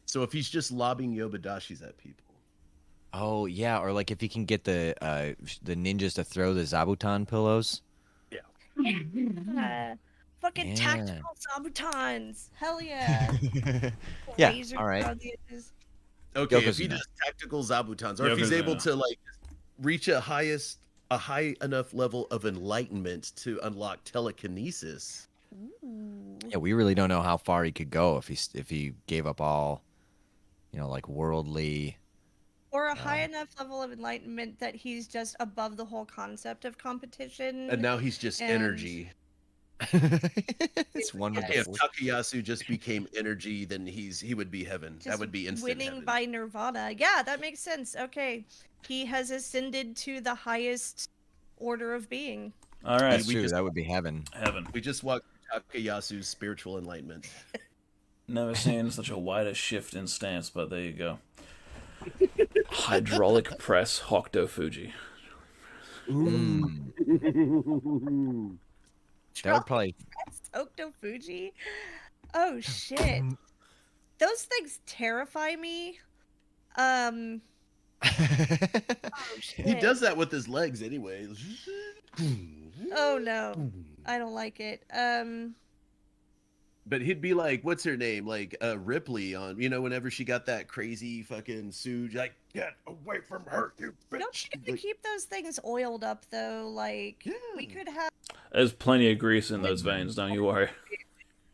[SPEAKER 5] so if he's just lobbing Yobadashis at people.
[SPEAKER 2] Oh yeah, or like if he can get the uh, sh- the ninjas to throw the zabuton pillows.
[SPEAKER 3] Yeah. Uh, Fucking
[SPEAKER 2] Yeah.
[SPEAKER 3] tactical sabotons. Hell yeah.
[SPEAKER 7] yeah,
[SPEAKER 2] Yeah,
[SPEAKER 3] Laser
[SPEAKER 2] all right.
[SPEAKER 3] guns.
[SPEAKER 5] Okay, if he
[SPEAKER 2] Yokozuna.
[SPEAKER 5] does tactical zabutons, or if he's able
[SPEAKER 4] Yokozuna.
[SPEAKER 5] to like reach a highest a high enough level of enlightenment to unlock telekinesis.
[SPEAKER 3] Ooh.
[SPEAKER 2] Yeah, we really don't know how far he could go if he s- if he gave up all, you know, like worldly.
[SPEAKER 3] Or a high enough level of enlightenment that he's just above the whole concept of competition.
[SPEAKER 5] And now he's just
[SPEAKER 3] And-
[SPEAKER 5] energy.
[SPEAKER 2] It's one with
[SPEAKER 5] If
[SPEAKER 2] the force.
[SPEAKER 5] Takayasu just became energy, then he's he would be heaven.
[SPEAKER 3] just
[SPEAKER 5] that would be instant
[SPEAKER 3] winning
[SPEAKER 5] heaven.
[SPEAKER 3] by nirvana yeah that makes sense okay he has ascended to the highest order of being
[SPEAKER 4] All right,
[SPEAKER 2] That's
[SPEAKER 5] we
[SPEAKER 2] true.
[SPEAKER 5] just-
[SPEAKER 2] That would be heaven.
[SPEAKER 4] heaven.
[SPEAKER 5] We just walked through Takayasu's spiritual enlightenment.
[SPEAKER 4] Never seen such a wider shift in stance, but there you go. Hydraulic press Hokuto Fuji.
[SPEAKER 2] Mm. That would probably.
[SPEAKER 3] Okto Fuji. Oh shit. Those things terrify me. Um oh,
[SPEAKER 5] He
[SPEAKER 3] shit.
[SPEAKER 5] does that with his legs anyway.
[SPEAKER 3] Oh no. I don't like it. Um
[SPEAKER 5] But he'd be like, what's her name? Like uh, Ripley on, you know, whenever she got that crazy fucking Sue, like, get away from her, you bitch.
[SPEAKER 3] don't you have to
[SPEAKER 5] Like,
[SPEAKER 3] keep those things oiled up though? Like we
[SPEAKER 5] Yeah.
[SPEAKER 3] could have
[SPEAKER 4] There's plenty of grease in those veins, don't you worry.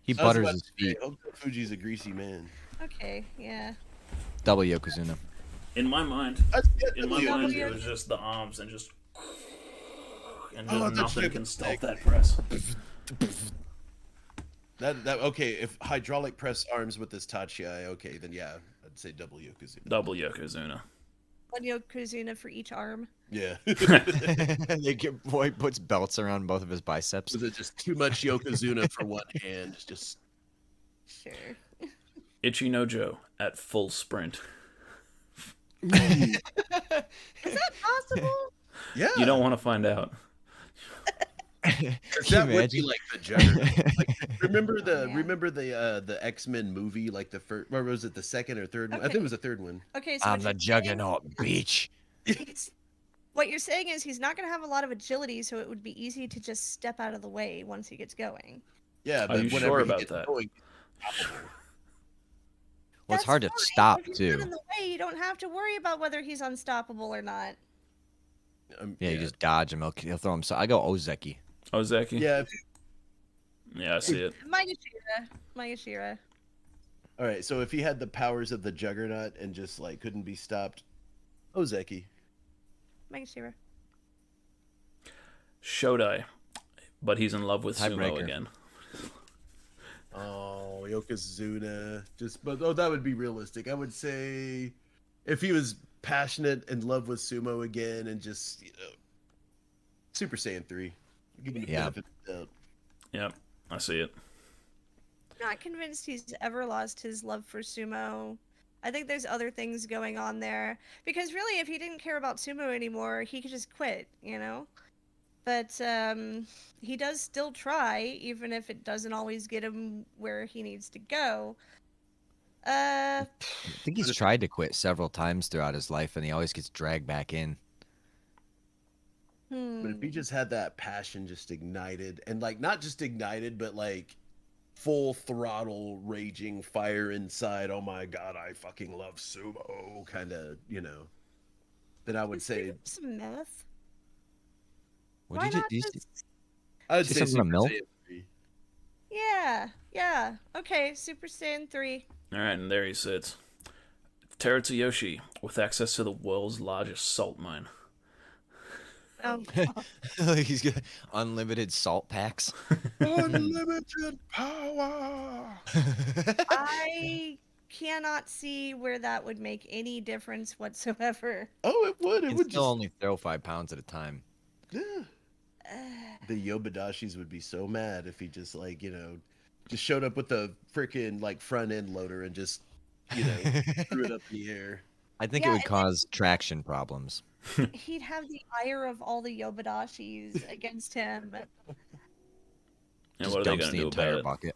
[SPEAKER 2] He
[SPEAKER 5] I was
[SPEAKER 2] butters
[SPEAKER 5] about
[SPEAKER 2] his
[SPEAKER 5] to say,
[SPEAKER 2] feet.
[SPEAKER 5] Uncle Fuji's a greasy man.
[SPEAKER 3] okay, yeah.
[SPEAKER 2] Double Yokozuna.
[SPEAKER 4] In my mind,
[SPEAKER 5] That's, yeah,
[SPEAKER 4] in my
[SPEAKER 5] W.
[SPEAKER 4] mind, it was just the arms and just. And
[SPEAKER 5] Oh,
[SPEAKER 4] just
[SPEAKER 5] that's
[SPEAKER 4] nothing
[SPEAKER 5] right.
[SPEAKER 4] can stop that press.
[SPEAKER 5] that, that, okay, if hydraulic press arms with this Tachi, okay, then yeah, I'd say double Yokozuna.
[SPEAKER 4] Double Yokozuna.
[SPEAKER 3] One Yokozuna for each arm.
[SPEAKER 5] Yeah.
[SPEAKER 7] they get boy puts belts around both of his biceps.
[SPEAKER 5] Was it just too much Yokozuna for one hand? Just
[SPEAKER 3] Sure.
[SPEAKER 4] Ichinojo at full sprint.
[SPEAKER 3] Is that possible?
[SPEAKER 5] yeah,
[SPEAKER 4] You don't want to find out.
[SPEAKER 5] Because
[SPEAKER 7] Can
[SPEAKER 5] that
[SPEAKER 7] you
[SPEAKER 5] would be
[SPEAKER 7] imagine?
[SPEAKER 5] like the juggernaut. like, remember the
[SPEAKER 3] Yeah.
[SPEAKER 5] remember the uh, the X Men movie, like the first, or was it the second or third? One? I think it was the third one.
[SPEAKER 3] Okay, so
[SPEAKER 2] I'm
[SPEAKER 3] what
[SPEAKER 2] the
[SPEAKER 3] you're saying-
[SPEAKER 2] juggernaut, bitch.
[SPEAKER 3] he's- What you're saying is he's not going to have a lot of agility, so it would be easy to just step out of the way once he gets going.
[SPEAKER 5] Yeah, but
[SPEAKER 4] you
[SPEAKER 5] whenever
[SPEAKER 4] sure
[SPEAKER 5] he
[SPEAKER 4] about
[SPEAKER 5] gets
[SPEAKER 4] that?
[SPEAKER 5] going-
[SPEAKER 2] Well, it's
[SPEAKER 3] That's
[SPEAKER 2] hard to
[SPEAKER 3] fine.
[SPEAKER 2] stop
[SPEAKER 3] If he's not
[SPEAKER 2] too.
[SPEAKER 3] in the way, you don't have to worry about whether he's unstoppable or not.
[SPEAKER 5] um,
[SPEAKER 2] Yeah, you just dodge him. He'll, he'll throw him. So I go Ozeki.
[SPEAKER 4] Ozaki?
[SPEAKER 5] yeah. if-
[SPEAKER 4] Yeah, I see it.
[SPEAKER 3] Magashira, Magashira.
[SPEAKER 5] All right, so if he had the powers of the Juggernaut and just like couldn't be stopped, Ozeki.
[SPEAKER 3] Magashira.
[SPEAKER 4] Shodai. But he's in love with Sumo
[SPEAKER 2] Tiebreaker.
[SPEAKER 4] again.
[SPEAKER 5] Oh, Yokozuna. Just but oh, that would be realistic. I would say if he was passionate and love with sumo again and just you know Super Saiyan 3. Give him the
[SPEAKER 2] Yeah.
[SPEAKER 5] benefit of the doubt.
[SPEAKER 4] Yep, I see it.
[SPEAKER 3] Not convinced he's ever lost his love for sumo. I think there's other things going on there. Because really, if he didn't care about sumo anymore, he could just quit, you know? But um, he does still try, even if it doesn't always get him where he needs to go.
[SPEAKER 2] I
[SPEAKER 3] Uh,
[SPEAKER 2] think he's tried to quit several times throughout his life, and he always gets dragged back in.
[SPEAKER 3] hmm.
[SPEAKER 5] But if he just had that passion just ignited and like not just ignited, but like full throttle raging fire inside, oh my god, I fucking love sumo kind of, you know. Then I would
[SPEAKER 3] Let's bring
[SPEAKER 5] say
[SPEAKER 3] up some math.
[SPEAKER 2] What
[SPEAKER 3] Why
[SPEAKER 2] did you,
[SPEAKER 3] not
[SPEAKER 2] did you
[SPEAKER 3] just-
[SPEAKER 2] see-
[SPEAKER 5] I would
[SPEAKER 2] Say
[SPEAKER 5] say
[SPEAKER 2] something
[SPEAKER 5] Super
[SPEAKER 2] about milk?
[SPEAKER 5] Saiyan 3.
[SPEAKER 3] Yeah, yeah. Okay, Super Saiyan 3.
[SPEAKER 4] All right, and there he sits. Teratsuyoshi, with access to the world's largest salt mine.
[SPEAKER 3] Oh,
[SPEAKER 2] Like he's got unlimited salt packs.
[SPEAKER 5] Unlimited power.
[SPEAKER 3] I cannot see where that would make any difference whatsoever.
[SPEAKER 5] Oh, it would. It
[SPEAKER 2] He
[SPEAKER 5] would
[SPEAKER 2] would
[SPEAKER 5] just.
[SPEAKER 2] still only throw five pounds at a time.
[SPEAKER 5] yeah.
[SPEAKER 3] Uh,
[SPEAKER 5] The Yobadashis would be so mad if he just like you know, just showed up with a freaking like front end loader and just you know threw it up in the air.
[SPEAKER 2] I think
[SPEAKER 3] Yeah,
[SPEAKER 2] it
[SPEAKER 3] and
[SPEAKER 2] would
[SPEAKER 3] then-
[SPEAKER 2] cause traction problems.
[SPEAKER 3] he'd have the ire of all the Yobadashis against him.
[SPEAKER 4] And
[SPEAKER 2] Just
[SPEAKER 4] what are they
[SPEAKER 2] dumps
[SPEAKER 4] going to
[SPEAKER 2] the
[SPEAKER 4] do
[SPEAKER 2] entire
[SPEAKER 4] about
[SPEAKER 2] bucket.
[SPEAKER 4] it?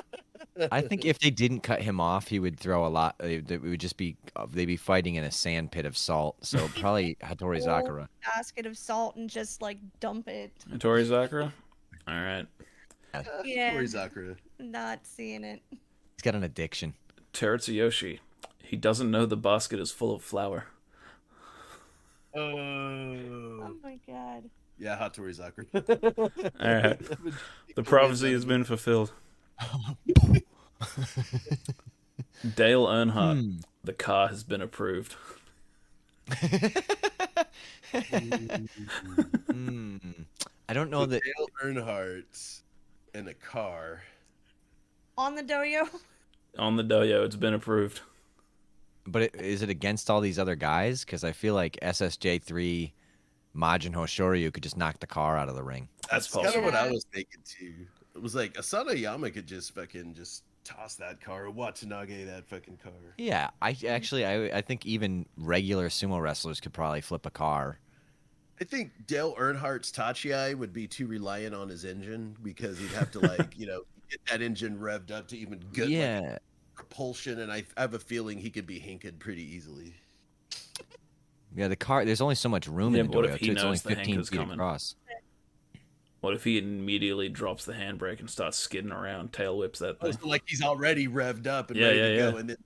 [SPEAKER 2] I think if they didn't cut him off, he would throw a lot. It it would just be uh, they'd be fighting in a sand pit of salt. So probably Hattori
[SPEAKER 3] Oh.
[SPEAKER 2] Zakura.
[SPEAKER 3] Basket of salt and just like dump it.
[SPEAKER 4] Tori Zakura? All right.
[SPEAKER 3] Yeah.
[SPEAKER 5] Mori Zakura.
[SPEAKER 3] Not seeing it.
[SPEAKER 2] He's got an addiction.
[SPEAKER 4] Teratsuyoshi, he He doesn't know the basket is full of flour.
[SPEAKER 5] Oh.
[SPEAKER 4] Um,
[SPEAKER 3] Oh my god.
[SPEAKER 5] Yeah, hot Torizaka.
[SPEAKER 4] All right. The prophecy has been fulfilled. Dale Earnhardt,
[SPEAKER 2] Hmm.
[SPEAKER 4] the car has been approved.
[SPEAKER 2] Hmm.
[SPEAKER 7] Mm.
[SPEAKER 2] Hmm. I don't know that.
[SPEAKER 5] Dale Earnhardt in a car.
[SPEAKER 3] On the doyo.
[SPEAKER 4] On the doyo, it's been approved.
[SPEAKER 2] But it, is it against all these other guys? Because I feel like SSJ3, Majin Hoshoryu could just knock the car out of the ring.
[SPEAKER 4] That's
[SPEAKER 5] It's kind of
[SPEAKER 4] possible.
[SPEAKER 5] what I was thinking too. It was like Asano Yama could just fucking just toss that car or Watanabe that fucking car.
[SPEAKER 2] Yeah, I actually I, I think even regular sumo wrestlers could probably flip a car.
[SPEAKER 5] I think Dale Earnhardt's Tachi would be too reliant on his engine because he'd have to like you know get that engine revved up to even get
[SPEAKER 2] yeah,
[SPEAKER 5] like, propulsion, and I, I have a feeling he could be hinked pretty easily.
[SPEAKER 2] yeah. The car. There's only so much room
[SPEAKER 4] Yeah,
[SPEAKER 2] in the
[SPEAKER 4] but what if
[SPEAKER 2] dojo.
[SPEAKER 4] he
[SPEAKER 2] Too. It's only
[SPEAKER 4] knows the
[SPEAKER 2] 15
[SPEAKER 4] Hank is
[SPEAKER 2] feet
[SPEAKER 4] coming?
[SPEAKER 2] across.
[SPEAKER 4] What if he immediately drops the handbrake and starts skidding around, tail whips that
[SPEAKER 5] Oh,
[SPEAKER 4] thing?
[SPEAKER 5] so, like he's already revved up and
[SPEAKER 4] Yeah,
[SPEAKER 5] ready to
[SPEAKER 4] yeah,
[SPEAKER 5] go, and then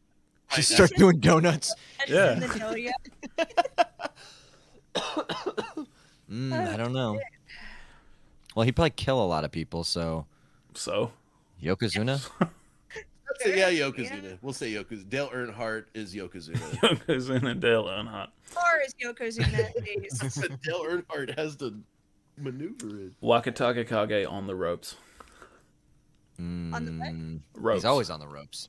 [SPEAKER 7] Just start doing donuts.
[SPEAKER 3] That's
[SPEAKER 4] Yeah.
[SPEAKER 3] in the doyo.
[SPEAKER 2] Mm, I don't know. Well, he'd probably kill a lot of people. So
[SPEAKER 4] So,
[SPEAKER 2] Yokozuna.
[SPEAKER 5] let's say, yeah,
[SPEAKER 3] Yeah.
[SPEAKER 5] Yokozuna. We'll say Yokozuna. Dale Earnhardt is Yokozuna.
[SPEAKER 4] Yokozuna Dale Earnhardt.
[SPEAKER 3] Or is Yokozuna please?
[SPEAKER 5] Dale Earnhardt has to maneuver it.
[SPEAKER 4] Wakataka Kage on the ropes.
[SPEAKER 3] On the what?
[SPEAKER 2] Mm,
[SPEAKER 4] Ropes.
[SPEAKER 2] He's always on the ropes.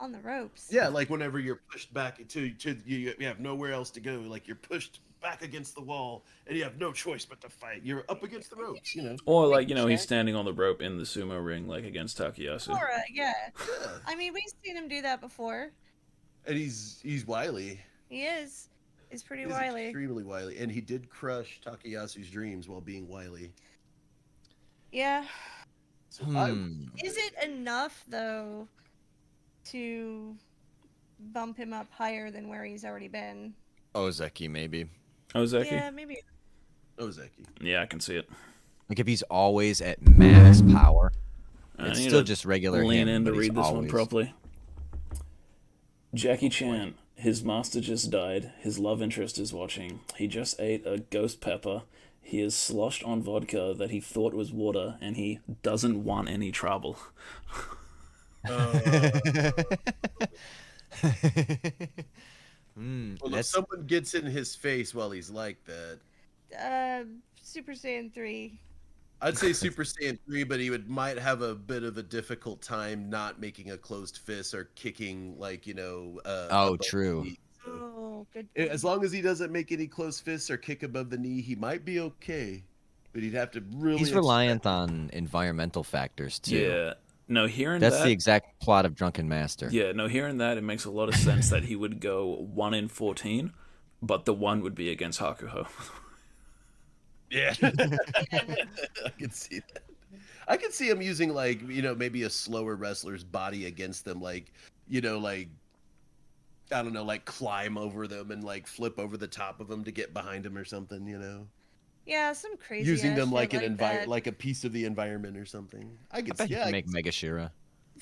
[SPEAKER 3] on the ropes?
[SPEAKER 5] Yeah, like whenever you're pushed back to to you, you have nowhere else to go. Like you're pushed back against the wall, and you have no choice but to fight. You're up against the ropes, you know.
[SPEAKER 4] Or, like, you know, he's standing on the rope in the sumo ring, like against Takayasu.
[SPEAKER 3] Sora, yeah.
[SPEAKER 5] Yeah.
[SPEAKER 3] I mean, we've seen him do that before.
[SPEAKER 5] And he's he's wily.
[SPEAKER 3] He is. He's pretty
[SPEAKER 5] He's
[SPEAKER 3] wily.
[SPEAKER 5] extremely wily, and he did crush Takayasu's dreams while being wily.
[SPEAKER 3] Yeah.
[SPEAKER 5] So I-
[SPEAKER 2] Hmm.
[SPEAKER 3] Is it enough though to bump him up higher than where he's already been?
[SPEAKER 2] Ozeki maybe.
[SPEAKER 4] Ozeki?
[SPEAKER 3] Yeah,
[SPEAKER 4] Yeah.
[SPEAKER 3] maybe.
[SPEAKER 5] Ozeki.
[SPEAKER 4] I can see it.
[SPEAKER 2] Like if he's always at max power,
[SPEAKER 4] I
[SPEAKER 2] it's
[SPEAKER 4] need
[SPEAKER 2] still
[SPEAKER 4] to
[SPEAKER 2] just regular.
[SPEAKER 4] Uh,
[SPEAKER 2] him,
[SPEAKER 4] lean in to
[SPEAKER 2] but he's
[SPEAKER 4] read this one
[SPEAKER 2] always-
[SPEAKER 4] properly. Jackie Chan, his master just died. His love interest is watching. He just ate a ghost pepper. He is sloshed on vodka that he thought was water, and he doesn't want any trouble.
[SPEAKER 2] Mm,
[SPEAKER 5] Well, if
[SPEAKER 2] that's
[SPEAKER 5] someone gets in his face while he's like that,
[SPEAKER 3] Uh, Super Saiyan three.
[SPEAKER 5] I'd say Super Saiyan 3, but he would might have a bit of a difficult time not making a closed fist or kicking like, you know, uh
[SPEAKER 2] oh
[SPEAKER 5] above the
[SPEAKER 2] true.
[SPEAKER 5] knee. So,
[SPEAKER 3] Oh, good.
[SPEAKER 5] a- As long as he doesn't make any closed fists or kick above the knee, he might be okay. But he'd have to really
[SPEAKER 2] He's reliant on environmental factors too.
[SPEAKER 4] Yeah. No, hearing
[SPEAKER 2] That's
[SPEAKER 4] that.
[SPEAKER 2] the exact plot of Drunken Master.
[SPEAKER 4] yeah, no, hearing that, it makes a lot of sense that he would go 1 in 14, but the 1 would be against Hakuho.
[SPEAKER 5] Yeah. I can see that. I can see him using like, you know, maybe a slower wrestler's body against them, like, you know, like I don't know, like climb over them and like flip over the top of them to get behind him or something, you know.
[SPEAKER 3] Yeah, some crazy.
[SPEAKER 5] using
[SPEAKER 3] ass
[SPEAKER 5] them
[SPEAKER 3] shit
[SPEAKER 5] like an envi-
[SPEAKER 3] that.
[SPEAKER 5] like a piece of the environment or something. I
[SPEAKER 2] I
[SPEAKER 5] could
[SPEAKER 2] bet
[SPEAKER 5] see.
[SPEAKER 2] you
[SPEAKER 5] Yeah,
[SPEAKER 2] can
[SPEAKER 5] I
[SPEAKER 2] make
[SPEAKER 5] could-
[SPEAKER 2] Mega Shira.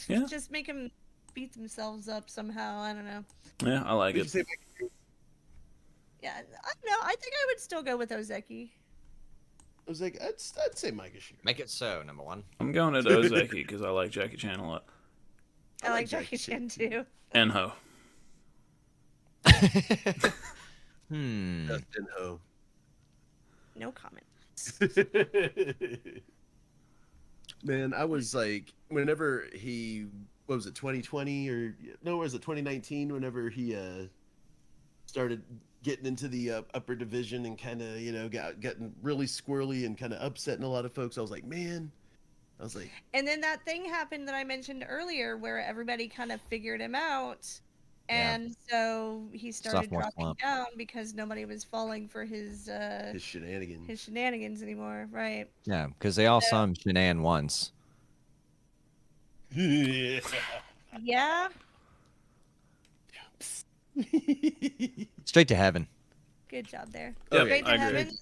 [SPEAKER 4] Yeah.
[SPEAKER 3] Just make them beat themselves up somehow. I don't know.
[SPEAKER 4] Yeah, I like
[SPEAKER 5] we could
[SPEAKER 4] it.
[SPEAKER 5] say-
[SPEAKER 3] Yeah, I don't know. I think I would still go with Ozeki.
[SPEAKER 5] I was like, I'd, I'd say Mike Ishiro.
[SPEAKER 2] Make it so, number one.
[SPEAKER 4] I'm going at Ozeki because I like Jackie Chan a lot.
[SPEAKER 3] I, like Jackie Chan too.
[SPEAKER 4] Enho.
[SPEAKER 2] Hmm.
[SPEAKER 5] Justin Ho.
[SPEAKER 3] No comment.
[SPEAKER 5] Man, I was like, whenever he, what was it, 2020 or no, was it 2019? Whenever he uh started getting into the uh, upper division and kind of, you know, got getting really squirrely and kind of upsetting a lot of folks. I was like, man, I was like,
[SPEAKER 3] And then that thing happened that I mentioned earlier where everybody kind of figured him out.
[SPEAKER 2] Yeah.
[SPEAKER 3] And so he started
[SPEAKER 2] Sophomore
[SPEAKER 3] dropping
[SPEAKER 2] slump.
[SPEAKER 3] down because nobody was falling for his uh
[SPEAKER 5] his shenanigans.
[SPEAKER 3] his shenanigans anymore, right?
[SPEAKER 2] Yeah, because they all saw him Shanann once.
[SPEAKER 5] yeah.
[SPEAKER 3] Yeah.
[SPEAKER 2] Straight to heaven.
[SPEAKER 3] Good job there.
[SPEAKER 2] Oh,
[SPEAKER 4] Yep,
[SPEAKER 3] Straight to
[SPEAKER 4] I agree.
[SPEAKER 3] heaven.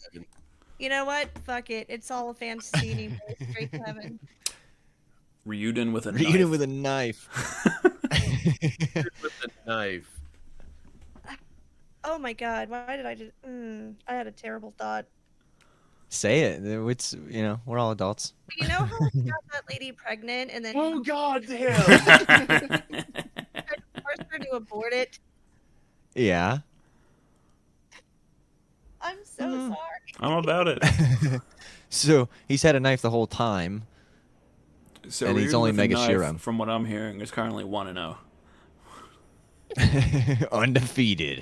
[SPEAKER 3] You know what? Fuck it. It's all a fantasy anymore. Straight to heaven.
[SPEAKER 4] Ryuden with a
[SPEAKER 2] Beat him
[SPEAKER 4] knife.
[SPEAKER 2] with a knife.
[SPEAKER 5] With the knife.
[SPEAKER 3] Oh my god, why did I do? Mm, I had a terrible thought.
[SPEAKER 2] Say it. It's you know we're all adults.
[SPEAKER 3] But You know how he got that lady pregnant and then
[SPEAKER 5] Oh god damn!
[SPEAKER 4] Damn.
[SPEAKER 3] forced her to abort it?
[SPEAKER 2] Yeah.
[SPEAKER 3] I'm so
[SPEAKER 2] Mm.
[SPEAKER 3] sorry.
[SPEAKER 4] I'm about it.
[SPEAKER 2] so he's had a knife the whole time.
[SPEAKER 8] So
[SPEAKER 2] And he's
[SPEAKER 8] Reardon
[SPEAKER 2] only
[SPEAKER 8] with a
[SPEAKER 2] Mega
[SPEAKER 8] knife,
[SPEAKER 2] Shiram.
[SPEAKER 8] From what I'm hearing, is currently one and
[SPEAKER 4] oh.
[SPEAKER 8] zero.
[SPEAKER 2] Undefeated.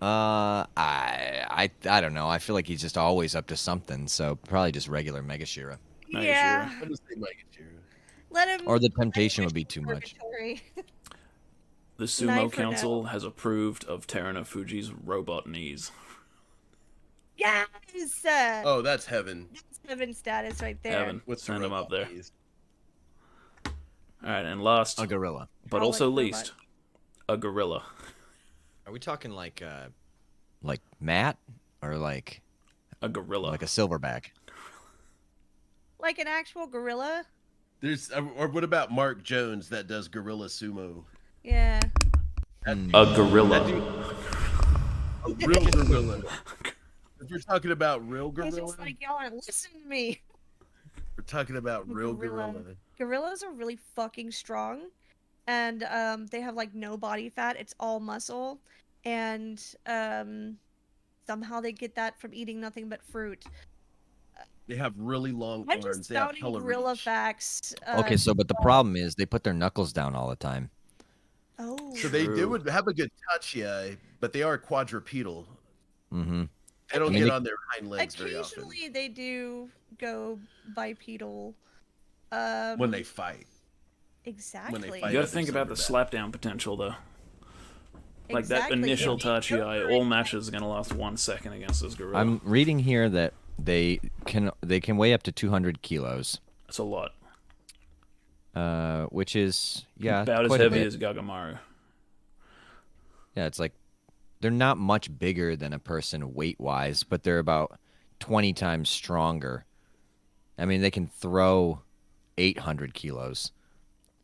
[SPEAKER 2] Uh, I, I, I don't know. I feel like he's just always up to something. So probably just regular Mega Shira,
[SPEAKER 8] No, you're
[SPEAKER 3] yeah,
[SPEAKER 5] I'm just saying, like, it's your-
[SPEAKER 3] let him.
[SPEAKER 2] or the
[SPEAKER 3] let him
[SPEAKER 2] temptation
[SPEAKER 3] wish
[SPEAKER 2] would be
[SPEAKER 3] him
[SPEAKER 2] too much.
[SPEAKER 3] purgatory.
[SPEAKER 8] The Sumo
[SPEAKER 3] Knife or no?
[SPEAKER 8] Council has approved of Terano Fuji's robot knees.
[SPEAKER 3] yes, uh,
[SPEAKER 5] Oh, that's heaven.
[SPEAKER 3] that's heaven status right there.
[SPEAKER 8] Evan,
[SPEAKER 5] What's the
[SPEAKER 8] send them up
[SPEAKER 5] robot
[SPEAKER 8] there.
[SPEAKER 5] keys?
[SPEAKER 8] All right, and last
[SPEAKER 2] A gorilla.
[SPEAKER 8] but
[SPEAKER 3] I'll
[SPEAKER 8] also
[SPEAKER 3] let you know
[SPEAKER 8] least, a gorilla.
[SPEAKER 2] Are we talking like, uh, like Matt or like
[SPEAKER 8] A gorilla.
[SPEAKER 2] like a silverback?
[SPEAKER 3] Like an actual gorilla.
[SPEAKER 5] There's or what about Mark Jones that does gorilla sumo?
[SPEAKER 3] Yeah.
[SPEAKER 2] Hmm.
[SPEAKER 4] Uh,
[SPEAKER 8] A gorilla.
[SPEAKER 5] That dude, a real gorilla. If we're talking about real
[SPEAKER 3] He's
[SPEAKER 5] gorilla,
[SPEAKER 3] just like y'all aren't listening to me.
[SPEAKER 5] we're talking about real
[SPEAKER 3] Gorilla.
[SPEAKER 5] gorilla.
[SPEAKER 3] Gorillas are really fucking strong, and um, they have like no body fat. It's all muscle, and um, somehow they get that from eating nothing but fruit.
[SPEAKER 5] They have really long
[SPEAKER 3] I'm
[SPEAKER 5] arms.
[SPEAKER 3] just
[SPEAKER 5] They have
[SPEAKER 3] spouting
[SPEAKER 5] hella
[SPEAKER 3] gorilla
[SPEAKER 5] reach.
[SPEAKER 3] facts. Uh,
[SPEAKER 2] Okay, so but the problem is they put their knuckles down all the time.
[SPEAKER 3] oh,
[SPEAKER 5] So they
[SPEAKER 8] True.
[SPEAKER 5] do would have a good touch, yeah, but they are quadrupedal.
[SPEAKER 2] Mm-hmm.
[SPEAKER 5] They don't
[SPEAKER 2] I mean,
[SPEAKER 5] get
[SPEAKER 2] they-
[SPEAKER 5] on their hind legs very often
[SPEAKER 3] occasionally they do go bipedal. Um,
[SPEAKER 5] when they fight.
[SPEAKER 3] exactly,
[SPEAKER 8] You
[SPEAKER 5] fight.
[SPEAKER 8] gotta
[SPEAKER 5] Another
[SPEAKER 8] think about the
[SPEAKER 5] silverback.
[SPEAKER 8] slapdown potential, though. Like
[SPEAKER 3] exactly.
[SPEAKER 8] that initial
[SPEAKER 3] If you
[SPEAKER 8] touchy
[SPEAKER 3] go
[SPEAKER 8] eye,
[SPEAKER 3] for
[SPEAKER 8] all
[SPEAKER 3] it-
[SPEAKER 8] matches are gonna last one second against this gorilla.
[SPEAKER 2] I'm reading here that they can they can weigh up to 200 kilos,
[SPEAKER 8] It's a lot.
[SPEAKER 2] uh, which is yeah
[SPEAKER 8] About as
[SPEAKER 2] quite a
[SPEAKER 8] heavy
[SPEAKER 2] bit.
[SPEAKER 8] as Gagamaru.
[SPEAKER 2] Yeah, it's like they're not much bigger than a person weight wise, but they're about 20 times stronger. I mean, they can throw 800 kilos.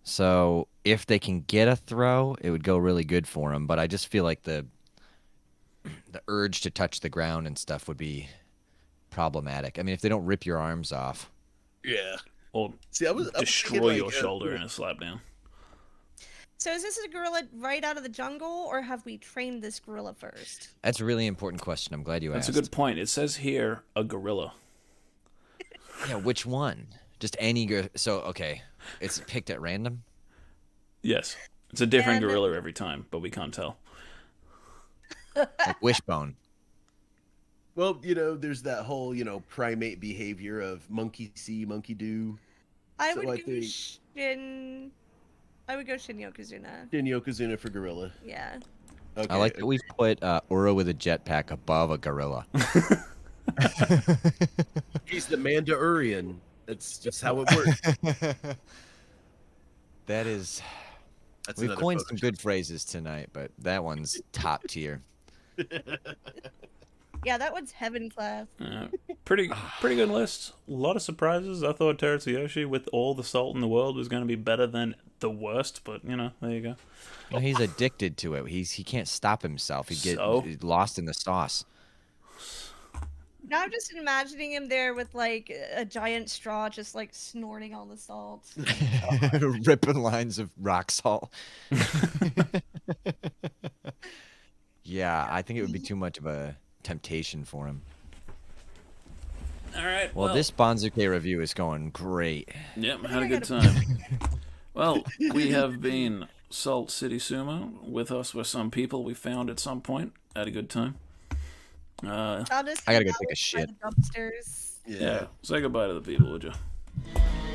[SPEAKER 2] So if they can get a throw, it would go really good for them. But I just feel like the the urge to touch the ground and stuff would be problematic. I mean, if they don't rip your arms off,
[SPEAKER 5] Yeah.
[SPEAKER 8] Or
[SPEAKER 5] See, I was I was thinking,
[SPEAKER 8] destroy
[SPEAKER 5] like,
[SPEAKER 8] your
[SPEAKER 5] uh,
[SPEAKER 8] shoulder in a slapdown.
[SPEAKER 3] So is this a gorilla right out of the jungle, or have we trained this gorilla first?
[SPEAKER 2] that's a really important question. I'm glad you
[SPEAKER 8] That's a
[SPEAKER 2] asked.
[SPEAKER 8] good point. It says here a gorilla.
[SPEAKER 2] Yeah, which one? Just any. gr- So okay, it's picked at random.
[SPEAKER 8] Yes, it's a different
[SPEAKER 3] Yeah, but-
[SPEAKER 8] gorilla every time, but we can't tell.
[SPEAKER 2] Like wishbone.
[SPEAKER 5] Well, you know, there's that whole, you know, primate behavior of monkey see, monkey do.
[SPEAKER 3] I
[SPEAKER 5] So
[SPEAKER 3] would
[SPEAKER 5] I
[SPEAKER 3] go
[SPEAKER 5] think-
[SPEAKER 3] Shin. I would go Shin Yokozuna.
[SPEAKER 5] Then Yokozuna for gorilla.
[SPEAKER 3] Yeah.
[SPEAKER 5] Okay.
[SPEAKER 2] I like that we've put uh, Ura with a jetpack above a gorilla.
[SPEAKER 5] He's the Mandaurian. That's just how it works.
[SPEAKER 2] that is,
[SPEAKER 5] That's
[SPEAKER 2] we've
[SPEAKER 5] another
[SPEAKER 2] coined
[SPEAKER 5] Photoshop.
[SPEAKER 2] some good phrases tonight, but that one's top tier.
[SPEAKER 3] Yeah, that one's heaven class.
[SPEAKER 8] Uh,
[SPEAKER 4] Pretty pretty good list. A lot of surprises. I thought Teratsuyoshi, with all the salt in the world, was going to be better than the worst, but you know, there you go.
[SPEAKER 2] No, he's addicted to it. He's he can't stop himself. He get
[SPEAKER 8] So?
[SPEAKER 2] lost in the sauce.
[SPEAKER 3] Now I'm just imagining him there with like a giant straw, just like snorting all the salt.
[SPEAKER 5] Oh.
[SPEAKER 2] Ripping lines of rock salt. yeah, I think it would be too much of a temptation for him.
[SPEAKER 8] all right.
[SPEAKER 2] Well, this Bonzuke review is going great.
[SPEAKER 8] Yep, had a good time. well, we have been Salt City Sumo. With us were some people we found at some point. Had a good time. Uh,
[SPEAKER 3] I'll just
[SPEAKER 2] I gotta
[SPEAKER 3] hang
[SPEAKER 2] go
[SPEAKER 3] out
[SPEAKER 2] take a
[SPEAKER 3] by
[SPEAKER 2] shit.
[SPEAKER 3] the dumpsters.
[SPEAKER 8] yeah. Say goodbye to the people, would you?
[SPEAKER 2] Bye.